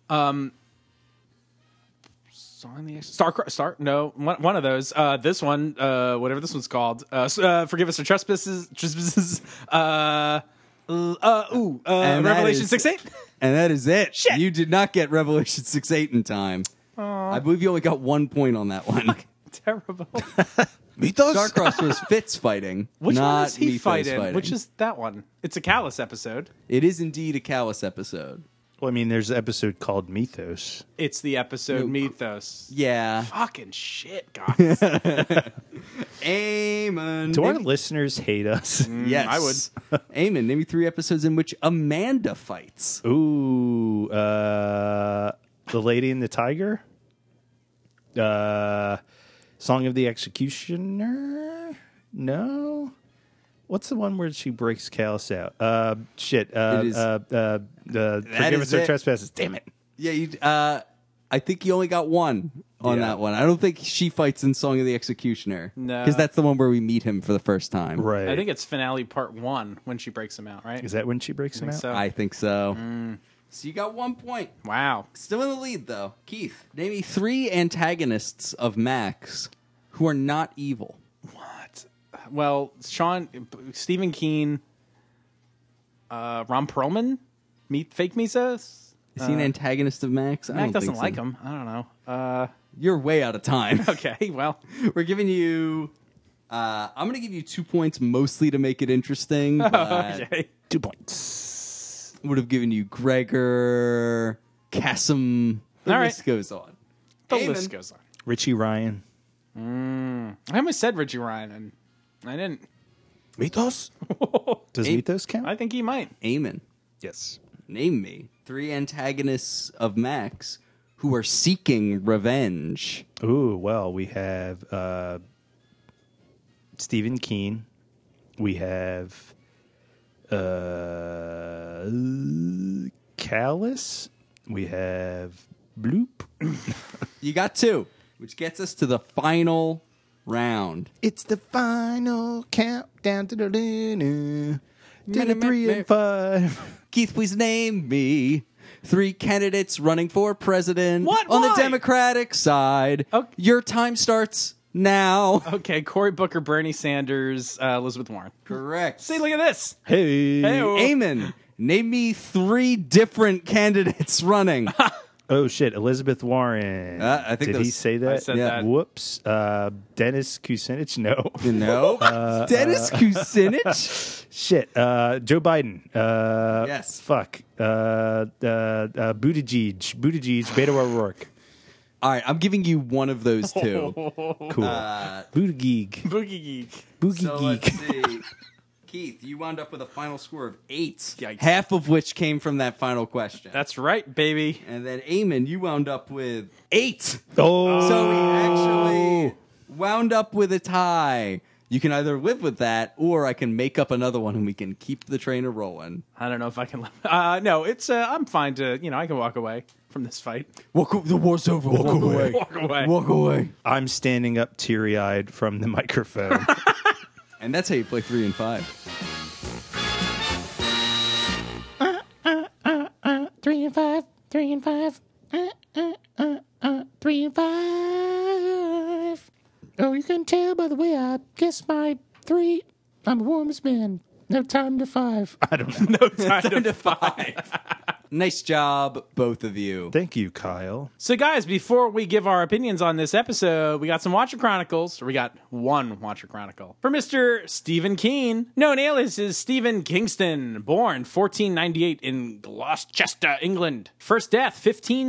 Speaker 3: Song the Star Star no one, one of those uh this one uh whatever this one's called uh, s- uh forgive us for trespasses trespasses uh l- uh ooh uh
Speaker 4: And that
Speaker 3: Revelation
Speaker 4: is-
Speaker 3: six eight (laughs)
Speaker 4: And that is it.
Speaker 3: Shit.
Speaker 4: You did not get Revelation (laughs) 6 8 in time. I believe you only got one point on that one.
Speaker 3: terrible
Speaker 4: Starcross
Speaker 5: (laughs)
Speaker 4: was Fitz fighting.
Speaker 3: which
Speaker 4: not
Speaker 3: one is he
Speaker 4: Mythos
Speaker 3: fighting? which is that one it's a callous episode
Speaker 4: it is indeed a Callus episode.
Speaker 5: well, I mean, there's an episode called Mythos.
Speaker 3: it's the episode
Speaker 4: No.
Speaker 3: Mythos
Speaker 4: Yeah.
Speaker 3: fucking shit guys
Speaker 4: Amen.
Speaker 5: Do Mm, our listeners hate us?
Speaker 4: Mm. yes, I (laughs) would. Amen. Name me three episodes in which Amanda fights.
Speaker 5: Ooh, uh, the Lady and the Tiger. Uh, Song of the Executioner. No. what's the one where she breaks Callus out? Uh, shit. Uh,
Speaker 4: It is-
Speaker 5: uh, uh, uh, forgive
Speaker 4: is
Speaker 5: us our
Speaker 4: it.
Speaker 5: trespasses. Damn it.
Speaker 4: Yeah, you, uh, I think you only got one on
Speaker 5: Yeah.
Speaker 4: that one. I don't think she fights in Song of the Executioner.
Speaker 3: No.
Speaker 4: Because that's the one where we meet him for the first time.
Speaker 5: Right.
Speaker 3: I think it's finale part one when she breaks him out, right?
Speaker 5: is that when she breaks him out?
Speaker 3: So,
Speaker 4: I think so.
Speaker 3: Mm.
Speaker 4: So you got one point.
Speaker 3: wow.
Speaker 4: Still in the lead, though. Keith, name me three antagonists of Max who are not evil.
Speaker 3: Well, Sean, Stephen Keen, uh, Ron Perlman, meet fake Mises.
Speaker 4: Is he an antagonist of Max? I
Speaker 3: Mac
Speaker 4: don't think
Speaker 3: Uh, doesn't
Speaker 4: so.
Speaker 3: like him. I don't know. Uh,
Speaker 4: You're way out of time.
Speaker 3: (laughs) okay, well,
Speaker 4: (laughs) We're giving you. Uh, I'm going to give you two points mostly to make
Speaker 3: (laughs)
Speaker 4: it interesting. But
Speaker 3: okay.
Speaker 5: Two points.
Speaker 4: would have given you Gregor, Cassim. The
Speaker 3: All right.
Speaker 4: list goes on.
Speaker 3: The
Speaker 4: Amen.
Speaker 3: list goes on.
Speaker 5: Richie Ryan.
Speaker 3: I almost said Richie Ryan, and I didn't.
Speaker 5: Mitos? Does
Speaker 4: Eight-
Speaker 5: Mitos count?
Speaker 3: I think he might.
Speaker 4: Amen.
Speaker 5: yes.
Speaker 4: Name me three antagonists of Max who are seeking revenge.
Speaker 5: Ooh, well, we have uh, Stephen Keen. We have uh, Callus. We have Bloop.
Speaker 4: You got two, which gets us to the final round.
Speaker 5: It's the final countdown to the lunar. To the three and five.
Speaker 4: Keith, please name me three candidates running for president
Speaker 3: What?
Speaker 4: on
Speaker 3: Why?
Speaker 4: the Democratic side.
Speaker 3: Okay.
Speaker 4: Your time starts now.
Speaker 3: Okay, Cory Booker, Bernie Sanders, uh, Elizabeth Warren.
Speaker 4: Correct.
Speaker 3: See, look at this.
Speaker 5: Hey.
Speaker 3: Hey-o.
Speaker 4: Amen. Name me three different candidates running.
Speaker 5: Oh shit, Elizabeth Warren.
Speaker 4: Uh, I think
Speaker 5: Did
Speaker 4: that
Speaker 5: he
Speaker 4: was-
Speaker 5: say that?
Speaker 3: I said
Speaker 4: Yeah.
Speaker 3: that.
Speaker 5: Whoops. Uh, Dennis Kucinich. No.
Speaker 4: No. Uh, Dennis Kucinich?
Speaker 5: Shit. Uh, Joe Biden. Uh,
Speaker 4: Yes.
Speaker 5: Fuck. Uh, uh, uh, Buttigieg. Buttigieg. Beto O'Rourke.
Speaker 4: All right, I'm giving you one of those two.
Speaker 5: Cool.
Speaker 4: Uh,
Speaker 5: Buttigieg.
Speaker 3: Boogie Geek.
Speaker 5: Boogie
Speaker 4: So
Speaker 5: Geek.
Speaker 4: let's see. (laughs) Keith, you wound up with a final score of eight,
Speaker 3: Yikes.
Speaker 4: half of which came from that final question.
Speaker 3: That's right, baby.
Speaker 4: and then Eamon, you wound up with eight.
Speaker 5: (laughs) Oh.
Speaker 4: So we actually wound up with a tie. You can either live with that, or I can make up another one and we can keep the trainer rolling.
Speaker 3: I don't know if I can. Uh, no, it's. Uh, I'm fine to. You know, I can walk away from this fight.
Speaker 4: Walk up, the war's over. Walk, away.
Speaker 3: Walk away.
Speaker 4: Walk away.
Speaker 5: I'm standing up teary eyed from the (laughs) microphone.
Speaker 4: And that's how you play three and five.
Speaker 6: Three and five, three and five, uh, uh, uh, uh, three and five. Oh, you can tell by the way I guess my three. I'm a woman's man. No time to
Speaker 3: (laughs)
Speaker 6: five.
Speaker 4: (laughs)
Speaker 3: Time to five.
Speaker 4: Nice job, both of you.
Speaker 5: Thank you, Kyle.
Speaker 3: So, guys, before we give our opinions on this episode, we got some Watcher Chronicles. Or we got one Watcher Chronicle for Mr. Stephen Keen, known alias is Stephen Kingston, born 1498 in Gloucester, England. First death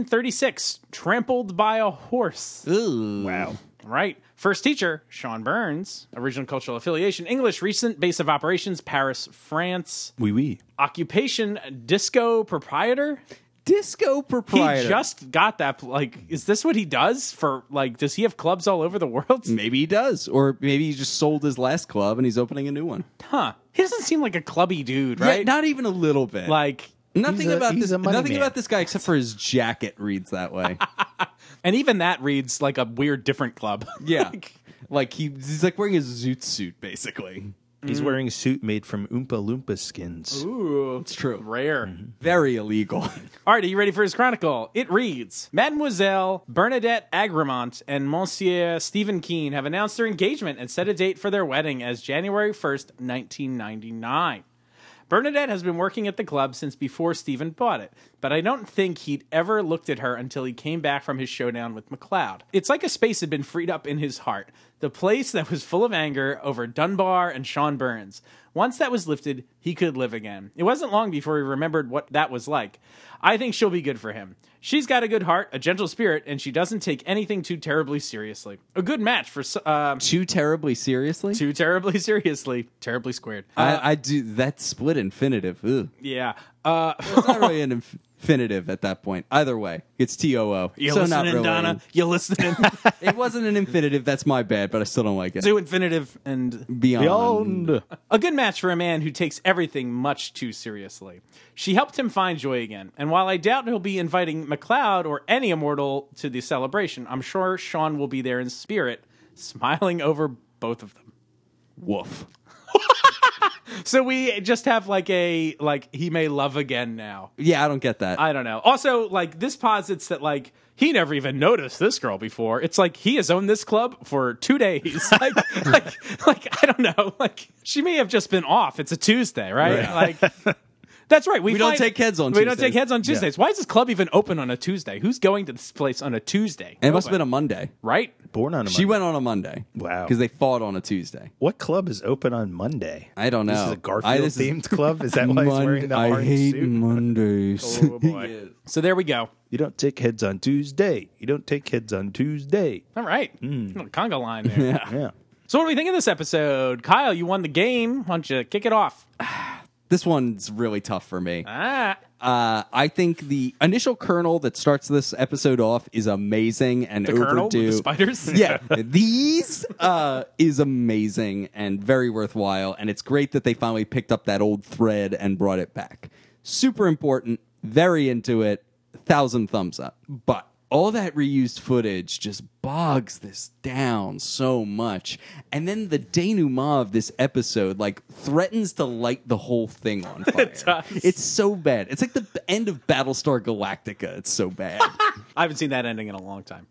Speaker 3: 1536, trampled by a horse.
Speaker 4: Wow.
Speaker 3: Right. First teacher, Sean Burns. Original cultural affiliation, English. Recent base of operations, Paris, France.
Speaker 5: Wee wee.
Speaker 3: Occupation, disco proprietor.
Speaker 4: Disco proprietor.
Speaker 3: He just got that. Like, is this what he does for? Like, does he have clubs all over the world?
Speaker 4: Maybe he does, or maybe he just sold his last club and he's opening a new one.
Speaker 3: Huh? He doesn't seem like a clubby dude,
Speaker 4: Yeah,
Speaker 3: right?
Speaker 4: not even a little bit.
Speaker 3: like,
Speaker 4: nothing
Speaker 5: he's a-
Speaker 4: about
Speaker 5: he's
Speaker 4: this.
Speaker 5: a money
Speaker 4: Nothing
Speaker 5: man.
Speaker 4: about this guy except for his jacket reads that way.
Speaker 3: and even that reads like a weird, different club. (laughs)
Speaker 4: yeah,
Speaker 3: Like,
Speaker 4: like he, he's like wearing a zoot suit basically.
Speaker 5: He's
Speaker 4: Mm.
Speaker 5: wearing a suit made from Oompa Loompa skins.
Speaker 3: ooh,
Speaker 4: It's true.
Speaker 3: rare.
Speaker 4: Mm-hmm. Very illegal.
Speaker 3: All right, are you ready for his chronicle? It reads Mademoiselle Bernadette Agramont and Monsieur Stephen Keane have announced their engagement and set a date for their wedding as January 1st, 1999. Bernadette has been working at the club since before Stephen bought it, but I don't think he'd ever looked at her until he came back from his showdown with McLeod. It's like a space had been freed up in his heart, the place that was full of anger over Dunbar and Sean Burns. Once that was lifted, he could live again. It wasn't long before he remembered what that was like. I think she'll be good for him. She's got a good heart, a gentle spirit, and she doesn't take anything too terribly seriously. A good match for s- um,
Speaker 4: Too terribly
Speaker 3: (laughs)
Speaker 4: seriously.
Speaker 3: too terribly seriously, terribly squared. Uh,
Speaker 4: I, I do that split infinitive. Ugh.
Speaker 3: Yeah.
Speaker 4: it's not really an inf- infinitive at that point. Either way, it's T O O.
Speaker 3: You
Speaker 4: so not
Speaker 3: listening,
Speaker 4: really.
Speaker 3: Donna? You
Speaker 4: (laughs)
Speaker 3: listening?
Speaker 4: It wasn't an infinitive. That's my bad, but I still don't like it.
Speaker 3: Do infinitive and
Speaker 4: Beyond.
Speaker 5: Beyond.
Speaker 3: A good match for a man who takes everything much too seriously. She helped him find joy again, and while I doubt he'll be inviting McLeod or any immortal to the celebration, I'm sure Sean will be there in spirit, smiling over both of them.
Speaker 4: Woof.
Speaker 3: (laughs) So we just have like a like he may love again now.
Speaker 4: Yeah, I don't get that.
Speaker 3: I don't know. Also, like this posits that like he never even noticed this girl before. It's like he has owned this club for two days. (laughs) Like, like, like I don't know. Like she may have just been off. It's a Tuesday, right? Like. That's right. We,
Speaker 4: don't
Speaker 3: find-
Speaker 4: take heads on
Speaker 3: We don't
Speaker 4: Tuesdays.
Speaker 3: take heads on Tuesdays. Why is this club even open on a Tuesday? Who's going to this place on a Tuesday?
Speaker 4: and it must have been a Monday.
Speaker 3: right.
Speaker 5: Born on a
Speaker 4: She
Speaker 5: Monday.
Speaker 4: went on a Monday.
Speaker 5: Wow.
Speaker 4: Because they fought on a Tuesday.
Speaker 5: What club is open on Monday?
Speaker 4: I don't know.
Speaker 5: This is a
Speaker 4: I-
Speaker 5: Garfield
Speaker 4: this is-
Speaker 5: themed club. Is that why he's wearing the
Speaker 4: Mon- I
Speaker 5: orange
Speaker 4: hate
Speaker 5: suit? (laughs)
Speaker 4: Mondays.
Speaker 5: Oh, boy.
Speaker 3: So there we go.
Speaker 5: You don't take heads on Tuesday. You don't take heads on Tuesday.
Speaker 3: All right. Little Conga line there.
Speaker 5: (laughs) Yeah.
Speaker 3: So what do we think of this episode, Kyle? You won the game. Why don't you kick it
Speaker 4: (laughs)
Speaker 3: off?
Speaker 4: this one's really tough for me.
Speaker 3: Ah.
Speaker 4: Uh, I think the initial kernel that starts this episode off is amazing and
Speaker 3: The
Speaker 4: overdue.
Speaker 3: kernel with the spiders?
Speaker 4: yeah, these uh, is amazing and very worthwhile, and it's great that they finally picked up that old thread and brought it back. Super important. Very into it. Thousand thumbs up. But all that reused footage just bogs this down so much. And then the denouement of this episode like threatens to light the whole thing on fire. It's so bad. It's like the end of Battlestar Galactica. It's so bad.
Speaker 3: I haven't seen that ending in a long
Speaker 4: (sighs)
Speaker 3: time.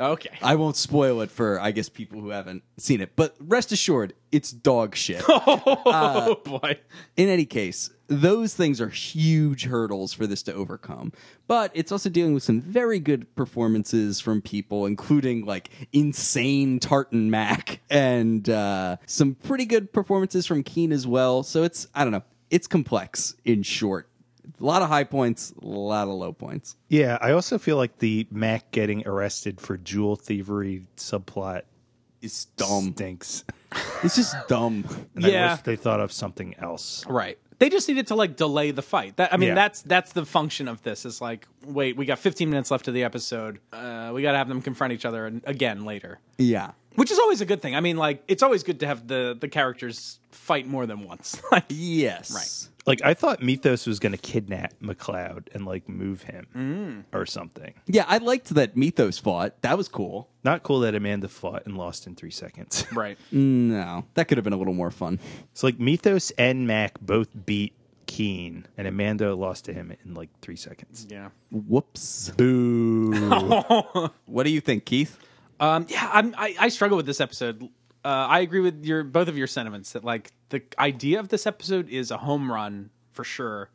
Speaker 3: okay.
Speaker 4: I won't spoil it for, I guess, people who haven't seen it. But rest assured, it's dog shit.
Speaker 3: oh boy.
Speaker 4: In any case, those things are huge hurdles for this to overcome. But it's also dealing with some very good performances from people, including like insane Tartan Mac and uh, some pretty good performances from Keen as well. So it's, I don't know, it's complex in short. A lot of high points, a lot of low points.
Speaker 5: Yeah. I also feel like the Mac getting arrested for jewel thievery subplot
Speaker 4: It's dumb.
Speaker 5: stinks.
Speaker 4: It's just dumb.
Speaker 5: And I
Speaker 3: Yeah.
Speaker 5: wish they thought of something else.
Speaker 3: Right. They just needed to like delay the fight. That I mean,
Speaker 5: Yeah.
Speaker 3: that's that's the function of this. Is like, wait, we got 15 minutes left of the episode. Uh, we got to have them confront each other an- again later,
Speaker 4: Yeah.
Speaker 3: which is always a good thing. I mean, like, it's always good to have the the characters fight more than once. (laughs) Like,
Speaker 4: Yes.
Speaker 3: Right.
Speaker 5: Like I thought Mythos was going to kidnap McLeod and like move him or something.
Speaker 4: Yeah, I liked that Mythos fought. That was cool.
Speaker 5: Not cool that Amanda fought and lost in three seconds. (laughs)
Speaker 3: right.
Speaker 4: No, that could have been a little more fun.
Speaker 5: It's like Mythos and Mac both beat Keen, and Amanda lost to him in like three seconds.
Speaker 3: Yeah.
Speaker 4: Whoops.
Speaker 3: (laughs)
Speaker 5: Boo.
Speaker 4: What do you think, Keith?
Speaker 3: Um, yeah, I'm, I, I struggle with this episode. Uh, I agree with your both of your sentiments that like the idea of this episode is a home run for sure.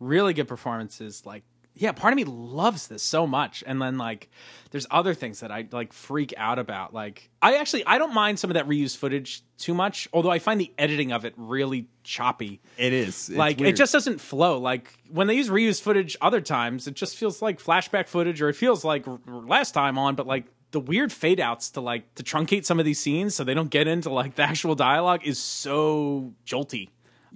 Speaker 3: Really good performances. Like, yeah, part of me loves this so much. And then like, there's other things that I like freak out about. Like, I actually I don't mind some of that reused footage too much, although I find the editing of it really choppy
Speaker 4: It is. It's
Speaker 3: like
Speaker 4: weird.
Speaker 3: it just doesn't flow like when they use reused footage other times it just feels like flashback footage or it feels like r- r- last time on but like the weird fade outs to like to truncate some of these scenes so they don't get into like the actual dialogue is so jolty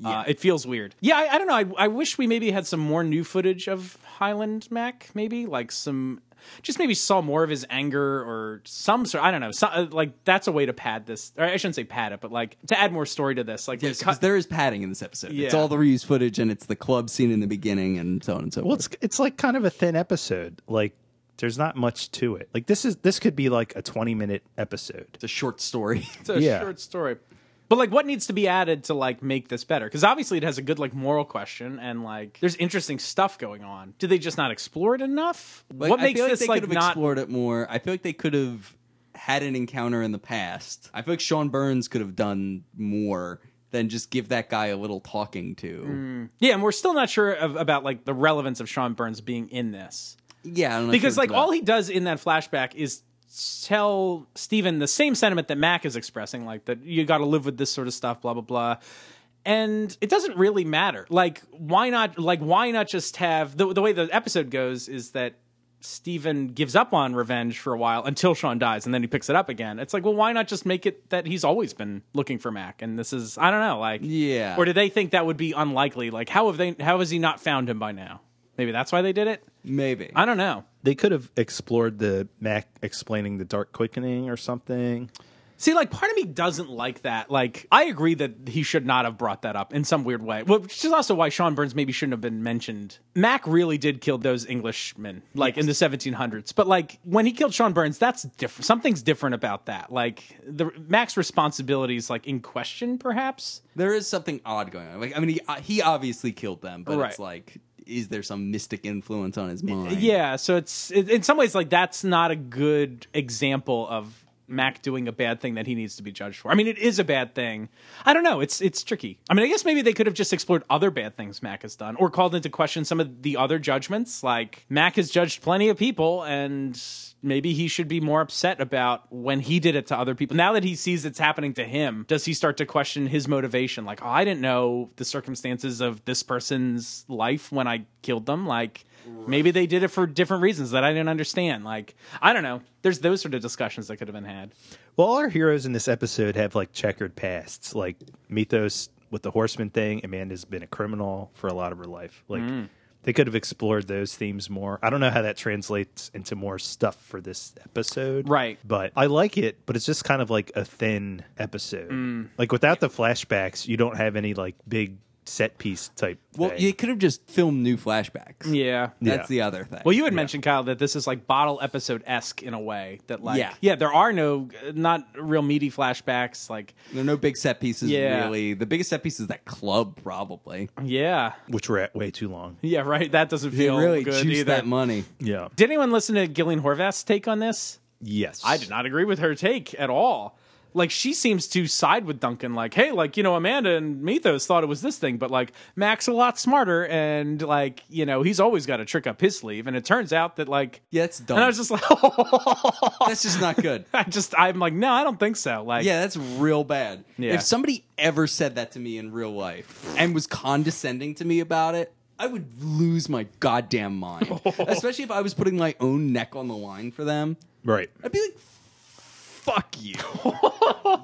Speaker 3: uh, it feels weird yeah i, I don't know I, I wish we maybe had some more new footage of highland mac maybe like some just maybe saw more of his anger or some sort i don't know so, uh, like that's a way to pad this or i shouldn't say pad it but like to add more story to this like they
Speaker 4: Yes, 'cause
Speaker 3: cut-
Speaker 4: there is padding in this episode. It's
Speaker 3: Yeah.
Speaker 4: all the reused footage and it's the club scene in the beginning and so on and so
Speaker 5: well,
Speaker 4: forth.
Speaker 5: it's it's like kind of a thin episode. Like there's not much to it. Like this is this could be like a 20 minute episode.
Speaker 4: It's a short story. (laughs)
Speaker 3: it's a
Speaker 5: Yeah.
Speaker 3: short story. But like, what needs to be added to like make this better? Because obviously, it has a good like moral question, and like, there's interesting stuff going on. Did they just not explore it enough?
Speaker 4: Like,
Speaker 3: what
Speaker 4: I
Speaker 3: makes
Speaker 4: feel like
Speaker 3: this
Speaker 4: they
Speaker 3: like
Speaker 4: could have
Speaker 3: not?
Speaker 4: explored it more? I feel like they could have had an encounter in the past. I feel like Sean Burns could have done more than just give that guy a little talking to.
Speaker 3: Yeah, and we're still not sure of, about like the relevance of Sean Burns being in this
Speaker 4: Yeah, I don't know
Speaker 3: because like all
Speaker 4: he.
Speaker 3: he does in that flashback is tell Steven the same sentiment that Mac is expressing, like that you got to live with this sort of stuff, blah blah blah. And it doesn't really matter. Like, why not? Like, why not just have the the way the episode goes is that Steven gives up on revenge for a while until Sean dies and then he picks it up again. It's like, well, why not just make it that he's always been looking for Mac and this is I don't know, like
Speaker 4: Yeah.
Speaker 3: Or do they think that would be unlikely? Like how have they how has he not found him by now? Maybe that's why they did it?
Speaker 4: Maybe.
Speaker 3: I don't know.
Speaker 5: They could have explored the Mac explaining the dark quickening or something.
Speaker 3: See, like part of me doesn't like that. Like I agree that he should not have brought that up in some weird way. Well, which is also why Sean Burns maybe shouldn't have been mentioned. Mac really did kill those Englishmen, like in the 1700s. But like when he killed Sean Burns, that's different. Something's different about that. Like the Mac's responsibilities, like in question, perhaps.
Speaker 4: there is something odd going on. Like, I mean, he, uh, he obviously killed them, but
Speaker 3: Right.
Speaker 4: it's like, is there some mystic influence on his mind?
Speaker 3: Yeah, so it's it, in some ways like that's not a good example of Mac doing a bad thing that he needs to be judged for. I mean, it is a bad thing. I don't know. It's it's tricky. I mean, I guess maybe they could have just explored other bad things Mac has done, or called into question some of the other judgments. Like Mac has judged plenty of people, and maybe he should be more upset about when he did it to other people. Now that he sees it's happening to him, does he start to question his motivation? Like, oh, I didn't know the circumstances of this person's life when I killed them. Like, maybe they did it for different reasons that I didn't understand. Like, I don't know. There's those sort of discussions that could have been had.
Speaker 5: Well, all our heroes in this episode have like checkered pasts. Like Mythos with the horseman thing, Amanda's been a criminal for a lot of her life. Like
Speaker 3: Mm.
Speaker 5: they could have explored those themes more. I don't know how that translates into more stuff for this episode.
Speaker 3: Right.
Speaker 5: But I like it, but it's just kind of like a thin episode.
Speaker 3: Mm.
Speaker 5: Like without the flashbacks, you don't have any like big set piece type
Speaker 4: Well,
Speaker 5: thing.
Speaker 4: you could have just filmed new flashbacks.
Speaker 3: Yeah.
Speaker 4: That's
Speaker 5: Yeah.
Speaker 4: the other thing.
Speaker 3: Well, you had mentioned Kyle that this is like bottle episode esque in a way that like
Speaker 4: Yeah.
Speaker 3: there are no not real meaty flashbacks like
Speaker 4: there are no big set pieces,
Speaker 3: Yeah.
Speaker 4: really. The biggest set piece is that club, probably.
Speaker 3: yeah
Speaker 5: which were at way too long.
Speaker 3: yeah right that doesn't
Speaker 4: They
Speaker 3: feel
Speaker 4: really
Speaker 3: good
Speaker 4: juice
Speaker 3: either.
Speaker 4: that money.
Speaker 5: Yeah.
Speaker 3: Did anyone listen to Gillian Horvath's take on this?
Speaker 5: Yes.
Speaker 3: I did not agree with her take at all. Like she seems to side with Duncan, like, hey, like, you know, Amanda and Mythos thought it was this thing, but like Mac's a lot smarter and like, you know, he's always got a trick up his sleeve. And it turns out that like
Speaker 4: Yeah, that's
Speaker 3: (laughs)
Speaker 4: dumb.
Speaker 3: And I was just like oh,
Speaker 4: that's just not
Speaker 3: (laughs)
Speaker 4: good.
Speaker 3: I just I'm like, no, I don't think so. Like
Speaker 4: Yeah, that's real bad.
Speaker 3: Yeah.
Speaker 4: If somebody ever said that to me in real life and was condescending to me about it, I would lose my goddamn
Speaker 3: (laughs)
Speaker 4: mind. Especially if I was putting my own neck on the line for them.
Speaker 5: Right.
Speaker 4: I'd be like, "Fuck
Speaker 3: (laughs)
Speaker 4: you,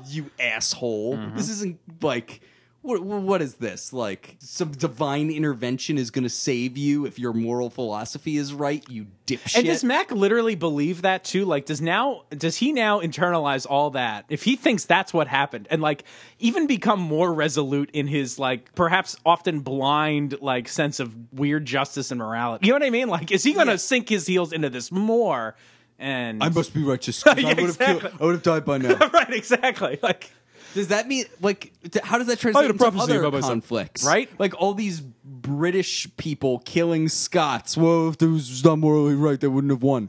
Speaker 4: you asshole!
Speaker 3: Mm-hmm.
Speaker 4: This isn't like." What, what is this like some divine intervention is going to save you if your moral philosophy is right you dipshit
Speaker 3: And does Mac literally believe that too? Like, does now does he now internalize all that? If he thinks that's what happened, and like even become more resolute in his like perhaps often blind like sense of weird justice and morality. You know what I mean? Like, is he going to sink his heels into this more? And (laughs)
Speaker 4: be righteous
Speaker 5: (laughs)
Speaker 4: 'cause
Speaker 3: Yeah,
Speaker 4: I would have killed-
Speaker 3: exactly.
Speaker 4: I would have died by now
Speaker 3: right, exactly. Like,
Speaker 4: Does that mean like t- how does that
Speaker 3: I
Speaker 4: translate
Speaker 3: had a
Speaker 4: into
Speaker 3: prophecy
Speaker 4: other
Speaker 3: about myself.
Speaker 4: conflicts?
Speaker 3: Right?
Speaker 4: like all these British people killing Scots. Well, if it was not morally right, they wouldn't
Speaker 3: (laughs)
Speaker 4: have won.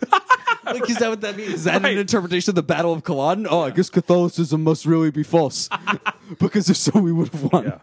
Speaker 4: like, is that what that means? Is that
Speaker 3: Right.
Speaker 4: an interpretation of the Battle of Culloden? Oh, I guess Catholicism must really be false because if so, we would have won.
Speaker 5: Yeah.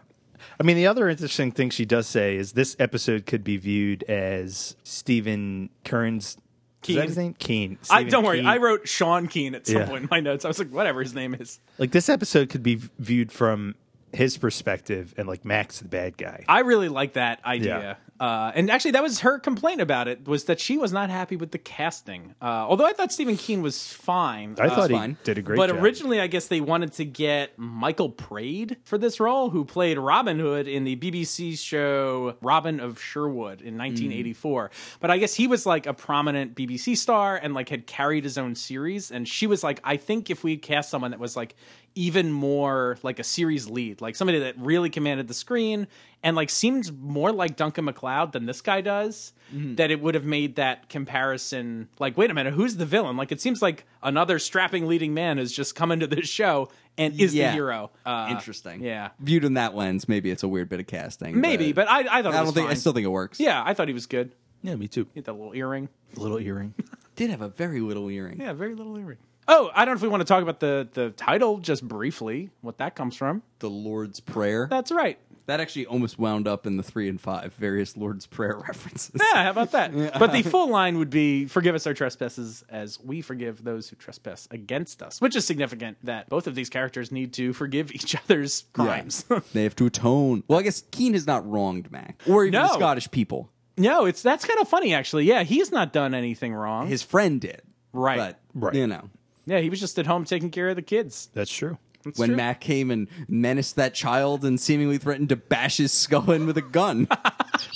Speaker 5: I mean, the other interesting thing she does say is this episode could be viewed as Stephen Kern's. Is
Speaker 3: Keen.
Speaker 5: that his name? Keen.
Speaker 3: I,
Speaker 5: Stephen
Speaker 3: don't worry.
Speaker 5: Keen.
Speaker 3: I wrote Sean Keen at some
Speaker 5: Yeah.
Speaker 3: point in my notes. I was like, whatever his name is.
Speaker 5: Like, this episode could be v- viewed from his perspective and, like, Max the bad guy.
Speaker 3: I really like that idea. Uh, and actually, that was her complaint about it was that she was not happy with the casting. Uh, although I thought Stephen Keen was fine.
Speaker 5: I
Speaker 3: Uh,
Speaker 5: thought he
Speaker 4: fine.
Speaker 5: did a great
Speaker 3: but
Speaker 5: job.
Speaker 3: originally, I guess they wanted to get Michael Praed for this role, who played Robin Hood in the BBC show Robin of Sherwood in
Speaker 5: Mm.
Speaker 3: 1984. But I guess he was like a prominent BBC star and like had carried his own series. And she was like, I think if we cast someone that was like even more like a series lead, like somebody that really commanded the screen and like seemed more like Duncan MacLeod than this guy does,
Speaker 4: Mm-hmm.
Speaker 3: that it would have made that comparison like, wait a minute, who's the villain? Like, it seems like another strapping leading man has just come into this show and is
Speaker 4: Yeah.
Speaker 3: the hero. Uh,
Speaker 4: Interesting.
Speaker 3: Yeah.
Speaker 4: Viewed in that lens, maybe it's a weird bit of casting.
Speaker 3: Maybe, but I, I thought it
Speaker 4: I don't
Speaker 3: was
Speaker 4: think I
Speaker 3: fine.
Speaker 4: still think it works.
Speaker 3: Yeah, I thought he was good.
Speaker 5: yeah, me too.
Speaker 3: He had that little earring.
Speaker 5: Little earring.
Speaker 4: did have a very little earring.
Speaker 3: Yeah, very little earring. Oh, I don't know if we want to talk about the the title just briefly, what that comes from.
Speaker 4: The Lord's Prayer
Speaker 3: That's right.
Speaker 4: that actually almost wound up in the three and five various Lord's Prayer (laughs) references.
Speaker 3: Yeah, how about that? But the full line would be forgive us our trespasses as we forgive those who trespass against us, which is significant that both of these characters need to forgive (laughs) each other's crimes. (laughs)
Speaker 4: they have to atone. Well, I guess Keen has not wronged Mac or even
Speaker 3: No.
Speaker 4: the Scottish people.
Speaker 3: No, it's that's kind of funny actually. Yeah, he's not done anything wrong.
Speaker 4: His friend did.
Speaker 3: Right.
Speaker 4: But,
Speaker 5: Right.
Speaker 4: you know,
Speaker 3: yeah, he was just at home taking care of the kids.
Speaker 5: That's true.
Speaker 4: when
Speaker 3: true.
Speaker 4: Mac came and menaced that child and seemingly threatened to bash his skull in with a gun.
Speaker 5: (laughs)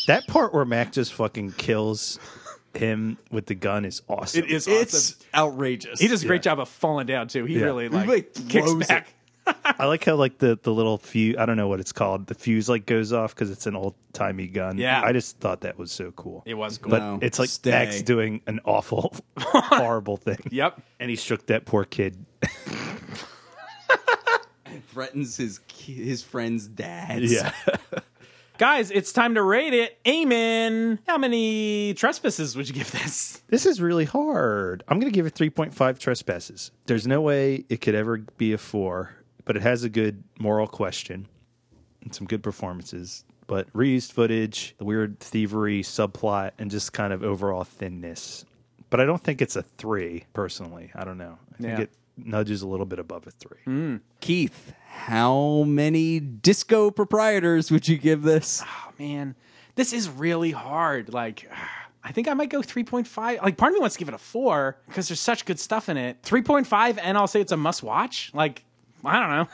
Speaker 5: That part where Mac just fucking kills him with the gun is awesome.
Speaker 4: it's outrageous.
Speaker 3: He does a great job of falling down too. He really like,
Speaker 4: like,
Speaker 3: (laughs) kicks
Speaker 4: throws it.
Speaker 3: back.
Speaker 5: I like how like the the little fuse. I don't know what it's called. The fuse like goes off because it's an old timey gun.
Speaker 3: Yeah.
Speaker 5: I just thought that was so cool.
Speaker 3: It was cool.
Speaker 5: But
Speaker 4: No,
Speaker 5: it's like
Speaker 4: stay.
Speaker 5: Mac's doing an
Speaker 3: (laughs)
Speaker 5: awful, horrible thing.
Speaker 3: Yep.
Speaker 5: And he shook that poor kid.
Speaker 4: threatens his ki- his friend's dad.
Speaker 3: Guys, it's time to rate it. Amen. How many trespasses would you give this?
Speaker 5: this is really hard. I'm going to give it 3.5 trespasses. There's no way it could ever be a four, but it has a good moral question and some good performances. But reused footage, the weird thievery subplot, and just kind of overall thinness. But I don't think it's a three, personally. I don't know. I think
Speaker 3: Yeah. Mm.
Speaker 5: it nudges a little bit above a three.
Speaker 4: Keith, how many disco proprietors would you give this?
Speaker 3: "Oh, man, this is really hard. Like, I think I might go 3.5. Like, part of me wants to give it a four because there's such good stuff in it. 3.5, and I'll say it's a must watch. Like, I don't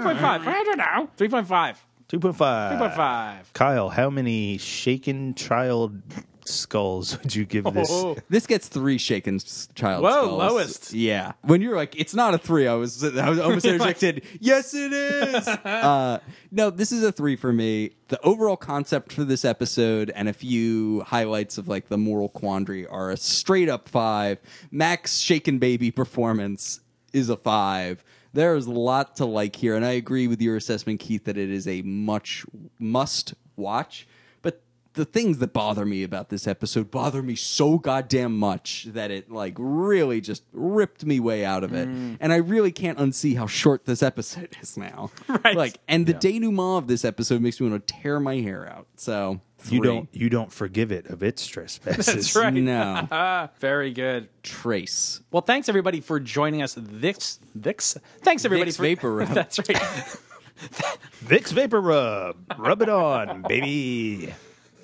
Speaker 3: (laughs) know. 3.5. I don't know. 3.5.
Speaker 5: 2.5.
Speaker 3: 3.5.
Speaker 5: Kyle, how many shaken child skulls (laughs) would you give this?
Speaker 3: Oh.
Speaker 4: This gets three shaken s- child.
Speaker 3: Whoa,
Speaker 4: skulls.
Speaker 3: lowest.
Speaker 4: Yeah. When you're like, it's not a three. I was, I was almost interjected. yes, it is. uh, no, this is a three for me. The overall concept for this episode and a few highlights of like the moral quandary are a straight up five. Max shaken baby performance is a five. There is a lot to like here, and I agree with your assessment, Keith, that it is a much must watch. But the things that bother me about this episode bother me so goddamn much that it like really just ripped me way out of it.
Speaker 3: Mm.
Speaker 4: And I really can't unsee how short this episode is now.
Speaker 3: (laughs)
Speaker 4: Right. Like and the denouement of this episode makes me want to tear my hair out. So
Speaker 5: You
Speaker 4: three.
Speaker 5: don't you don't forgive it of its trespasses.
Speaker 3: That's right.
Speaker 4: No.
Speaker 3: (laughs) Very good.
Speaker 4: Trace.
Speaker 3: Well, thanks everybody for joining us. This, this. Thanks everybody
Speaker 4: Vicks
Speaker 3: for
Speaker 4: Vapor
Speaker 3: (laughs)
Speaker 4: Rub.
Speaker 3: That's right.
Speaker 5: Vicks Vapor Rub. Rub it on, baby.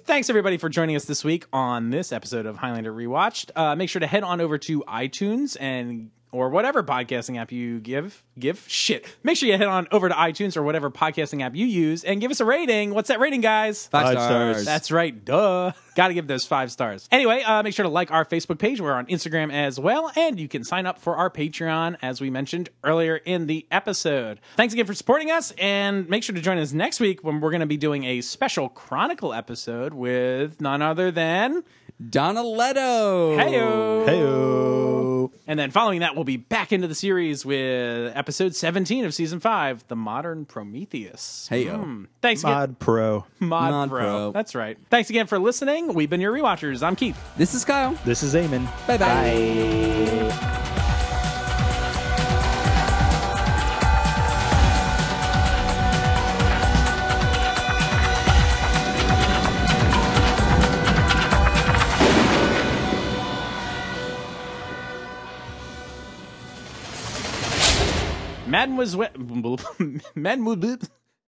Speaker 3: Thanks everybody for joining us this week on this episode of Highlander Rewatched. Uh, make sure to head on over to iTunes and or whatever podcasting app you give give shit. Make sure you head on over to iTunes or whatever podcasting app you use and give us a rating. What's that rating, guys?
Speaker 4: Five,
Speaker 5: Five
Speaker 4: stars.
Speaker 5: stars.
Speaker 3: That's right. Duh. Got to give those five stars. Anyway, uh, make sure to like our Facebook page. We're on Instagram as well. And you can sign up for our Patreon, as we mentioned earlier in the episode. Thanks again for supporting us. And make sure to join us next week when we're going to be doing a special Chronicle episode with none other than.
Speaker 4: Donna Leto.
Speaker 3: Heyo.
Speaker 5: Heyo.
Speaker 3: And then following that, we'll be back into the series with episode 17 of season five The Modern Prometheus. Hmm.
Speaker 4: Heyo.
Speaker 3: Thanks again.
Speaker 5: Mod Pro.
Speaker 3: Mod,
Speaker 4: Mod
Speaker 3: Pro.
Speaker 4: Pro.
Speaker 3: That's right. Thanks again for listening. We've been your rewatchers. I'm Keith.
Speaker 4: This is Kyle.
Speaker 5: This is Eamon.
Speaker 4: Bye-bye. bye bye
Speaker 3: (laughs) Madden was wet. Madden was.